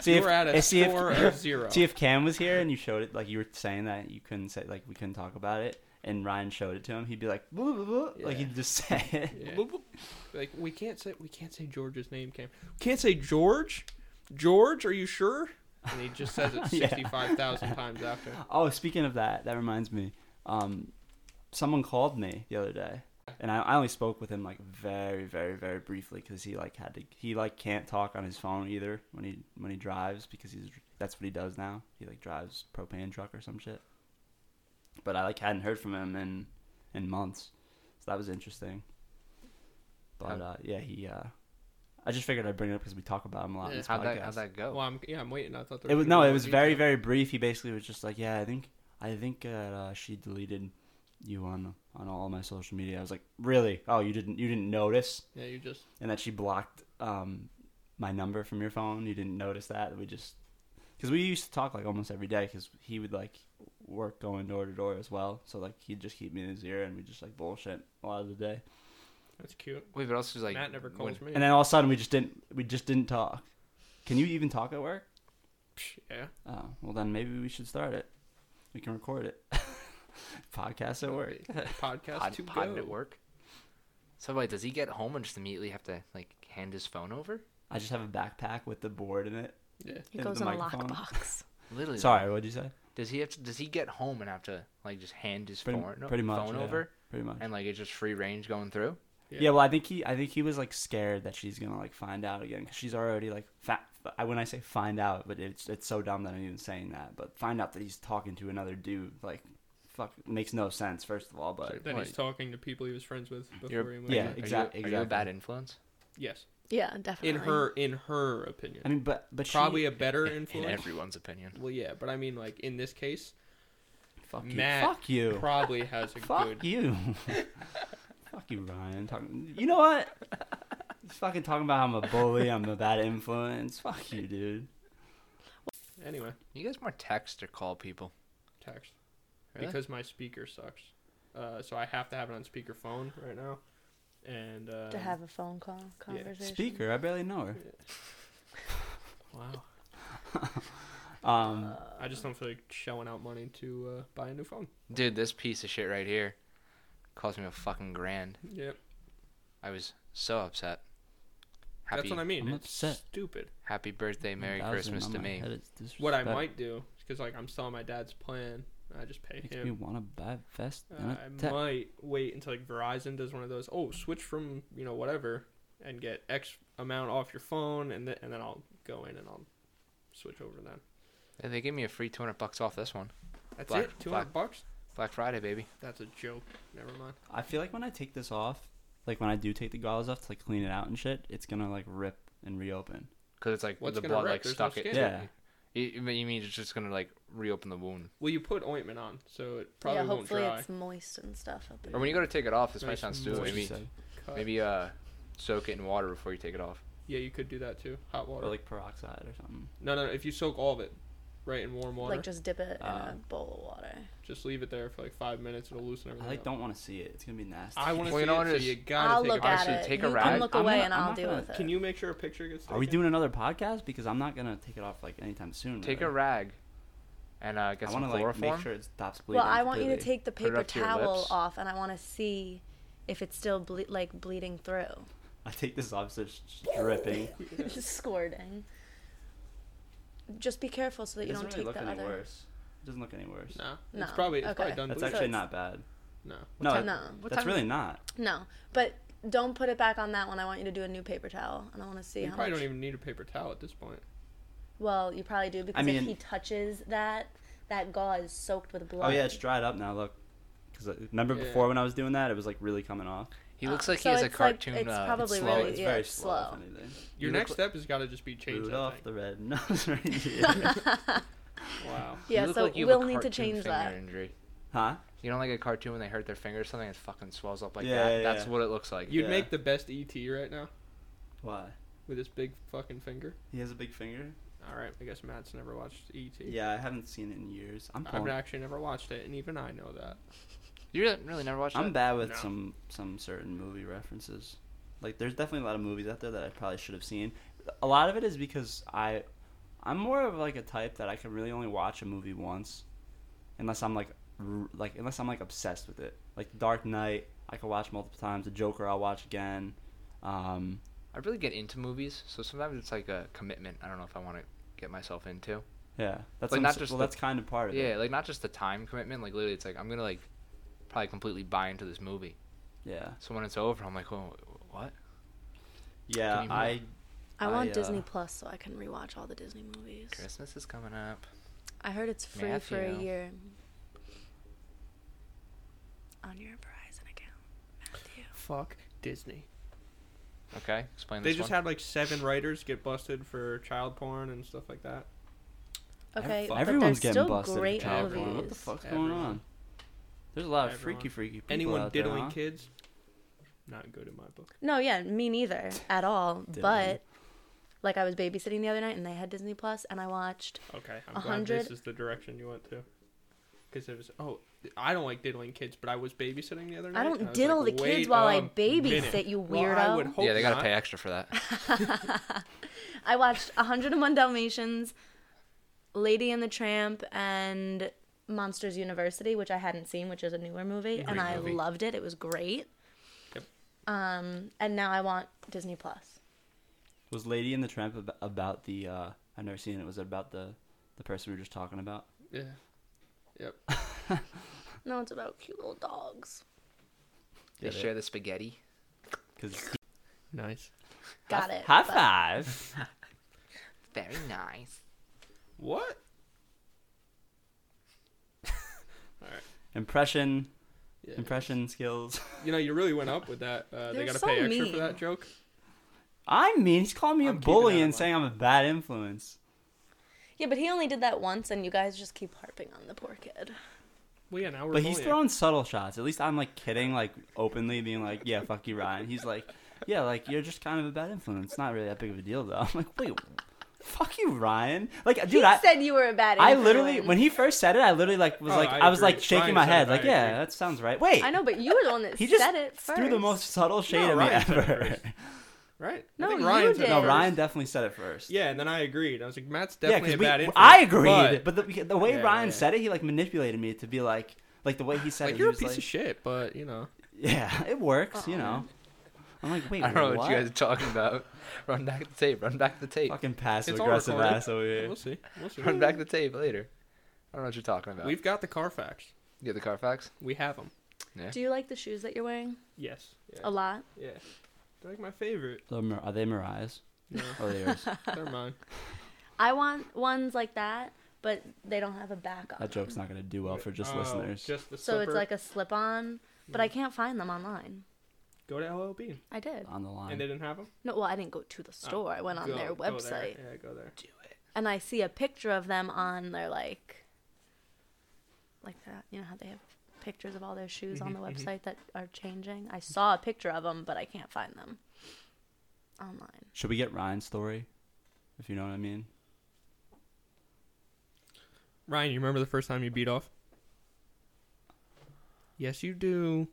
[SPEAKER 4] See
[SPEAKER 3] You're at a
[SPEAKER 4] if, eh, see
[SPEAKER 3] score
[SPEAKER 4] if
[SPEAKER 3] of zero.
[SPEAKER 4] (laughs) see if Cam was here and you showed it, like you were saying that you couldn't say, like we couldn't talk about it, and Ryan showed it to him, he'd be like, "Blah, blah, blah," like
[SPEAKER 3] Yeah.
[SPEAKER 4] he'd just (laughs) say it.
[SPEAKER 3] Yeah. Like we can't say we can't say George's name, Cam. Can't say George. George, are you sure? And he just says it
[SPEAKER 4] (laughs) Yeah.
[SPEAKER 3] sixty-five thousand times after.
[SPEAKER 4] Oh, speaking of that, that reminds me. Um, someone called me the other day, and I, I only spoke with him like very, very, very briefly because he like had to. He like can't talk on his phone either when he when he drives because he's that's what he does now. He like drives propane truck or some shit. But I like hadn't heard from him in in months, so that was interesting. But
[SPEAKER 1] How-
[SPEAKER 4] uh, yeah, he. Uh, I just figured I'd bring it up because we talk about him a lot. in
[SPEAKER 3] Yeah.
[SPEAKER 4] this
[SPEAKER 1] How'd that,
[SPEAKER 4] podcast.
[SPEAKER 1] how'd that go?
[SPEAKER 3] Well, I'm, yeah, I'm waiting. I thought there
[SPEAKER 4] It was
[SPEAKER 3] gonna be
[SPEAKER 4] no,
[SPEAKER 3] more
[SPEAKER 4] it was very
[SPEAKER 3] detail.
[SPEAKER 4] very brief. He basically was just like, "Yeah, I think I think uh, uh, she deleted you on on all my social media." I was like, "Really? Oh, you didn't you didn't notice?"
[SPEAKER 3] Yeah, you just
[SPEAKER 4] And that she blocked um, my number from your phone. You didn't notice that? We just because we used to talk like almost every day because he would like work going door to door as well. So like he'd just keep me in his ear and we just like bullshit a lot of the day.
[SPEAKER 3] that's cute.
[SPEAKER 1] Wait, but also like
[SPEAKER 3] Matt never
[SPEAKER 1] when-
[SPEAKER 3] calls me.
[SPEAKER 4] And then all of a sudden we just didn't we just didn't talk. Can you even talk at work?
[SPEAKER 3] Psh,
[SPEAKER 4] (laughs)
[SPEAKER 3] yeah,
[SPEAKER 4] Oh, well then maybe we should start it. We can record it. (laughs) Podcast at work.
[SPEAKER 3] podcast
[SPEAKER 1] pod,
[SPEAKER 3] to
[SPEAKER 1] pod
[SPEAKER 3] go.
[SPEAKER 1] at work. So wait, does he get home and just immediately have to like hand his phone over?
[SPEAKER 4] I just have a backpack with the board in it.
[SPEAKER 3] Yeah,
[SPEAKER 2] He
[SPEAKER 4] Into
[SPEAKER 2] goes
[SPEAKER 4] the
[SPEAKER 2] in a
[SPEAKER 4] microphone.
[SPEAKER 2] lockbox.
[SPEAKER 1] Literally.
[SPEAKER 4] Sorry, what'd you say?
[SPEAKER 1] Does he have to? Does he get home and have to like just hand his
[SPEAKER 4] Pretty,
[SPEAKER 1] phone,
[SPEAKER 4] pretty much.
[SPEAKER 1] phone
[SPEAKER 4] yeah,
[SPEAKER 1] over
[SPEAKER 4] Pretty much.
[SPEAKER 1] and like it's just free range going through?
[SPEAKER 4] yeah. well, I think he, I think he was like scared that she's gonna like find out again because she's already like fat. I when I say find out, but it's it's so dumb that I'm even saying that. But find out that he's talking to another dude, like, fuck, makes no sense. First of all, but
[SPEAKER 3] Then
[SPEAKER 4] like,
[SPEAKER 3] he's talking to people he was friends with before
[SPEAKER 1] You're-
[SPEAKER 3] he went.
[SPEAKER 4] yeah,
[SPEAKER 3] out.
[SPEAKER 1] Are you-
[SPEAKER 4] exactly.
[SPEAKER 1] Are you a bad influence?
[SPEAKER 3] Yes,
[SPEAKER 2] Yeah,
[SPEAKER 3] in
[SPEAKER 2] definitely.
[SPEAKER 3] her in her opinion,
[SPEAKER 4] I mean, but but she-
[SPEAKER 3] probably a better
[SPEAKER 1] In
[SPEAKER 3] influence.
[SPEAKER 1] everyone's opinion.
[SPEAKER 3] well, yeah, but I mean, like in this case,
[SPEAKER 4] fuck you,
[SPEAKER 3] Matt
[SPEAKER 4] fuck you,
[SPEAKER 3] probably has a
[SPEAKER 4] (laughs) Fuck
[SPEAKER 3] good.
[SPEAKER 4] you. Fuck you, Ryan. Talking, you know what? He's fucking talking about I'm a bully, I'm a bad influence. Fuck you, dude.
[SPEAKER 3] Anyway,
[SPEAKER 1] You guys more text or call people?
[SPEAKER 3] text
[SPEAKER 1] Really?
[SPEAKER 3] because my speaker sucks, uh, so I have to have it on speakerphone right now, and uh,
[SPEAKER 2] to have a phone call conversation.
[SPEAKER 4] Speaker, I barely know her.
[SPEAKER 3] wow, (laughs)
[SPEAKER 4] (laughs) Um,
[SPEAKER 3] I just don't feel like shelling out money to uh, buy a new phone.
[SPEAKER 1] Dude, this piece of shit right here cost me a fucking grand.
[SPEAKER 3] Yep,
[SPEAKER 1] I was so upset. Happy,
[SPEAKER 3] that's what I mean.
[SPEAKER 4] I'm
[SPEAKER 3] it's
[SPEAKER 4] upset.
[SPEAKER 3] Stupid.
[SPEAKER 1] Happy birthday, Merry
[SPEAKER 4] 1000
[SPEAKER 1] Christmas
[SPEAKER 4] on
[SPEAKER 1] to
[SPEAKER 4] my
[SPEAKER 1] me.
[SPEAKER 4] head is
[SPEAKER 3] What I
[SPEAKER 4] disrespect.
[SPEAKER 3] might do because like I'm still on my dad's plan. I just pay
[SPEAKER 4] makes
[SPEAKER 3] him.
[SPEAKER 4] me want to buy a vest and
[SPEAKER 3] Uh,
[SPEAKER 4] a
[SPEAKER 3] I
[SPEAKER 4] tech.
[SPEAKER 3] might wait until like Verizon does one of those. Oh, switch from you know whatever and get X amount off your phone, and th- and then I'll go in and I'll switch over then.
[SPEAKER 1] Hey, They gave me a free 200 bucks off this one.
[SPEAKER 3] That's
[SPEAKER 1] Black-
[SPEAKER 3] it. Two hundred bucks.
[SPEAKER 1] Black Friday, baby.
[SPEAKER 3] That's a joke. Never mind.
[SPEAKER 4] I feel like when I take this off, like when I do take the goggles off to like clean it out and shit, it's gonna like rip and reopen.
[SPEAKER 1] Because it's like
[SPEAKER 3] What's
[SPEAKER 1] the
[SPEAKER 3] gonna
[SPEAKER 1] blood
[SPEAKER 3] rip?
[SPEAKER 1] like
[SPEAKER 3] There's no
[SPEAKER 1] stuck it.
[SPEAKER 3] skin.
[SPEAKER 1] to
[SPEAKER 4] Yeah.
[SPEAKER 1] it. You, you mean it's just gonna like reopen the wound?
[SPEAKER 3] Well, you put ointment on, so it probably
[SPEAKER 2] yeah,
[SPEAKER 3] won't
[SPEAKER 2] hopefully
[SPEAKER 3] dry.
[SPEAKER 2] it's moist and stuff. Up
[SPEAKER 1] Or when you go to take it off, this might
[SPEAKER 3] Nice
[SPEAKER 1] sound stupid.
[SPEAKER 3] moist.
[SPEAKER 4] What you
[SPEAKER 1] Maybe,
[SPEAKER 4] say?
[SPEAKER 3] Cut.
[SPEAKER 1] maybe uh, soak it in water before you take it off.
[SPEAKER 3] Yeah, you could do that too. Hot water.
[SPEAKER 4] Or like peroxide or something.
[SPEAKER 3] no, no. If you soak all of it, right in warm water,
[SPEAKER 2] Like just dip it in a
[SPEAKER 4] Um,
[SPEAKER 2] bowl of water.
[SPEAKER 3] just leave it there for like five minutes. It'll loosen
[SPEAKER 4] I
[SPEAKER 3] everything.
[SPEAKER 4] like
[SPEAKER 3] up.
[SPEAKER 4] don't want to see it. It's gonna be nasty.
[SPEAKER 3] I want to
[SPEAKER 1] Well, you
[SPEAKER 3] see
[SPEAKER 1] know what
[SPEAKER 3] it.
[SPEAKER 1] it
[SPEAKER 3] So
[SPEAKER 1] is?
[SPEAKER 3] you gotta
[SPEAKER 2] I'll
[SPEAKER 3] take
[SPEAKER 2] look
[SPEAKER 3] a
[SPEAKER 2] at
[SPEAKER 1] Honestly,
[SPEAKER 2] it.
[SPEAKER 1] take a
[SPEAKER 2] you
[SPEAKER 1] rag.
[SPEAKER 2] can look
[SPEAKER 4] I'm
[SPEAKER 2] away
[SPEAKER 4] gonna-
[SPEAKER 2] and
[SPEAKER 4] I'm
[SPEAKER 2] I'll
[SPEAKER 4] not
[SPEAKER 2] deal
[SPEAKER 4] gonna-
[SPEAKER 2] with it.
[SPEAKER 3] Can you make sure a picture gets? Taken?
[SPEAKER 4] Are we doing another podcast? Because I'm not gonna take it off like anytime soon.
[SPEAKER 1] Take a
[SPEAKER 4] really.
[SPEAKER 1] rag, and uh, get
[SPEAKER 4] I
[SPEAKER 1] some
[SPEAKER 4] want to like
[SPEAKER 1] chloroform.
[SPEAKER 4] make sure it stops bleeding.
[SPEAKER 2] Well, I want you to
[SPEAKER 4] completely.
[SPEAKER 2] take the
[SPEAKER 1] Put it
[SPEAKER 2] paper
[SPEAKER 1] up to your
[SPEAKER 2] towel
[SPEAKER 1] lips.
[SPEAKER 2] off, and I want to see if it's still ble- like bleeding through,
[SPEAKER 4] (laughs) I take this off, so it's just
[SPEAKER 2] (laughs)
[SPEAKER 4] dripping.
[SPEAKER 2] just squirting. Just be careful so that
[SPEAKER 4] it
[SPEAKER 2] you
[SPEAKER 4] doesn't
[SPEAKER 2] don't
[SPEAKER 4] really look
[SPEAKER 2] take the
[SPEAKER 4] any
[SPEAKER 2] other.
[SPEAKER 4] worse. It doesn't look any worse.
[SPEAKER 3] No,
[SPEAKER 2] No.
[SPEAKER 3] it's probably it's
[SPEAKER 2] Okay.
[SPEAKER 3] probably done.
[SPEAKER 4] That's
[SPEAKER 2] So
[SPEAKER 3] bleeding.
[SPEAKER 4] actually
[SPEAKER 2] it's-
[SPEAKER 4] not bad.
[SPEAKER 3] no.
[SPEAKER 4] No,
[SPEAKER 2] time-
[SPEAKER 4] it-
[SPEAKER 2] no. What
[SPEAKER 4] that's
[SPEAKER 1] time-
[SPEAKER 4] really not.
[SPEAKER 2] No, but don't put it back on that one. I want you to do a new paper towel, and I want to see
[SPEAKER 3] You
[SPEAKER 2] how
[SPEAKER 3] probably
[SPEAKER 2] much.
[SPEAKER 3] don't even need a paper towel at this point.
[SPEAKER 2] Well, you probably do because
[SPEAKER 4] mean-
[SPEAKER 2] if he touches that, that gall is soaked with blood.
[SPEAKER 4] Oh yeah, it's
[SPEAKER 2] (laughs)
[SPEAKER 4] dried up now. Look, because remember
[SPEAKER 3] Yeah.
[SPEAKER 4] before when I was doing that, it was like really coming off.
[SPEAKER 1] he
[SPEAKER 2] Uh,
[SPEAKER 1] looks like
[SPEAKER 2] so
[SPEAKER 1] he has a
[SPEAKER 2] it's like-
[SPEAKER 1] cartoon.
[SPEAKER 2] it's
[SPEAKER 1] uh,
[SPEAKER 2] probably-
[SPEAKER 4] Slow,
[SPEAKER 2] really-
[SPEAKER 4] it's
[SPEAKER 2] yeah,
[SPEAKER 4] very
[SPEAKER 2] it's
[SPEAKER 4] slow.
[SPEAKER 2] slow.
[SPEAKER 4] If anything.
[SPEAKER 3] Your
[SPEAKER 1] You look
[SPEAKER 3] next
[SPEAKER 1] li-
[SPEAKER 3] step has got to just be change that
[SPEAKER 4] Rudolph
[SPEAKER 3] thing.
[SPEAKER 4] the red (laughs)
[SPEAKER 2] (laughs)
[SPEAKER 4] nose (laughs) reindeer.
[SPEAKER 3] Wow.
[SPEAKER 4] (laughs)
[SPEAKER 1] you
[SPEAKER 2] Yeah,
[SPEAKER 1] look
[SPEAKER 2] so
[SPEAKER 1] like you have a
[SPEAKER 2] we'll need to
[SPEAKER 1] cartoon
[SPEAKER 2] change
[SPEAKER 1] finger
[SPEAKER 2] that.
[SPEAKER 1] Injury.
[SPEAKER 4] huh?
[SPEAKER 1] You know, like a cartoon when they hurt their finger or something, it fucking swells up like
[SPEAKER 4] Yeah,
[SPEAKER 1] that.
[SPEAKER 4] yeah,
[SPEAKER 1] That's
[SPEAKER 4] yeah.
[SPEAKER 1] what it looks like.
[SPEAKER 3] You'd
[SPEAKER 4] Yeah.
[SPEAKER 3] make the best ET right now
[SPEAKER 4] Why?
[SPEAKER 3] with this big fucking finger.
[SPEAKER 4] He has a big finger.
[SPEAKER 3] All right, I guess Matt's never watched E ET.
[SPEAKER 4] Yeah, I haven't seen it in years. I'm
[SPEAKER 3] I've
[SPEAKER 4] pulling.
[SPEAKER 3] actually never watched it, and even I know that.
[SPEAKER 1] You really, really never watched
[SPEAKER 4] I'm
[SPEAKER 1] that?
[SPEAKER 4] bad with
[SPEAKER 3] No.
[SPEAKER 4] some some certain movie references. Like there's definitely a lot of movies out there that I probably should have seen. A lot of it is because I I'm more of like a type that I can really only watch a movie once unless I'm like r- like unless I'm like obsessed with it. Like Dark Knight, I can watch multiple times. The Joker, I'll watch again. Um,
[SPEAKER 1] I really get into movies, so sometimes it's like a commitment. I don't know if I want to get myself into.
[SPEAKER 4] yeah, that's
[SPEAKER 1] Like,
[SPEAKER 4] what I'm
[SPEAKER 1] not
[SPEAKER 4] s-
[SPEAKER 1] just
[SPEAKER 4] well,
[SPEAKER 1] the-
[SPEAKER 4] that's kind of part of
[SPEAKER 1] Yeah,
[SPEAKER 4] it.
[SPEAKER 1] like not just the time commitment. Like literally, it's like I'm gonna like probably completely buy into this movie.
[SPEAKER 4] Yeah,
[SPEAKER 1] So when it's over, I'm like, oh, what?
[SPEAKER 4] yeah.
[SPEAKER 1] you-
[SPEAKER 4] I
[SPEAKER 2] I want
[SPEAKER 4] I, uh,
[SPEAKER 2] Disney Plus so I can rewatch all the Disney movies.
[SPEAKER 1] Christmas is coming up.
[SPEAKER 2] I heard it's free for a
[SPEAKER 1] Matthew.
[SPEAKER 2] year. On your Verizon account, Matthew.
[SPEAKER 3] Fuck Disney.
[SPEAKER 1] Okay, explain
[SPEAKER 3] They
[SPEAKER 1] this
[SPEAKER 3] just
[SPEAKER 1] one.
[SPEAKER 3] had like seven writers get busted for child porn and stuff like that.
[SPEAKER 2] Okay,
[SPEAKER 3] Fuck.
[SPEAKER 2] but
[SPEAKER 4] Everyone's
[SPEAKER 2] they're
[SPEAKER 4] getting
[SPEAKER 2] still
[SPEAKER 4] busted. for
[SPEAKER 2] great
[SPEAKER 4] child porn.
[SPEAKER 2] movies.
[SPEAKER 4] What the fuck's
[SPEAKER 3] Everyone.
[SPEAKER 4] going on? There's a lot of
[SPEAKER 3] Everyone.
[SPEAKER 4] freaky, freaky people
[SPEAKER 3] Anyone
[SPEAKER 4] out there,
[SPEAKER 3] diddling
[SPEAKER 4] huh?
[SPEAKER 3] kids, not good in my book.
[SPEAKER 2] No, yeah, me neither at all.
[SPEAKER 4] (laughs) Damn.
[SPEAKER 2] But like I was babysitting the other night and they had Disney Plus and I watched
[SPEAKER 3] Okay,
[SPEAKER 2] A
[SPEAKER 3] I'm glad this
[SPEAKER 2] hundred-
[SPEAKER 3] is the direction you went to. Because it was oh, I don't like diddling kids, but I was babysitting the other night.
[SPEAKER 2] I
[SPEAKER 3] and
[SPEAKER 2] don't
[SPEAKER 3] was
[SPEAKER 2] diddle
[SPEAKER 3] like,
[SPEAKER 2] the kids
[SPEAKER 3] "Wait
[SPEAKER 2] while I
[SPEAKER 3] a minute."
[SPEAKER 2] babysit, you
[SPEAKER 3] Well, I would
[SPEAKER 2] weirdo.
[SPEAKER 3] hope
[SPEAKER 1] yeah, they gotta
[SPEAKER 3] not.
[SPEAKER 1] pay extra for that.
[SPEAKER 2] I watched 101 Dalmatians, Lady and the Tramp, and Monsters University, which I hadn't seen, which is a newer movie, and I
[SPEAKER 1] movie.
[SPEAKER 2] loved it. It was great.
[SPEAKER 3] Yep.
[SPEAKER 2] Um, and now I want Disney Plus.
[SPEAKER 4] Was Lady in the Tramp ab- about the? uh I've never seen it. Was it about the the person we were just talking about?
[SPEAKER 3] Yeah. Yep.
[SPEAKER 2] No, it's about cute little dogs.
[SPEAKER 1] (laughs) They
[SPEAKER 4] Get it.
[SPEAKER 1] share the spaghetti.
[SPEAKER 4] Cause
[SPEAKER 3] Nice.
[SPEAKER 2] Got it.
[SPEAKER 4] high
[SPEAKER 2] but-
[SPEAKER 4] five.
[SPEAKER 1] Very nice.
[SPEAKER 3] What? All right.
[SPEAKER 4] Impression,
[SPEAKER 3] Yeah.
[SPEAKER 4] impression skills.
[SPEAKER 3] You know, you really went up with that. Uh, they
[SPEAKER 2] They're
[SPEAKER 3] gotta
[SPEAKER 2] so
[SPEAKER 3] pay extra
[SPEAKER 2] mean.
[SPEAKER 3] for that joke.
[SPEAKER 4] I mean, he's calling me
[SPEAKER 3] I'm
[SPEAKER 4] a
[SPEAKER 3] keeping that
[SPEAKER 4] bully
[SPEAKER 3] in
[SPEAKER 4] and
[SPEAKER 3] mind.
[SPEAKER 4] saying I'm a bad influence.
[SPEAKER 2] Yeah, but he only did that once, and you guys just keep harping on the poor kid.
[SPEAKER 3] Well, yeah. Now we're.
[SPEAKER 4] But he's
[SPEAKER 3] bullying.
[SPEAKER 4] throwing subtle shots. At least I'm like kidding, like openly being like, "Yeah, fuck you, Ryan." He's like, "Yeah, like you're just kind of a bad influence. Not really that big of a deal, though." (laughs) I'm like, "Wait, fuck you, Ryan." Like, dude,
[SPEAKER 2] he
[SPEAKER 4] I
[SPEAKER 2] said you were a bad.
[SPEAKER 4] I literally
[SPEAKER 2] influence.
[SPEAKER 4] when he first said it, I literally like was
[SPEAKER 3] Oh,
[SPEAKER 4] like
[SPEAKER 3] I
[SPEAKER 4] I, was like
[SPEAKER 3] agree. Ryan
[SPEAKER 4] shaking my
[SPEAKER 3] said it,
[SPEAKER 4] head, like,
[SPEAKER 3] I
[SPEAKER 4] "Yeah,
[SPEAKER 3] agree.
[SPEAKER 4] that sounds right." Wait,
[SPEAKER 2] I know, but you were the one that
[SPEAKER 4] He just
[SPEAKER 2] said it first.
[SPEAKER 4] threw the most subtle shade
[SPEAKER 3] No,
[SPEAKER 4] at
[SPEAKER 3] Ryan
[SPEAKER 4] me
[SPEAKER 3] said it
[SPEAKER 4] ever. (laughs)
[SPEAKER 3] first. Right. I
[SPEAKER 2] No,
[SPEAKER 3] think
[SPEAKER 2] you
[SPEAKER 3] Ryan said
[SPEAKER 2] did.
[SPEAKER 4] no,
[SPEAKER 3] that
[SPEAKER 4] Ryan definitely said it first.
[SPEAKER 3] Yeah, and then I agreed. I was like, Matt's
[SPEAKER 4] yeah,
[SPEAKER 3] definitely a
[SPEAKER 4] we,
[SPEAKER 3] bad influence.
[SPEAKER 4] I agreed,
[SPEAKER 3] But,
[SPEAKER 4] but, the, the way
[SPEAKER 3] Yeah,
[SPEAKER 4] Ryan
[SPEAKER 3] yeah.
[SPEAKER 4] said it, he like manipulated me to be like, like the way he said
[SPEAKER 3] like,
[SPEAKER 4] it.
[SPEAKER 3] you're a
[SPEAKER 4] he was
[SPEAKER 3] piece
[SPEAKER 4] like,
[SPEAKER 3] of shit, but, you know.
[SPEAKER 4] (laughs) Yeah, it works, you know. I'm like, wait,
[SPEAKER 1] I don't know what
[SPEAKER 4] what?
[SPEAKER 1] you guys are talking about. (laughs) Run back the tape. Run back the tape.
[SPEAKER 4] Fucking
[SPEAKER 3] It's,
[SPEAKER 4] passive
[SPEAKER 3] all
[SPEAKER 4] aggressive
[SPEAKER 3] recorded.
[SPEAKER 4] ass over here.
[SPEAKER 3] We'll see. We'll
[SPEAKER 1] (laughs)
[SPEAKER 3] see.
[SPEAKER 1] Run back the tape later. I don't know what you're talking about.
[SPEAKER 3] We've got the Carfax.
[SPEAKER 1] You get the (laughs) Carfax?
[SPEAKER 3] We have them.
[SPEAKER 2] Do you like the shoes that you're wearing?
[SPEAKER 3] Yes. Yeah.
[SPEAKER 2] A lot.
[SPEAKER 3] yeah. They're like
[SPEAKER 2] (laughs)
[SPEAKER 3] my favorite.
[SPEAKER 4] So, Mar- Are they Oh, Mariah's?
[SPEAKER 3] No,
[SPEAKER 4] Or theirs?
[SPEAKER 3] they're mine.
[SPEAKER 2] I want ones like that, but they don't have a back on.
[SPEAKER 4] that joke's not gonna do well for just
[SPEAKER 3] Oh,
[SPEAKER 4] listeners.
[SPEAKER 3] Just the
[SPEAKER 2] So it's
[SPEAKER 3] slipper.
[SPEAKER 2] like a slip on, but I can't find them online.
[SPEAKER 3] Go to LLB.
[SPEAKER 2] I did.
[SPEAKER 4] on the line.
[SPEAKER 3] And they didn't have them?
[SPEAKER 2] No, well, I didn't go to the store. I went on their website
[SPEAKER 3] Yeah, go there.
[SPEAKER 2] and I see a picture of them on their like like that. You know how they have pictures of all their shoes on the website that are changing? I saw a picture of them, but I can't find them online. (laughs)
[SPEAKER 4] Should we get Ryan's story? If you know what I mean.
[SPEAKER 3] Ryan, you remember the first time you beat off? Yes, you do.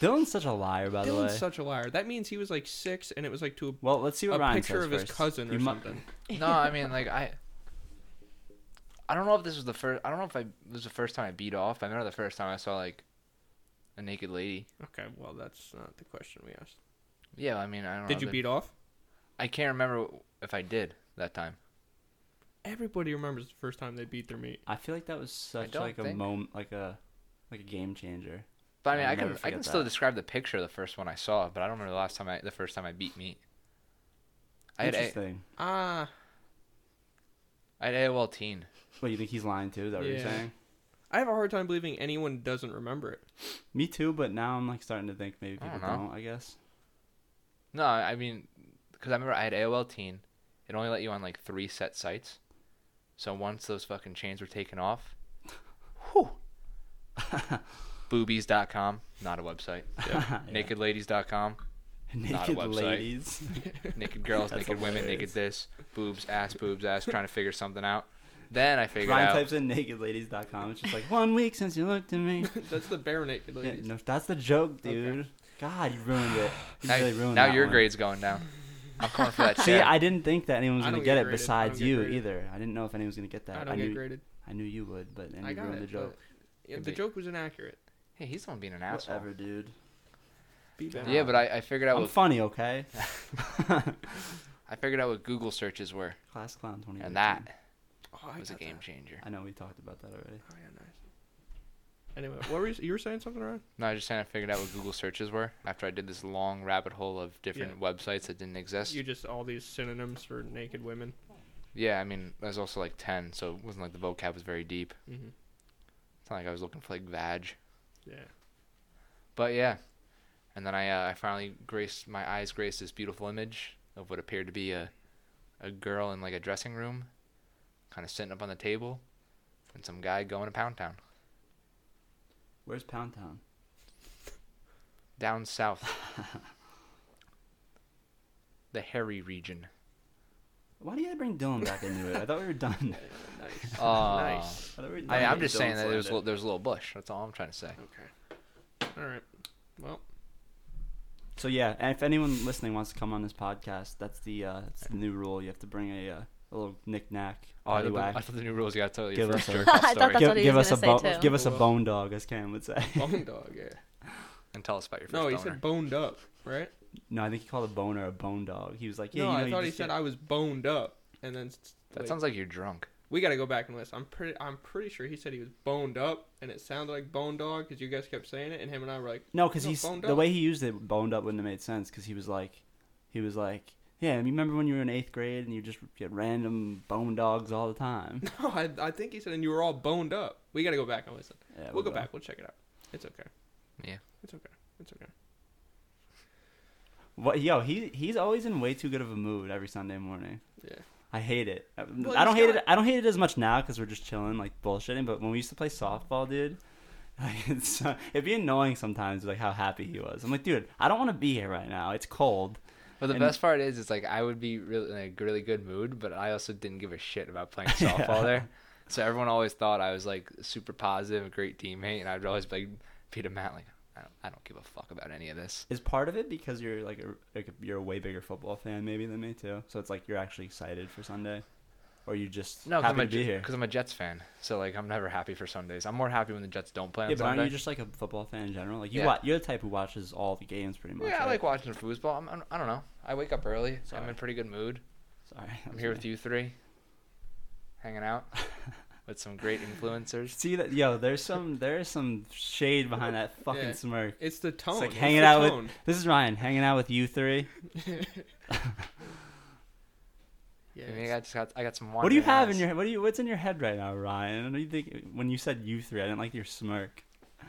[SPEAKER 4] Dylan's such a liar, by the way.
[SPEAKER 3] Dylan's such a liar. That means he was like six, and it was like to a
[SPEAKER 4] well, let's see what
[SPEAKER 3] a
[SPEAKER 4] Ryan
[SPEAKER 3] picture
[SPEAKER 4] says
[SPEAKER 3] of his
[SPEAKER 4] first.
[SPEAKER 3] cousin or
[SPEAKER 4] mu-
[SPEAKER 3] something.
[SPEAKER 1] No, I mean like I. I don't know if this was the first. I don't know if I this was the first time I beat off. I remember the first time I saw like a naked lady.
[SPEAKER 3] Okay, well, that's not the question we asked.
[SPEAKER 1] Yeah, I mean I
[SPEAKER 4] Oh,
[SPEAKER 1] don't.
[SPEAKER 3] Did
[SPEAKER 1] know,
[SPEAKER 3] you
[SPEAKER 1] the-
[SPEAKER 3] beat off?
[SPEAKER 1] I can't remember if I did that time.
[SPEAKER 3] Everybody remembers the first time they beat their meat.
[SPEAKER 4] I feel like that was such
[SPEAKER 1] don't
[SPEAKER 4] like a
[SPEAKER 1] think-
[SPEAKER 4] moment, like a like a game changer.
[SPEAKER 1] But I mean
[SPEAKER 4] I'll
[SPEAKER 1] I
[SPEAKER 4] never
[SPEAKER 1] can I
[SPEAKER 4] forget
[SPEAKER 1] can still
[SPEAKER 4] that.
[SPEAKER 1] describe the picture of the first one I saw, but I don't remember the last time I the first time I beat meat. I had a,
[SPEAKER 4] Interesting.
[SPEAKER 3] Ah,
[SPEAKER 1] I had AOL Teen.
[SPEAKER 4] What you think he's lying too? Is that what you're
[SPEAKER 3] Yeah.
[SPEAKER 4] saying?
[SPEAKER 3] I have a hard time believing anyone doesn't remember it.
[SPEAKER 4] Me too, but now I'm like starting to think maybe
[SPEAKER 1] I
[SPEAKER 4] people
[SPEAKER 1] don't know.
[SPEAKER 4] don't. I guess.
[SPEAKER 1] No, I mean, because I remember I had AOL Teen. It only let you on like three set sites. So once those fucking chains were taken off, whew.
[SPEAKER 4] (laughs)
[SPEAKER 1] Boobies.com, not a website.
[SPEAKER 4] (laughs)
[SPEAKER 1] Nakedladies.com, Not a
[SPEAKER 4] Naked
[SPEAKER 1] website.
[SPEAKER 4] ladies.
[SPEAKER 1] naked girls,
[SPEAKER 4] (laughs) That's
[SPEAKER 1] naked women, naked this, boobs, ass, boobs, ass, trying to figure something out. Then I
[SPEAKER 4] (laughs)
[SPEAKER 1] figured
[SPEAKER 4] Ryan
[SPEAKER 1] out.
[SPEAKER 4] types in nakedladies.com. It's just like one week since you looked at
[SPEAKER 3] (laughs)
[SPEAKER 4] me.
[SPEAKER 3] That's the bare naked
[SPEAKER 4] Yeah,
[SPEAKER 3] ladies.
[SPEAKER 4] no, that's the joke, dude. God, you
[SPEAKER 1] (sighs)
[SPEAKER 4] ruined it. You
[SPEAKER 1] now
[SPEAKER 4] really ruined
[SPEAKER 1] now
[SPEAKER 4] that
[SPEAKER 1] your
[SPEAKER 4] one.
[SPEAKER 1] grade's going down. I'm coming for that
[SPEAKER 4] (laughs) See,
[SPEAKER 1] shit.
[SPEAKER 4] I didn't think that anyone was
[SPEAKER 3] I
[SPEAKER 4] gonna
[SPEAKER 3] don't
[SPEAKER 4] get,
[SPEAKER 3] get
[SPEAKER 4] it
[SPEAKER 3] graded. I
[SPEAKER 4] besides
[SPEAKER 3] don't get
[SPEAKER 4] you
[SPEAKER 3] graded.
[SPEAKER 4] either. I didn't know if anyone was gonna get that.
[SPEAKER 3] I don't get
[SPEAKER 4] knew,
[SPEAKER 3] graded.
[SPEAKER 4] I knew you would, but then
[SPEAKER 3] I
[SPEAKER 4] you
[SPEAKER 3] got
[SPEAKER 4] ruined
[SPEAKER 3] it.
[SPEAKER 4] the joke.
[SPEAKER 3] but- yeah,
[SPEAKER 1] Could
[SPEAKER 3] the
[SPEAKER 1] be.
[SPEAKER 3] joke was inaccurate.
[SPEAKER 1] hey, he's the one being an asshole.
[SPEAKER 4] Whatever, dude.
[SPEAKER 3] Be better.
[SPEAKER 1] Yeah, but I, I figured out
[SPEAKER 4] I'm
[SPEAKER 1] what (laughs)
[SPEAKER 4] funny, okay?
[SPEAKER 1] I figured out what Google searches were,
[SPEAKER 4] Class clown 20.
[SPEAKER 1] and that
[SPEAKER 3] oh, I
[SPEAKER 1] was a
[SPEAKER 3] got
[SPEAKER 1] game
[SPEAKER 3] that.
[SPEAKER 1] changer.
[SPEAKER 4] I know we talked about that already.
[SPEAKER 3] Oh, yeah, nice. Anyway, what were you, you were saying something, Ryan?
[SPEAKER 1] No, I was just saying I figured out what Google searches were after I did this long rabbit hole of different websites that didn't exist.
[SPEAKER 3] You just all these synonyms for naked women.
[SPEAKER 1] Yeah, I mean, I was also like 10, so it wasn't like the vocab was very deep.
[SPEAKER 3] Mhm.
[SPEAKER 1] It's not like I was looking for like vag.
[SPEAKER 3] Yeah.
[SPEAKER 1] But yeah, and then I uh, I finally graced my eyes graced this beautiful image of what appeared to be a a girl in like a dressing room, kind of sitting up on the table, and some guy going to Pound Town
[SPEAKER 4] Where's Pound Town?
[SPEAKER 1] down
[SPEAKER 3] (laughs)
[SPEAKER 1] south, the hairy region.
[SPEAKER 4] Why do you gotta bring Dylan back into it? I thought we
[SPEAKER 1] (laughs)
[SPEAKER 4] were done.
[SPEAKER 3] Nice.
[SPEAKER 1] Uh,
[SPEAKER 3] nice.
[SPEAKER 4] I thought we were done
[SPEAKER 1] I, I'm
[SPEAKER 4] with
[SPEAKER 1] just saying
[SPEAKER 4] Dylan
[SPEAKER 1] that there's
[SPEAKER 4] slander.
[SPEAKER 1] li- there's a little bush. That's all I'm trying to say.
[SPEAKER 3] Okay. All right. Well, (laughs)
[SPEAKER 4] So yeah, and if anyone listening wants to come on this podcast, that's the uh, that's the new rule. You have to bring a, uh, a little knickknack.
[SPEAKER 1] Oh, I
[SPEAKER 4] paddywhack.
[SPEAKER 1] thought, the, I thought the new rules. You got to tell you
[SPEAKER 4] Give
[SPEAKER 1] first
[SPEAKER 4] us a-
[SPEAKER 1] jerk
[SPEAKER 2] I
[SPEAKER 1] off
[SPEAKER 4] (laughs)
[SPEAKER 2] thought
[SPEAKER 1] story
[SPEAKER 2] that's
[SPEAKER 4] give,
[SPEAKER 2] what he
[SPEAKER 4] give
[SPEAKER 2] was
[SPEAKER 4] us a
[SPEAKER 2] gonna
[SPEAKER 4] bone,
[SPEAKER 2] say, too.
[SPEAKER 4] give us a
[SPEAKER 3] Well-
[SPEAKER 4] bone dog, as Cam would say.
[SPEAKER 3] bone dog. Yeah.
[SPEAKER 1] and tell us about your first
[SPEAKER 3] No, he
[SPEAKER 1] boner.
[SPEAKER 3] said boned up, right?
[SPEAKER 4] (laughs) no, I think he called a boner a bone dog. He was like, yeah,
[SPEAKER 3] no,
[SPEAKER 4] you know,
[SPEAKER 3] I
[SPEAKER 4] you
[SPEAKER 3] thought he
[SPEAKER 4] just
[SPEAKER 3] said
[SPEAKER 4] get-
[SPEAKER 3] I was boned up, and then s-
[SPEAKER 1] that
[SPEAKER 3] like,
[SPEAKER 1] sounds like you're drunk.
[SPEAKER 3] we got to go back and listen. I'm pretty I'm pretty sure he said he was boned up, and it sounded like bone dog because you guys kept saying it, and him and I were like,
[SPEAKER 4] no, because
[SPEAKER 3] no,
[SPEAKER 4] he's
[SPEAKER 3] boned
[SPEAKER 4] the
[SPEAKER 3] up.
[SPEAKER 4] way he used it, boned up wouldn't have made sense. Because he was like, he was like, yeah, you remember when you were in eighth grade and you just get random bone dogs all the time.
[SPEAKER 3] (laughs) no, Oh, I, I think he said, and you were all boned up. We got to go back and listen.
[SPEAKER 4] Yeah,
[SPEAKER 3] we'll go
[SPEAKER 4] will.
[SPEAKER 3] back. We'll check it out. It's okay.
[SPEAKER 1] Yeah.
[SPEAKER 3] It's okay. It's okay.
[SPEAKER 4] What, yo, he he's always in way too good of a mood every Sunday morning.
[SPEAKER 3] Yeah.
[SPEAKER 4] I hate it. I-
[SPEAKER 3] Well,
[SPEAKER 4] I don't
[SPEAKER 3] he's
[SPEAKER 4] hate
[SPEAKER 3] got-
[SPEAKER 4] it. I don't hate it as much now because we're just chilling, like bullshitting. But when we used to play softball, dude, (laughs) like, it's, it'd be annoying sometimes, like how happy he was. I'm like, dude, I don't want to be here right now. It's cold.
[SPEAKER 1] But the
[SPEAKER 4] And-
[SPEAKER 1] best part is, it's like I would be really in a really good mood, but I also didn't give a shit about (laughs) playing softball
[SPEAKER 4] Yeah.
[SPEAKER 1] there. So everyone always thought I was like super positive, a great teammate, and I'd always be like Peter Matt, like I don't, I don't give a fuck about any of this.
[SPEAKER 4] Is part of it because you're like, a, like you're a way bigger football fan maybe than me too. So it's like you're actually excited for Sunday, or you just
[SPEAKER 1] No,
[SPEAKER 4] happy
[SPEAKER 1] because
[SPEAKER 4] to
[SPEAKER 1] I'm,
[SPEAKER 4] be
[SPEAKER 1] a-
[SPEAKER 4] here.
[SPEAKER 1] 'cause I'm a Jets fan, so like I'm never happy for Sundays. I'm more happy when the Jets don't play on
[SPEAKER 4] Yeah, but aren't
[SPEAKER 1] Sunday.
[SPEAKER 4] you just like a football fan in general? Like you,
[SPEAKER 1] Yeah.
[SPEAKER 4] wa- you're the type who watches all the games pretty much.
[SPEAKER 1] yeah, I
[SPEAKER 4] right?
[SPEAKER 1] like watching foosball. I'm, I'm, I don't know. I wake up early. I'm
[SPEAKER 4] Sorry.
[SPEAKER 1] in pretty good mood.
[SPEAKER 4] Sorry, that
[SPEAKER 1] I'm
[SPEAKER 4] was
[SPEAKER 1] here
[SPEAKER 4] me.
[SPEAKER 1] with you three, hanging out with some great influencers.
[SPEAKER 4] See that, yo? There's some, there's some shade behind that fucking
[SPEAKER 3] Yeah.
[SPEAKER 4] smirk.
[SPEAKER 3] It's the tone.
[SPEAKER 4] It's like
[SPEAKER 3] It's
[SPEAKER 4] hanging
[SPEAKER 3] the
[SPEAKER 4] out
[SPEAKER 3] tone. (laughs)
[SPEAKER 4] (laughs) with. This is Ryan hanging out with you three.
[SPEAKER 3] Yeah.
[SPEAKER 1] I mean, I got, just
[SPEAKER 3] it's-
[SPEAKER 1] got I got some.
[SPEAKER 4] What do you
[SPEAKER 1] wandering
[SPEAKER 4] have
[SPEAKER 1] eyes.
[SPEAKER 4] in your? What do you? What's in your head right now, Ryan? What do you think when you said you three? I didn't like your smirk.
[SPEAKER 1] (laughs)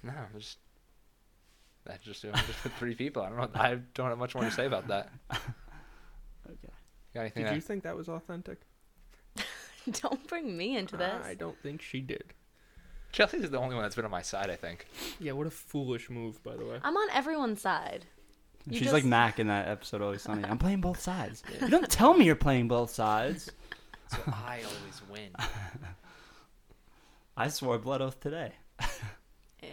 [SPEAKER 1] No, I'm just that's just I'm just with three people. I don't know. I don't have much more to say about that.
[SPEAKER 4] Okay.
[SPEAKER 1] Got anything?
[SPEAKER 3] Did
[SPEAKER 1] that-
[SPEAKER 3] you think that was authentic?
[SPEAKER 2] Don't bring me into this.
[SPEAKER 3] I don't think she did.
[SPEAKER 1] Chelsea's is the only one that's been on my side. I think.
[SPEAKER 3] Yeah, what a foolish move, by the way.
[SPEAKER 2] I'm on everyone's side. You
[SPEAKER 4] She's
[SPEAKER 2] just-
[SPEAKER 4] like Mac in that episode, Always Sunny. I'm playing both sides. You don't tell me you're playing both sides.
[SPEAKER 1] So I always win.
[SPEAKER 4] I swore blood oath today.
[SPEAKER 2] Ew.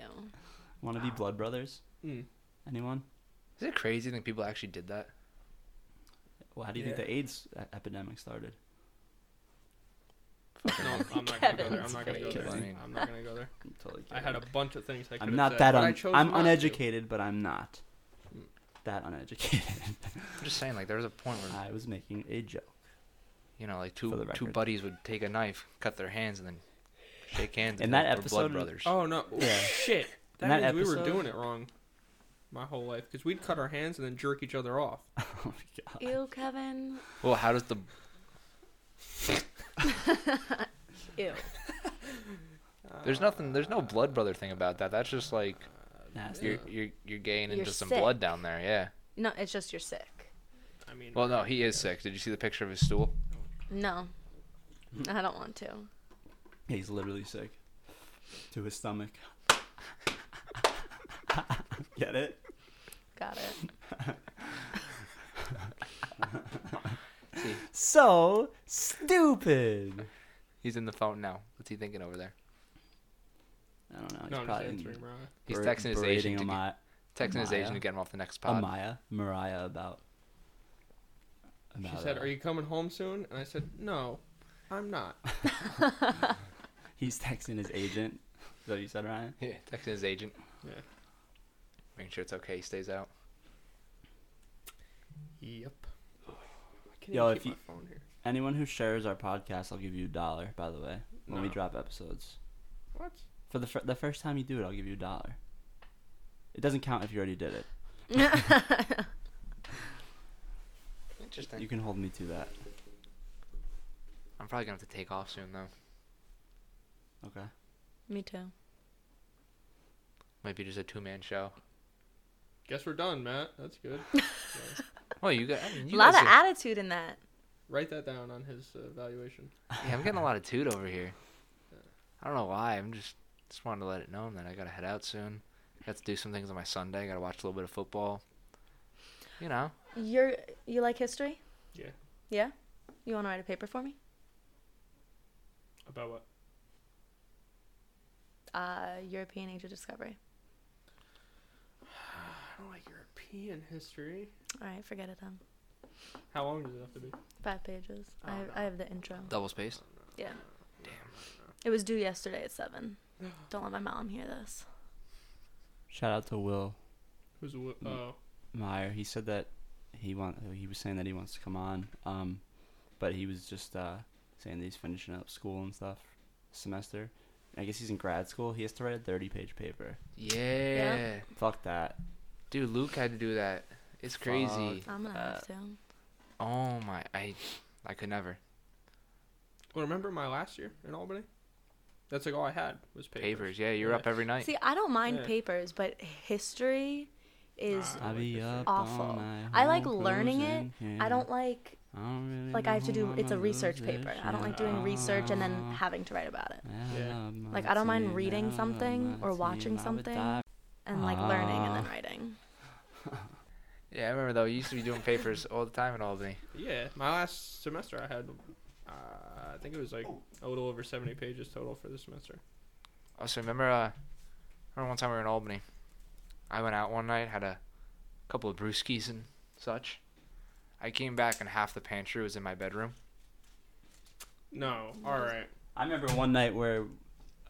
[SPEAKER 4] Want to be blood brothers?
[SPEAKER 3] Mm.
[SPEAKER 4] Anyone?
[SPEAKER 1] (laughs) Is it crazy that people actually did that?
[SPEAKER 4] Well, how do you
[SPEAKER 3] Yeah.
[SPEAKER 4] think the AIDS e- epidemic started?
[SPEAKER 3] No, um, I'm not gonna go there. I'm
[SPEAKER 2] Kevin's
[SPEAKER 3] not gonna go there.
[SPEAKER 1] face. Kidding.
[SPEAKER 3] I'm not gonna go there.
[SPEAKER 4] I'm totally
[SPEAKER 3] I had a
[SPEAKER 4] kidding.
[SPEAKER 3] bunch of things I could
[SPEAKER 4] I'm not that.
[SPEAKER 3] but I
[SPEAKER 4] Un-
[SPEAKER 3] chose
[SPEAKER 4] I'm
[SPEAKER 3] not to.
[SPEAKER 4] uneducated, but I'm not
[SPEAKER 3] Mm.
[SPEAKER 4] that uneducated. (laughs)
[SPEAKER 1] I'm just saying, like there was a point where
[SPEAKER 4] I was making a joke. (laughs)
[SPEAKER 1] you know, like
[SPEAKER 4] For
[SPEAKER 1] two
[SPEAKER 4] the
[SPEAKER 1] two
[SPEAKER 4] record.
[SPEAKER 1] buddies would take a knife, cut their hands, and then shake hands.
[SPEAKER 4] In
[SPEAKER 1] and
[SPEAKER 4] that
[SPEAKER 1] we're
[SPEAKER 4] episode-
[SPEAKER 1] blood brothers.
[SPEAKER 3] Oh no!
[SPEAKER 4] Yeah.
[SPEAKER 3] Shit! That,
[SPEAKER 4] In that
[SPEAKER 3] means we were
[SPEAKER 4] episode-
[SPEAKER 3] doing it wrong. My whole life, because we'd cut our hands and then jerk each other off.
[SPEAKER 4] Oh my god.
[SPEAKER 2] Ew, Kevin.
[SPEAKER 1] Well, how does the
[SPEAKER 2] Ew.
[SPEAKER 1] there's nothing there's no blood brother thing about that. That's just like
[SPEAKER 4] Nasty.
[SPEAKER 1] you're you're you're gaining
[SPEAKER 2] You're
[SPEAKER 1] just some
[SPEAKER 2] sick.
[SPEAKER 1] blood down there. Yeah.
[SPEAKER 2] No, it's just you're sick.
[SPEAKER 3] I mean,
[SPEAKER 1] Well, no, he is sick. Did you see the picture of his stool?
[SPEAKER 2] (laughs) No. I don't want to.
[SPEAKER 4] Yeah, He's literally sick to
[SPEAKER 3] (laughs)
[SPEAKER 4] his stomach. (laughs) Get it?
[SPEAKER 2] Got it.
[SPEAKER 4] So stupid.
[SPEAKER 1] He's in the phone now. What's he thinking over there?
[SPEAKER 4] I don't know. He's
[SPEAKER 3] no, I'm just
[SPEAKER 4] probably
[SPEAKER 3] answering, bro.
[SPEAKER 1] He's
[SPEAKER 4] bera-
[SPEAKER 1] texting his
[SPEAKER 4] berating
[SPEAKER 1] agent. To get,
[SPEAKER 4] Ami-
[SPEAKER 1] texting his
[SPEAKER 4] Amaya.
[SPEAKER 1] agent to get him off the next pod.
[SPEAKER 4] Amaya, Mariah about.
[SPEAKER 3] She
[SPEAKER 4] about,
[SPEAKER 3] said,
[SPEAKER 4] uh,
[SPEAKER 3] "Are you coming home soon?" And I said, "No, I'm not."
[SPEAKER 4] uh, He's texting his agent. Is that what you said, Ryan?
[SPEAKER 1] (laughs) Yeah, texting his agent,
[SPEAKER 3] Yeah.
[SPEAKER 1] making sure it's okay. He stays out.
[SPEAKER 3] Yep. Can
[SPEAKER 4] Yo,
[SPEAKER 3] you
[SPEAKER 4] if
[SPEAKER 3] keep my
[SPEAKER 4] you-
[SPEAKER 3] phone here?
[SPEAKER 4] Anyone who shares our podcast, I'll give you a dollar. By the way, when we
[SPEAKER 3] No.
[SPEAKER 4] drop episodes,
[SPEAKER 3] What?
[SPEAKER 4] for the fir- the first time you do it, I'll give you a dollar. It doesn't count if you already did it.
[SPEAKER 2] (laughs)
[SPEAKER 1] Interesting.
[SPEAKER 4] You can hold me to that.
[SPEAKER 1] I'm probably gonna have to take off soon though.
[SPEAKER 4] Okay.
[SPEAKER 2] me too.
[SPEAKER 1] Might be just a two man show.
[SPEAKER 3] Guess we're done, Matt. That's good.
[SPEAKER 1] Oh, you got. I mean,
[SPEAKER 2] A
[SPEAKER 1] you
[SPEAKER 2] lot
[SPEAKER 1] guys
[SPEAKER 2] of
[SPEAKER 1] are-
[SPEAKER 2] attitude in that.
[SPEAKER 3] Write that down on his uh, evaluation.
[SPEAKER 1] yeah, I'm getting a lot of toot over here. I don't know why. I'm just just wanted to let it known that I gotta head out soon. Got to do some things on my Sunday. Gotta watch a little bit of football. You know,
[SPEAKER 2] You're you like history?
[SPEAKER 3] Yeah.
[SPEAKER 2] Yeah. You want to write a paper for me?
[SPEAKER 3] About what?
[SPEAKER 2] Uh, European Age of Discovery.
[SPEAKER 3] I don't like European history.
[SPEAKER 2] All right, forget it then.
[SPEAKER 3] How long does it have to be?
[SPEAKER 2] Five pages. I, I have the intro.
[SPEAKER 1] double spaced.
[SPEAKER 2] Oh, Yeah. It was due yesterday at seven. Don't let my mom hear this.
[SPEAKER 4] Shout out to Will
[SPEAKER 3] Who's a wi- oh
[SPEAKER 4] Meyer. He said that he want he was saying that he wants to come on, um, but he was just uh, saying that he's finishing up school and stuff semester. I guess he's in grad school. He has to write a thirty-page paper.
[SPEAKER 1] Yeah.
[SPEAKER 4] Fuck that.
[SPEAKER 1] dude, Luke had to do that. It's crazy.
[SPEAKER 2] I'm gonna have to.
[SPEAKER 1] Oh my, I, I could never
[SPEAKER 3] Well, remember my last year in Albany? That's like all I had was papers.
[SPEAKER 1] papers. Yeah, you're up every night.
[SPEAKER 2] See, I don't mind
[SPEAKER 3] Yeah.
[SPEAKER 2] papers, but history is.
[SPEAKER 3] Nah.
[SPEAKER 4] I be up all
[SPEAKER 2] Awful.
[SPEAKER 4] night
[SPEAKER 2] I like
[SPEAKER 4] home
[SPEAKER 2] learning it.
[SPEAKER 4] cruising,
[SPEAKER 2] I
[SPEAKER 4] yeah.
[SPEAKER 2] don't like
[SPEAKER 4] I don't really
[SPEAKER 2] like I have
[SPEAKER 4] know
[SPEAKER 2] to do.
[SPEAKER 4] why
[SPEAKER 2] It's a
[SPEAKER 4] my
[SPEAKER 2] research
[SPEAKER 4] girl's
[SPEAKER 2] paper.
[SPEAKER 4] there.
[SPEAKER 2] I don't like doing research and
[SPEAKER 4] Ah.
[SPEAKER 2] then having to write about it.
[SPEAKER 4] Oh,
[SPEAKER 3] Yeah.
[SPEAKER 2] Like, I don't mind reading something or watching something And like learning and then
[SPEAKER 4] Ah.
[SPEAKER 2] writing.
[SPEAKER 1] Yeah, I remember though. You used to be doing papers all the time in Albany.
[SPEAKER 3] Yeah, my last semester I had, uh, I think it was like a little over seventy pages total for the semester.
[SPEAKER 1] Also, remember, uh, remember one time we were in Albany. I went out one night, had a couple of brewskis and such. I came back and half the pantry was in my bedroom.
[SPEAKER 3] No, all right.
[SPEAKER 4] I remember one night where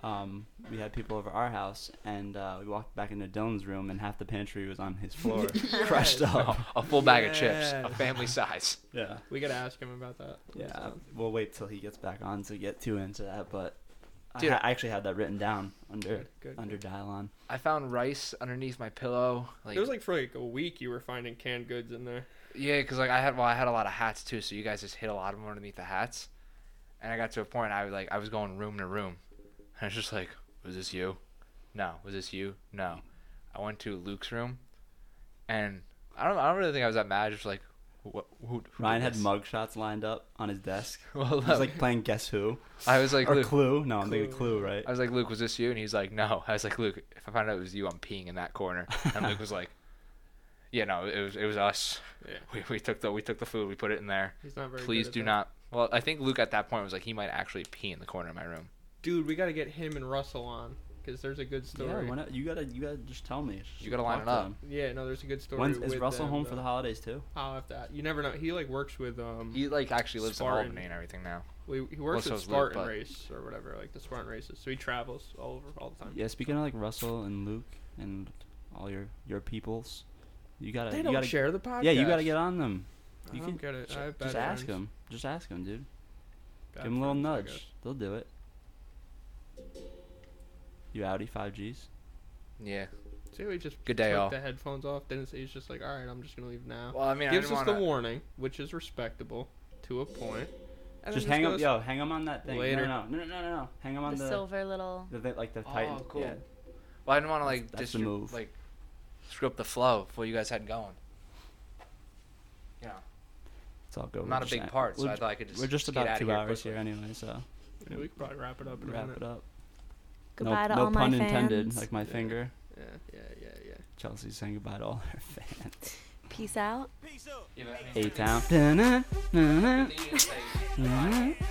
[SPEAKER 4] um, we had people over our house and uh, we walked back into Dylan's room and half the pantry was on
[SPEAKER 1] (laughs)
[SPEAKER 4] his floor, crushed up.
[SPEAKER 1] A full bag of chips, a
[SPEAKER 3] Yes.
[SPEAKER 1] family size.
[SPEAKER 4] Yeah,
[SPEAKER 3] We gotta ask him about that.
[SPEAKER 4] yeah. We'll wait till he gets back on to get too into that, but
[SPEAKER 1] Dude,
[SPEAKER 4] I, ha- I actually had that written down under
[SPEAKER 3] Good, good,
[SPEAKER 4] under Dylon.
[SPEAKER 1] I found rice underneath my pillow. Like,
[SPEAKER 3] It was like for like a week you were finding canned goods in there.
[SPEAKER 1] Yeah, because like I had well, I had a lot of hats too, so you guys just hid a lot of them underneath the hats, and I got to a point I was like I was going room to room, (laughs) and I was just like, was this you? No, was this you? No, I went to Luke's room, and I don't I don't really think I was that mad. I was Just like, what? Who, who
[SPEAKER 4] Ryan
[SPEAKER 1] did
[SPEAKER 4] had
[SPEAKER 1] this?
[SPEAKER 4] mugshots lined up on his
[SPEAKER 3] (laughs)
[SPEAKER 4] desk.
[SPEAKER 1] Well,
[SPEAKER 4] He was
[SPEAKER 1] like,
[SPEAKER 4] like playing Guess Who
[SPEAKER 1] I was like
[SPEAKER 4] or
[SPEAKER 1] Luke.
[SPEAKER 4] Clue. No, I'm thinking Clue, right?
[SPEAKER 1] I was like Luke, was this you? And he's like, no. (laughs) I was like Luke, if I find out it was you, I'm peeing in that corner. And
[SPEAKER 4] (laughs)
[SPEAKER 1] Luke was like, yeah, no, it was it was us.
[SPEAKER 3] Yeah.
[SPEAKER 1] We we took the we took the food, we put it in there.
[SPEAKER 3] He's not very.
[SPEAKER 1] Please
[SPEAKER 3] good at
[SPEAKER 1] do
[SPEAKER 3] that.
[SPEAKER 1] not. Well, I think Luke at that point was like, he might actually pee in the corner of my room.
[SPEAKER 3] Dude, we gotta get him and Russell on because there's a good
[SPEAKER 4] Yeah,
[SPEAKER 3] story.
[SPEAKER 4] why not- you gotta you gotta just tell me.
[SPEAKER 1] You gotta line
[SPEAKER 4] Talk
[SPEAKER 1] it
[SPEAKER 4] to
[SPEAKER 1] up.
[SPEAKER 4] them.
[SPEAKER 3] Yeah, no, there's a good story.
[SPEAKER 4] When's, is
[SPEAKER 3] with
[SPEAKER 4] Russell
[SPEAKER 3] them, uh,
[SPEAKER 4] home for
[SPEAKER 3] though.
[SPEAKER 4] the holidays too?
[SPEAKER 3] I'll have to. You never know. He like works with um.
[SPEAKER 1] He like actually lives
[SPEAKER 3] Spartan.
[SPEAKER 1] in Albany and everything now.
[SPEAKER 3] We, he works
[SPEAKER 1] Well,
[SPEAKER 3] at
[SPEAKER 1] so is Luke,
[SPEAKER 3] Spartan
[SPEAKER 1] but-
[SPEAKER 3] race or whatever, like the Spartan races. So he travels all over all the time.
[SPEAKER 4] Yeah, speaking of like Russell and Luke and all your your peoples, you gotta
[SPEAKER 3] They
[SPEAKER 4] you
[SPEAKER 3] don't
[SPEAKER 4] gotta
[SPEAKER 3] share the podcast.
[SPEAKER 4] yeah you gotta get on them.
[SPEAKER 3] I
[SPEAKER 4] You
[SPEAKER 3] don't
[SPEAKER 4] can
[SPEAKER 3] get it.
[SPEAKER 4] sh-
[SPEAKER 3] I have bad
[SPEAKER 4] just
[SPEAKER 3] friends.
[SPEAKER 4] ask them. Just ask them, dude.
[SPEAKER 3] Bad
[SPEAKER 4] Give them a little
[SPEAKER 3] friends, I
[SPEAKER 4] nudge.
[SPEAKER 3] guess.
[SPEAKER 4] They'll do it. You Audi five Gs?
[SPEAKER 1] Yeah.
[SPEAKER 3] See, how he just
[SPEAKER 1] Good day,
[SPEAKER 3] took
[SPEAKER 1] all.
[SPEAKER 3] the headphones off. Then he's just like, all right, I'm just gonna leave now.
[SPEAKER 1] Well, I mean,
[SPEAKER 3] Gives
[SPEAKER 1] I
[SPEAKER 3] us
[SPEAKER 1] didn't
[SPEAKER 3] the
[SPEAKER 1] want to.
[SPEAKER 3] warning, which is respectable to a point. And then
[SPEAKER 4] Just hang up,
[SPEAKER 3] goes-
[SPEAKER 4] yo, hang 'em on that thing.
[SPEAKER 3] Later.
[SPEAKER 4] No, no, no, no, no, no. Hang 'em on
[SPEAKER 2] the
[SPEAKER 4] the,
[SPEAKER 2] silver little.
[SPEAKER 4] the, thi- like the
[SPEAKER 1] Oh,
[SPEAKER 4] Titan.
[SPEAKER 1] cool.
[SPEAKER 4] Yeah.
[SPEAKER 1] Well, I didn't want to like
[SPEAKER 4] That's- that's the
[SPEAKER 1] distru-
[SPEAKER 4] move.
[SPEAKER 1] like screw up the flow of what you guys had (laughs) going. Yeah.
[SPEAKER 4] It's all good.
[SPEAKER 1] I'm
[SPEAKER 4] We're
[SPEAKER 1] not a
[SPEAKER 4] just
[SPEAKER 1] big
[SPEAKER 4] at-
[SPEAKER 1] part, so
[SPEAKER 4] we're
[SPEAKER 1] I
[SPEAKER 4] j-
[SPEAKER 1] thought I could just.
[SPEAKER 4] We're just
[SPEAKER 1] get
[SPEAKER 4] about
[SPEAKER 1] outta
[SPEAKER 4] two
[SPEAKER 1] here
[SPEAKER 4] hours
[SPEAKER 1] quickly.
[SPEAKER 4] here anyway, so
[SPEAKER 3] Yeah, we could probably wrap it up. In a
[SPEAKER 4] wrap
[SPEAKER 3] minute.
[SPEAKER 4] it up.
[SPEAKER 2] Goodbye
[SPEAKER 4] no
[SPEAKER 2] to
[SPEAKER 4] no
[SPEAKER 2] all
[SPEAKER 4] pun
[SPEAKER 2] my
[SPEAKER 4] intended.
[SPEAKER 2] fans.
[SPEAKER 4] Like my finger.
[SPEAKER 3] Yeah, yeah, yeah, yeah.
[SPEAKER 4] Chelsea's saying goodbye to all her (laughs) fans.
[SPEAKER 2] Peace out.
[SPEAKER 1] Yeah, but I mean,
[SPEAKER 4] A town.
[SPEAKER 1] I think you didn't say-